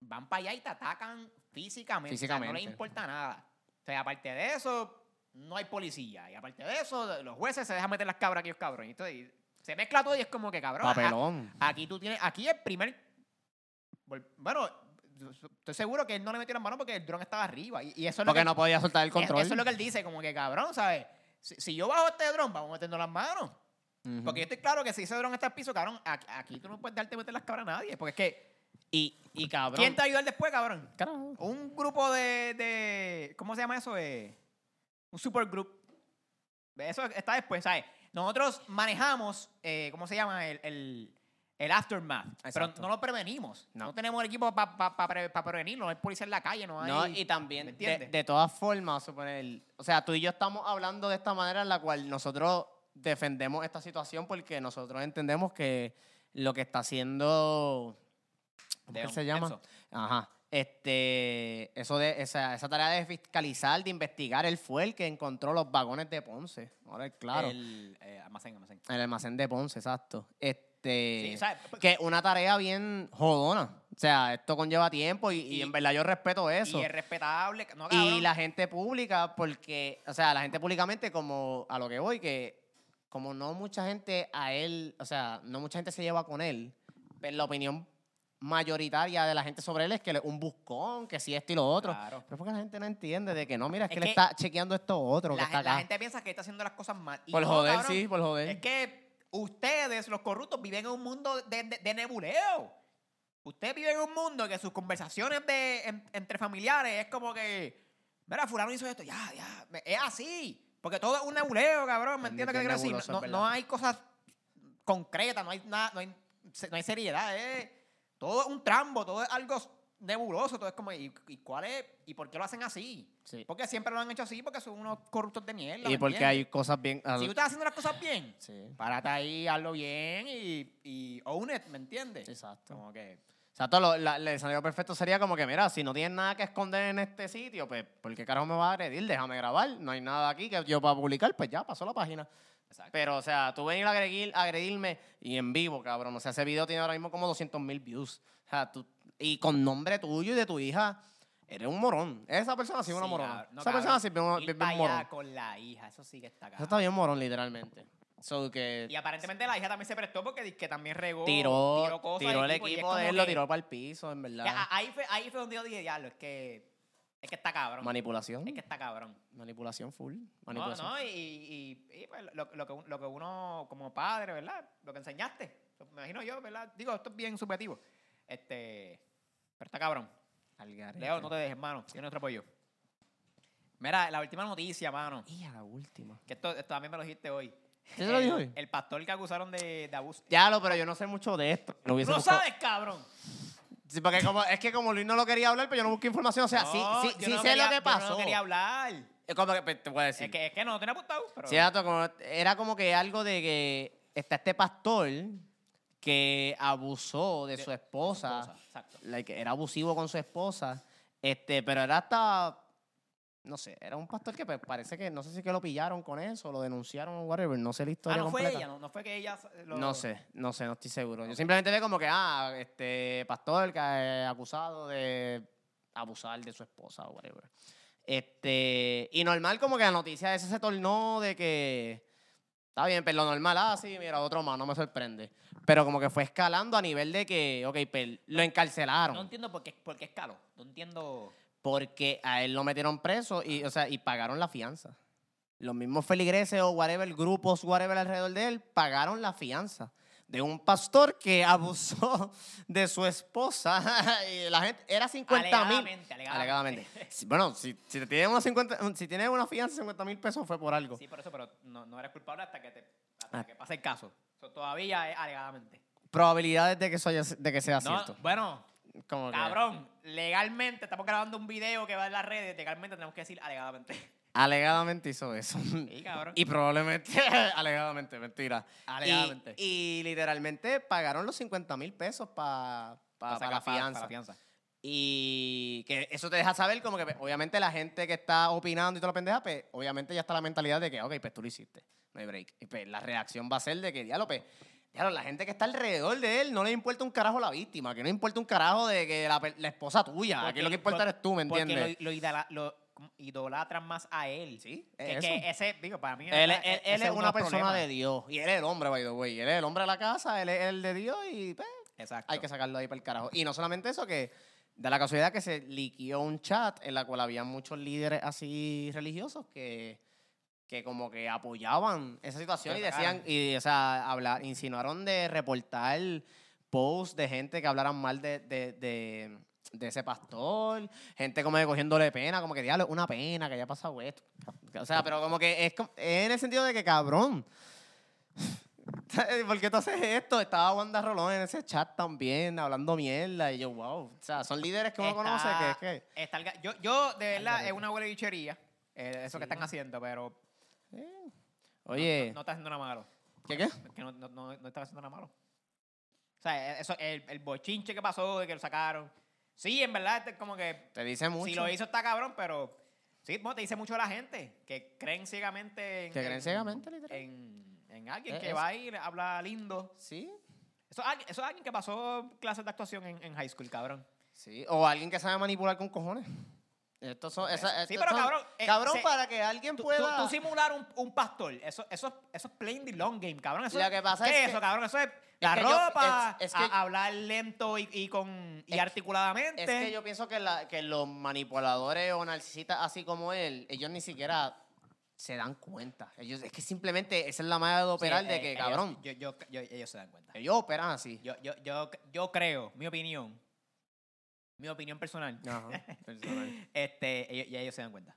Speaker 1: van para allá y te atacan físicamente. o sea, no les
Speaker 2: Físicamente.
Speaker 1: importa nada. O sea, aparte de eso, no hay policía. Y aparte de eso, los jueces se dejan meter las cabras a aquellos cabrones. Entonces, y se mezcla todo y es como que cabrón. a-
Speaker 2: Papelón.
Speaker 1: Aquí tú tienes, aquí el primer. vol- Bueno, estoy seguro que él no le metió las manos porque el dron estaba arriba. Y, y eso es lo
Speaker 2: Porque
Speaker 1: que
Speaker 2: no podía soltar el control.
Speaker 1: eso es lo que él dice, como que cabrón, ¿sabes? Si, si yo bajo este dron, vamos metiendo las manos.
Speaker 2: Ujú.
Speaker 1: Porque yo estoy claro que si ese dron está al piso, cabrón, aquí, aquí tú no puedes darte meter las cabras a nadie. Porque es que,
Speaker 2: y, y cabrón.
Speaker 1: ¿quién te va a ayudar después, cabrón?
Speaker 2: Carajo.
Speaker 1: Un grupo de, de ¿cómo se llama eso? Eh, un supergroup. Eso está después, ¿sabes? Nosotros manejamos, eh, ¿cómo se llama? El, el, el aftermath.
Speaker 2: Exacto.
Speaker 1: Pero no lo prevenimos. No,
Speaker 2: No.
Speaker 1: tenemos el equipo para prevenirlo. No hay policía en la calle, no hay...
Speaker 2: No, y
Speaker 1: ¿me
Speaker 2: también, de,
Speaker 1: entiendes?
Speaker 2: de todas formas, suponer, o sea, tú y yo estamos hablando de esta manera en la cual nosotros defendemos esta situación porque nosotros entendemos que lo que está haciendo, ¿cómo que
Speaker 1: León,
Speaker 2: se llama?
Speaker 1: Enzo.
Speaker 2: Ajá. Este, eso de, esa, esa tarea de fiscalizar, de investigar, él fue el que encontró los vagones de Ponce. Ahora, claro. El,
Speaker 1: El eh, almacén, almacén.
Speaker 2: almacén de Ponce, exacto. Este,
Speaker 1: Sí, ¿sabes?
Speaker 2: que una tarea bien jodona. O sea, esto conlleva tiempo y, y
Speaker 1: Y-
Speaker 2: en verdad yo respeto eso.
Speaker 1: Y es respetable. No,
Speaker 2: Y
Speaker 1: cabrón.
Speaker 2: la gente pública, porque, o sea, la gente públicamente, como a lo que voy, que como no mucha gente a él, o sea, no mucha gente se lleva con él, pues la opinión mayoritaria de la gente sobre él es que él es un buscón, que si esto y lo otro.
Speaker 1: Claro.
Speaker 2: Pero es porque la gente no entiende de que no, mira, es,
Speaker 1: Es
Speaker 2: que, él
Speaker 1: que
Speaker 2: está chequeando esto otro que
Speaker 1: La,
Speaker 2: está
Speaker 1: gen- la
Speaker 2: acá.
Speaker 1: gente piensa que está haciendo las cosas mal. Y
Speaker 2: por
Speaker 1: no,
Speaker 2: joder,
Speaker 1: cabrón.
Speaker 2: sí, por joder.
Speaker 1: Es que ustedes, los corruptos, viven en un mundo de, de- de nebuleo. Ustedes viven en un mundo que sus conversaciones de, en- entre familiares es como que, mira, fulano hizo esto, ya, ya, me- es así. Porque todo es un nebuleo, cabrón, ¿me
Speaker 2: Es
Speaker 1: entiendes lo que
Speaker 2: bien
Speaker 1: quiero decir?
Speaker 2: nebuloso,
Speaker 1: No,
Speaker 2: es
Speaker 1: no
Speaker 2: verdad.
Speaker 1: hay cosas concretas, no hay nada, no hay, se- no hay seriedad, es todo es un trambo, todo es algo nebuloso, todo es como, ¿y, y cuál es? ¿Y por qué lo hacen así?
Speaker 2: Sí.
Speaker 1: Porque siempre lo han hecho así, porque son unos corruptos de mierda.
Speaker 2: Y
Speaker 1: ¿me
Speaker 2: porque
Speaker 1: entiendes?
Speaker 2: hay cosas bien...
Speaker 1: Si tú estás haciendo las cosas bien,
Speaker 2: Sí,
Speaker 1: párate ahí, hazlo bien y, y own it, ¿me entiendes?
Speaker 2: exacto.
Speaker 1: Como que,
Speaker 2: O sea, todo lo- la- el escenario perfecto sería como que, mira, si no tienes nada que esconder en este sitio, pues, ¿por qué carajo me vas a agredir? Déjame grabar, no hay nada aquí que yo para publicar, pues ya, pasó la página.
Speaker 1: exacto.
Speaker 2: Pero, o sea, tú venir a agredir, agredirme y en vivo, cabrón. O sea, ese video tiene ahora mismo como 200 mil views. O sea, tú, y con nombre tuyo y de tu hija, eres un morón. Esa persona sí es una morona. Esa persona sí es bien, bien- bien morón.
Speaker 1: con la hija, eso sí que está acá.
Speaker 2: Eso está bien morón, literalmente. So, que
Speaker 1: Y aparentemente la hija también se prestó porque dice que también regó,
Speaker 2: tiró, tiró,
Speaker 1: cosas al y
Speaker 2: el
Speaker 1: es
Speaker 2: equipo
Speaker 1: como
Speaker 2: de él, lo
Speaker 1: que-
Speaker 2: tiró para el piso, en
Speaker 1: que
Speaker 2: verdad.
Speaker 1: a- ahí, fue, ahí fue donde yo dije, diablo, es que, es que está cabrón.
Speaker 2: Manipulación.
Speaker 1: Es que está cabrón.
Speaker 2: Manipulación full.
Speaker 1: No,
Speaker 2: Manipulación.
Speaker 1: no, y, y- y, pues, lo, lo que, un- lo que uno como padre, ¿verdad? Lo que enseñaste, me imagino yo, ¿verdad? Digo, esto es bien subjetivo. Este, pero está cabrón.
Speaker 2: Al garete.
Speaker 1: Leo, no te dejes, mano. Tiene nuestro apoyo. Mira, la última noticia, mano.
Speaker 2: Y a la última.
Speaker 1: Que esto, esto también me lo dijiste hoy.
Speaker 2: ¿Qué te lo dije
Speaker 1: El-
Speaker 2: hoy?
Speaker 1: El pastor que acusaron de, de abuso.
Speaker 2: Ya lo, pero yo no sé mucho de esto. Lo
Speaker 1: ¡Tú
Speaker 2: hubiese
Speaker 1: lo
Speaker 2: buscado-
Speaker 1: sabes, cabrón!
Speaker 2: Sí, porque como, es que como Luis no lo quería hablar, pero yo no busqué información. O sea, sí,
Speaker 1: No,
Speaker 2: sí,
Speaker 1: yo
Speaker 2: sí
Speaker 1: no
Speaker 2: sé
Speaker 1: quería-
Speaker 2: lo que pasó.
Speaker 1: Yo no quería hablar.
Speaker 2: Es como que pues, te voy a decir.
Speaker 1: Es, que, es que no lo tenía apuntado. Pero...
Speaker 2: Sí, era como, era como que algo de que está este pastor que abusó de,
Speaker 1: De-
Speaker 2: su esposa.
Speaker 1: Exacto. Ah,
Speaker 2: like, era abusivo con su esposa. Este, pero era hasta. No sé, era un pastor que pues, parece que. No sé si que lo pillaron con eso, lo denunciaron o whatever. No sé la
Speaker 1: Ah,
Speaker 2: historia
Speaker 1: no fue
Speaker 2: completa.
Speaker 1: ella, no, no fue que ella lo...
Speaker 2: No sé, no sé, no estoy seguro. Yo
Speaker 1: Ok.
Speaker 2: simplemente veo como que, ah, este pastor que eh, acusado de abusar de su esposa o whatever. Este, y normal como que la noticia esa se tornó de que, está bien, pero lo normal, ah, sí, mira, otro más, no me sorprende. Pero como que fue escalando a nivel de que, ok, pero lo encarcelaron.
Speaker 1: No entiendo por qué, por qué es caro. No entiendo...
Speaker 2: Porque a él lo metieron preso y, o sea, y pagaron la fianza. Los mismos feligreses o whatever, grupos, whatever alrededor de él, pagaron la fianza de un pastor que abusó de su esposa. y la gente, era 50 mil.
Speaker 1: Alegadamente, alegadamente.
Speaker 2: Alegadamente. Sí, Bueno, si, si te tienen una, 50 si tienes una fianza de 50 mil pesos fue por algo.
Speaker 1: Sí, por eso, pero no, no eres culpable hasta que, te, hasta
Speaker 2: Ah.
Speaker 1: que pase el caso. Eso todavía es alegadamente.
Speaker 2: Probabilidades de que, eso haya- de que sea
Speaker 1: No,
Speaker 2: Ah, cierto.
Speaker 1: bueno,
Speaker 2: Como que-
Speaker 1: Cabrón, legalmente estamos grabando un video que va en las redes, legalmente tenemos que decir alegadamente.
Speaker 2: Alegadamente hizo eso.
Speaker 1: Sí, cabrón.
Speaker 2: Y probablemente, alegadamente, mentira.
Speaker 1: Alegadamente.
Speaker 2: Y, y literalmente pagaron los 50 mil pesos pa- pa-
Speaker 1: Para
Speaker 2: para la fianza. Y que eso te deja saber como que pues, obviamente la gente que está opinando y toda la pendeja, pues obviamente ya está la mentalidad de que, ok, pues tú lo hiciste, no hay break. Y pues la reacción va a ser de que, diablo, pues, diablo, la gente que está alrededor de él no le importa un carajo la víctima, que no le importa un carajo de que la, pe- la esposa tuya,
Speaker 1: Porque
Speaker 2: que lo
Speaker 1: lo-
Speaker 2: que importa eres tú, ¿me
Speaker 1: Porque
Speaker 2: entiendes?
Speaker 1: lo, lo idala- lo idolatran más a él. Sí, que,
Speaker 2: es
Speaker 1: que
Speaker 2: eso.
Speaker 1: ese, digo, para mí.
Speaker 2: Él,
Speaker 1: ¿verdad?
Speaker 2: es- él-
Speaker 1: E-
Speaker 2: él
Speaker 1: ese
Speaker 2: es
Speaker 1: uno de
Speaker 2: una
Speaker 1: los
Speaker 2: persona de
Speaker 1: problemas.
Speaker 2: Dios. Y él es el hombre, by the way. Él es el hombre de la casa, él es el de Dios y pues,
Speaker 1: Exacto.
Speaker 2: hay que sacarlo ahí para el carajo. Y no solamente eso, que da la casualidad que se liquió un chat en la cual había muchos líderes así religiosos que, que como que apoyaban esa situación
Speaker 1: Que
Speaker 2: y decían,
Speaker 1: sacaran.
Speaker 2: y, o sea, habla- insinuaron de reportar posts de gente que hablaran mal de, de- de- de ese pastor, gente como que cogiéndole pena, como que diablo, es una pena que haya pasado esto. O sea, pero como que es, com- es en el sentido de que cabrón. ¿Por qué tú haces esto? Estaba Wanda Rolón en ese chat también, hablando mierda. Y yo, wow. O sea, son líderes que uno
Speaker 1: Está-
Speaker 2: conoce que es que.
Speaker 1: está el ga- yo, yo, de verdad,
Speaker 2: garete.
Speaker 1: es una huele bichería. eh, eso que
Speaker 2: Sí.
Speaker 1: están haciendo, pero
Speaker 2: Oye,
Speaker 1: no está haciendo nada malo.
Speaker 2: ¿qué qué?
Speaker 1: Es que no, no, no, no estaba haciendo nada malo. O sea, e, eso, el, el bochinche que pasó de que lo sacaron. Sí, en verdad, este es como que
Speaker 2: Te dice mucho.
Speaker 1: Si lo hizo está cabrón, pero sí, bueno, te dice mucho a la gente que creen ciegamente en,
Speaker 2: Que creen
Speaker 1: en-
Speaker 2: ciegamente, literal.
Speaker 1: en, en alguien
Speaker 2: Eh,
Speaker 1: que
Speaker 2: es-
Speaker 1: va y le habla lindo.
Speaker 2: Sí.
Speaker 1: Eso, es alguien- eso es alguien que pasó clases de actuación en, en high school, cabrón.
Speaker 2: Sí. O alguien que sabe manipular con cojones. Estos son, esa-
Speaker 1: Sí,
Speaker 2: estos
Speaker 1: pero
Speaker 2: son-
Speaker 1: cabrón, eh,
Speaker 2: cabrón,
Speaker 1: se-
Speaker 2: para que alguien
Speaker 1: Tú,
Speaker 2: pueda.
Speaker 1: tú- tú simular un, un pastor, eso, eso, eso es playing the long game, cabrón. Eso
Speaker 2: Lo
Speaker 1: es-
Speaker 2: que pasa
Speaker 1: ¿qué
Speaker 2: es
Speaker 1: es
Speaker 2: que-
Speaker 1: eso, cabrón. Eso es la
Speaker 2: que yo-
Speaker 1: ropa,
Speaker 2: es- es que-
Speaker 1: a- hablar lento y, y con, y
Speaker 2: Es-
Speaker 1: articuladamente.
Speaker 2: Es que yo pienso que, la- que los manipuladores o narcisistas así como él, ellos ni siquiera se dan cuenta. Ellos, es que simplemente esa es la manera de
Speaker 1: Sí,
Speaker 2: operar de
Speaker 1: eh,
Speaker 2: que,
Speaker 1: ellos-
Speaker 2: cabrón,
Speaker 1: Yo, yo, yo- ellos se dan cuenta.
Speaker 2: ellos operan así.
Speaker 1: Yo, yo, yo, yo creo, mi opinión, mi opinión personal, este, ellos, ya ellos se dan cuenta.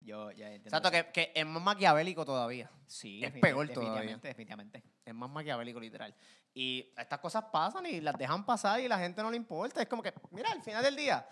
Speaker 1: Yo ya entiendo.
Speaker 2: Exacto,
Speaker 1: eso.
Speaker 2: que, que es más maquiavélico todavía.
Speaker 1: sí,
Speaker 2: es
Speaker 1: defini-
Speaker 2: peor
Speaker 1: definitivamente, Definitivamente.
Speaker 2: Es más maquiavélico, literal. Y estas cosas pasan y las dejan pasar y la gente no le importa. Es como que, mira, al final del día.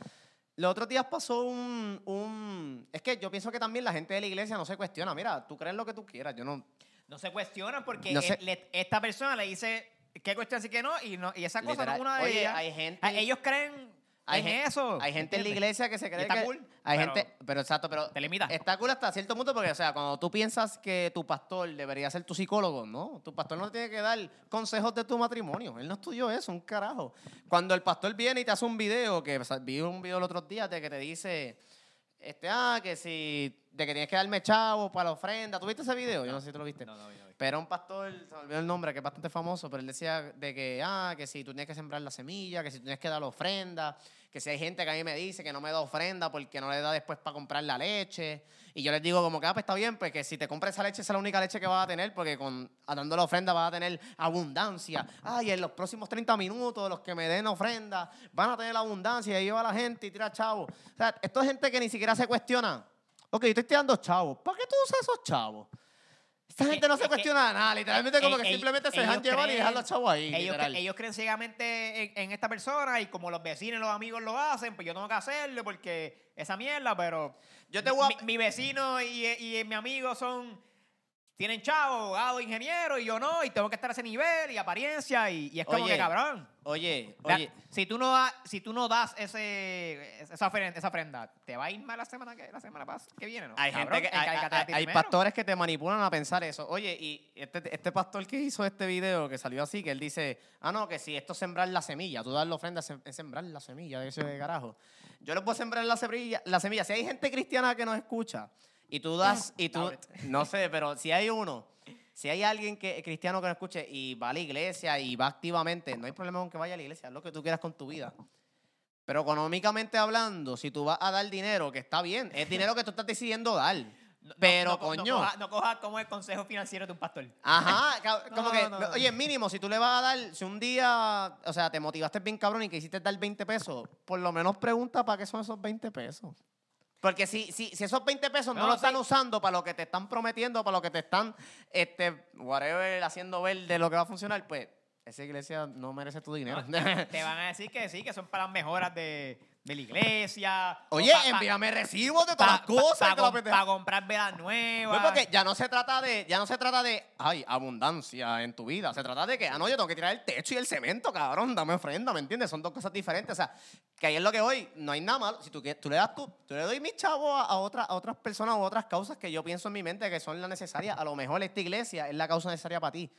Speaker 2: Los otros días pasó un, un... Es que yo pienso que también la gente de la iglesia no se cuestiona. Mira, tú crees lo que tú quieras. Yo no,
Speaker 1: No se cuestionan porque
Speaker 2: No sé.
Speaker 1: el- le- esta persona le dice qué cuestión sí que no y, no, y esa cosa no
Speaker 2: Literal.
Speaker 1: es una de
Speaker 2: Oye,
Speaker 1: ellas.
Speaker 2: hay gente-
Speaker 1: Ah, Ellos creen
Speaker 2: Hay
Speaker 1: en
Speaker 2: gen-
Speaker 1: eso.
Speaker 2: Hay gente en la
Speaker 1: ¿entiendes?
Speaker 2: iglesia que se cree
Speaker 1: está
Speaker 2: que
Speaker 1: cool,
Speaker 2: hay
Speaker 1: pero-
Speaker 2: gente, pero exacto, pero
Speaker 1: Te limita.
Speaker 2: está cool hasta cierto punto porque o sea, cuando tú piensas que tu pastor debería ser tu psicólogo, no, tu pastor no te tiene que dar consejos de tu matrimonio, él no estudió eso, un carajo. Cuando el pastor viene y te hace un video que o sea, vi un video el otro día de que te dice este ah que si de que tienes que darme chavo para la ofrenda, ¿tú viste ese video? Yo no sé si tú lo viste.
Speaker 1: No, no, no, no.
Speaker 2: Pero un pastor, se me olvidó el nombre, que es bastante famoso, pero él decía de que, ah, que si tú tienes que sembrar la semilla, que si tú tienes que dar la ofrenda, que si hay gente que a mí me dice que no me da ofrenda porque no le da después para comprar la leche. Y yo les digo como que, ah, pues está bien, pues que si te compras esa leche, esa es la única leche que vas a tener, porque con dando la ofrenda vas a tener abundancia. Ah, y en los próximos 30 minutos, los que me den ofrenda van a tener abundancia. Y ahí va la gente y tira chavo. O sea, esto es gente que ni siquiera se cuestiona. Ok, yo te estoy dando chavos. ¿Para qué tú usas esos chavos? Esta
Speaker 1: Es que-
Speaker 2: gente no
Speaker 1: es
Speaker 2: se
Speaker 1: que-
Speaker 2: cuestiona nada, literalmente como
Speaker 1: Eh,
Speaker 2: que
Speaker 1: eh,
Speaker 2: simplemente se
Speaker 1: ellos
Speaker 2: dejan llevar y
Speaker 1: creen-
Speaker 2: dejan los chavos ahí.
Speaker 1: Ellos,
Speaker 2: literal.
Speaker 1: cre- ellos creen ciegamente en, en esta persona y como los vecinos y los amigos lo hacen, pues yo tengo que hacerlo porque esa mierda, pero
Speaker 2: Yo te voy a-
Speaker 1: mi, mi vecino y, y mi amigo son tienen chavo, abogado, ingeniero y yo no, y tengo que estar a ese nivel y apariencia y, y es como
Speaker 2: Oye,
Speaker 1: que cabrón.
Speaker 2: Oye,
Speaker 1: La-
Speaker 2: oye,
Speaker 1: si, tú no da- si tú no das ese, esa, ofrenda, esa ofrenda, ¿te va a ir mal la semana que, la semana pas- que viene? ¿no?
Speaker 2: hay
Speaker 1: Cabrón,
Speaker 2: gente que hay,
Speaker 1: encárgate a ti
Speaker 2: hay- hay
Speaker 1: primero.
Speaker 2: pastores que te manipulan a pensar eso. Oye, y este, este pastor que hizo este video que salió así, que él dice, ah, no, que si esto es sembrar la semilla, tú dar la ofrenda es sem- es sembrar la semilla, de ese de carajo. Yo les voy a sembrar la semilla, la semilla. Si hay gente cristiana que nos escucha y tú das, y tú,
Speaker 1: Cabrón.
Speaker 2: no sé, pero si hay uno, si hay alguien que, cristiano que nos escuche y va a la iglesia y va activamente, no hay problema con que vaya a la iglesia, haz lo que tú quieras con tu vida. Pero económicamente hablando, si tú vas a dar dinero, que está bien, es dinero que tú estás decidiendo dar.
Speaker 1: No- no-
Speaker 2: pero,
Speaker 1: no co-
Speaker 2: coño.
Speaker 1: No cojas coja como el consejo financiero de un pastor.
Speaker 2: Ajá, ca-
Speaker 1: No,
Speaker 2: como que,
Speaker 1: no, no.
Speaker 2: oye, mínimo, si tú le vas a dar, si un día, o sea, te motivaste bien cabrón y que hiciste dar 20 pesos, por lo menos pregunta para qué son esos 20 pesos. Porque si, si, si esos 20 pesos no,
Speaker 1: No,
Speaker 2: lo
Speaker 1: sí.
Speaker 2: están usando para lo que te están prometiendo, para lo que te están, este, whatever, haciendo ver de lo que va a funcionar, pues esa iglesia no merece tu dinero.
Speaker 1: Ah, Te van a decir que sí, que son para las mejoras de, de la iglesia.
Speaker 2: oye,
Speaker 1: o pa- pa-
Speaker 2: envíame recibos de todas
Speaker 1: pa-
Speaker 2: las cosas. y
Speaker 1: pa-
Speaker 2: toda la
Speaker 1: pa-
Speaker 2: pendeja.
Speaker 1: para comprar velas nuevas.
Speaker 2: No, porque ya no se trata de, ya no se trata de, ay, abundancia en tu vida. Se trata de que, ah, no, yo tengo que tirar el techo y el cemento, cabrón, dame ofrenda, ¿me entiendes? Son dos cosas diferentes. O sea, que ahí es lo que hoy, no hay nada malo. Si tú, quieres- tú le das tu, tú le doy mis chavos a, a otra- a otras personas o otras causas que yo pienso en mi mente que son las necesarias. A lo mejor esta iglesia es la causa necesaria para ti.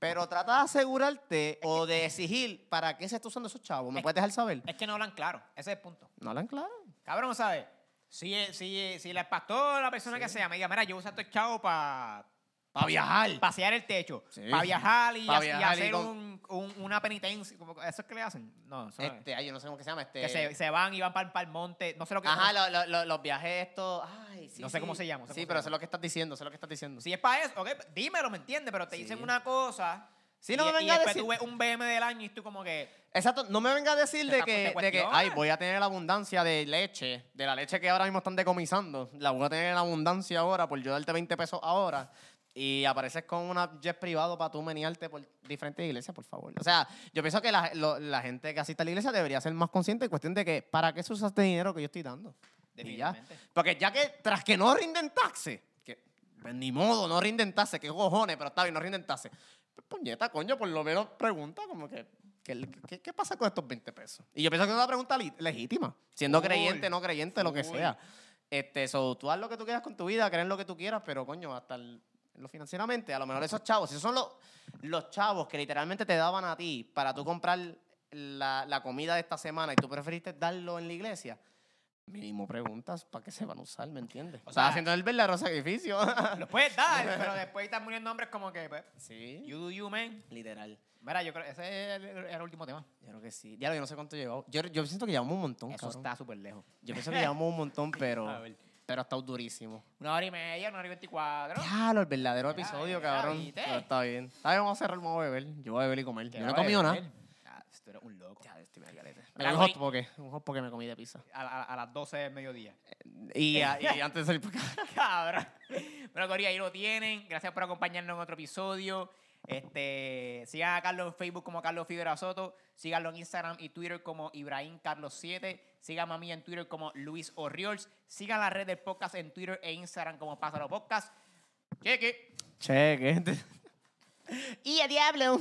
Speaker 2: Pero trata de asegurarte o de exigir para qué se está usando esos chavos. ¿Me
Speaker 1: Es-
Speaker 2: puedes dejar saber?
Speaker 1: Es que no hablan claro. Ese es el punto.
Speaker 2: No hablan claro.
Speaker 1: Cabrón, ¿sabes? Si, eh, si, eh, si la pastora, la persona que sea, me diga, mira, yo uso estos chavos para
Speaker 2: Para viajar.
Speaker 1: pasear el techo,
Speaker 2: Sí.
Speaker 1: para viajar y, ha-
Speaker 2: Pa'
Speaker 1: y
Speaker 2: viajar y
Speaker 1: hacer
Speaker 2: con-
Speaker 1: un- un- una penitencia. como- ¿Eso es que le hacen? No, eso no es.
Speaker 2: Este, ay, yo no sé cómo que se llama. Este...
Speaker 1: Que se, se van y van para el monte. No sé lo que
Speaker 2: Ajá, lo- lo- lo- los viajes estos. Ay, sí,
Speaker 1: No sé
Speaker 2: sí.
Speaker 1: cómo se llama, no sé
Speaker 2: sí,
Speaker 1: cómo
Speaker 2: pero
Speaker 1: se
Speaker 2: sé lo que estás diciendo, sé lo que estás diciendo.
Speaker 1: Si es para eso, ok, dímelo, ¿me entiendes? Pero te
Speaker 2: Sí.
Speaker 1: dicen una cosa.
Speaker 2: Sí, no
Speaker 1: y,
Speaker 2: me
Speaker 1: y
Speaker 2: venga a
Speaker 1: después
Speaker 2: decir-
Speaker 1: tú ves un BM del año y tú como que.
Speaker 2: Exacto, no me venga a decir de
Speaker 1: Te
Speaker 2: que,
Speaker 1: cu- te
Speaker 2: de que,
Speaker 1: cuestiona.
Speaker 2: ay, voy a tener la abundancia de leche, de la leche que ahora mismo están decomisando, la voy a tener en abundancia ahora por yo darte 20 pesos ahora. Y apareces con una jet privado para tú menearte por diferentes iglesias, por favor. O sea, yo pienso que la, lo- la gente que asiste a la iglesia debería ser más consciente en cuestión de que, ¿para qué se usa este dinero que yo estoy dando? Y ya.
Speaker 1: Definitivamente.
Speaker 2: Porque ya que tras que no rinden taxes, que pues, ni modo, no rinden taxes, que cojones, pero está bien, no rinden taxes. Pues, puñeta, coño, por lo menos pregunta como que, ¿qué, qué, qué pasa con estos 20 pesos? Y yo pienso que es una pregunta li- legítima, siendo
Speaker 1: Full,
Speaker 2: creyente, no creyente, lo que
Speaker 1: full.
Speaker 2: sea. Este, so, tú haz lo que tú quieras con tu vida, crees lo que tú quieras, pero coño, hasta el- lo financieramente, a lo mejor esos chavos, esos son los, los chavos que literalmente te daban a ti para tú comprar la, la comida de esta semana y tú preferiste darlo en la iglesia, mínimo preguntas para qué se van a usar, ¿me entiendes?
Speaker 1: O
Speaker 2: O sea,
Speaker 1: sea,
Speaker 2: haciendo el verdadero sacrificio.
Speaker 1: Los puedes dar, pero después están muriendo hombres como que, pues,
Speaker 2: sí.
Speaker 1: you do you, man.
Speaker 2: Literal.
Speaker 1: Mira, yo creo ese es el, el último tema.
Speaker 2: Yo creo que sí. Ya yo no sé cuánto llevamos. Yo, yo siento que llevamos un montón,
Speaker 1: Eso
Speaker 2: cabrón.
Speaker 1: está súper lejos.
Speaker 2: Yo pienso que llevamos un montón,
Speaker 1: A
Speaker 2: pero,
Speaker 1: ver.
Speaker 2: pero ha estado durísimo.
Speaker 1: Una hora y media, una hora y veinticuatro.
Speaker 2: Claro, el verdadero
Speaker 1: Mira,
Speaker 2: episodio,
Speaker 1: mira,
Speaker 2: cabrón.
Speaker 1: ¿viste?
Speaker 2: Pero está bien. Está bien, vamos a cerrar, vamos a beber. Yo voy a beber y comer.
Speaker 1: Que
Speaker 2: Yo no he
Speaker 1: vale,
Speaker 2: comido nada.
Speaker 1: él. Ah, Tú eres un loco.
Speaker 2: Me
Speaker 1: La
Speaker 2: comí un
Speaker 1: güey-
Speaker 2: hot porque, un hot porque me comí de pizza.
Speaker 1: A, la- a las 12 del mediodía.
Speaker 2: Y, a- y antes de salir para acá.
Speaker 1: Cabrón. Bueno, Corillo, ahí lo tienen. Gracias por acompañarnos en otro episodio. Este, sigan a Carlos en Facebook como Carlos Figueroa Soto. Síganlo en Instagram y Twitter como Ibrahim Carlos 7. Síganme a mí en Twitter como Luis Orriols. Sigan la red del podcast en Twitter e Instagram como Pásalo Podcast. Cheque.
Speaker 2: Che, ¿qué? y a diablo.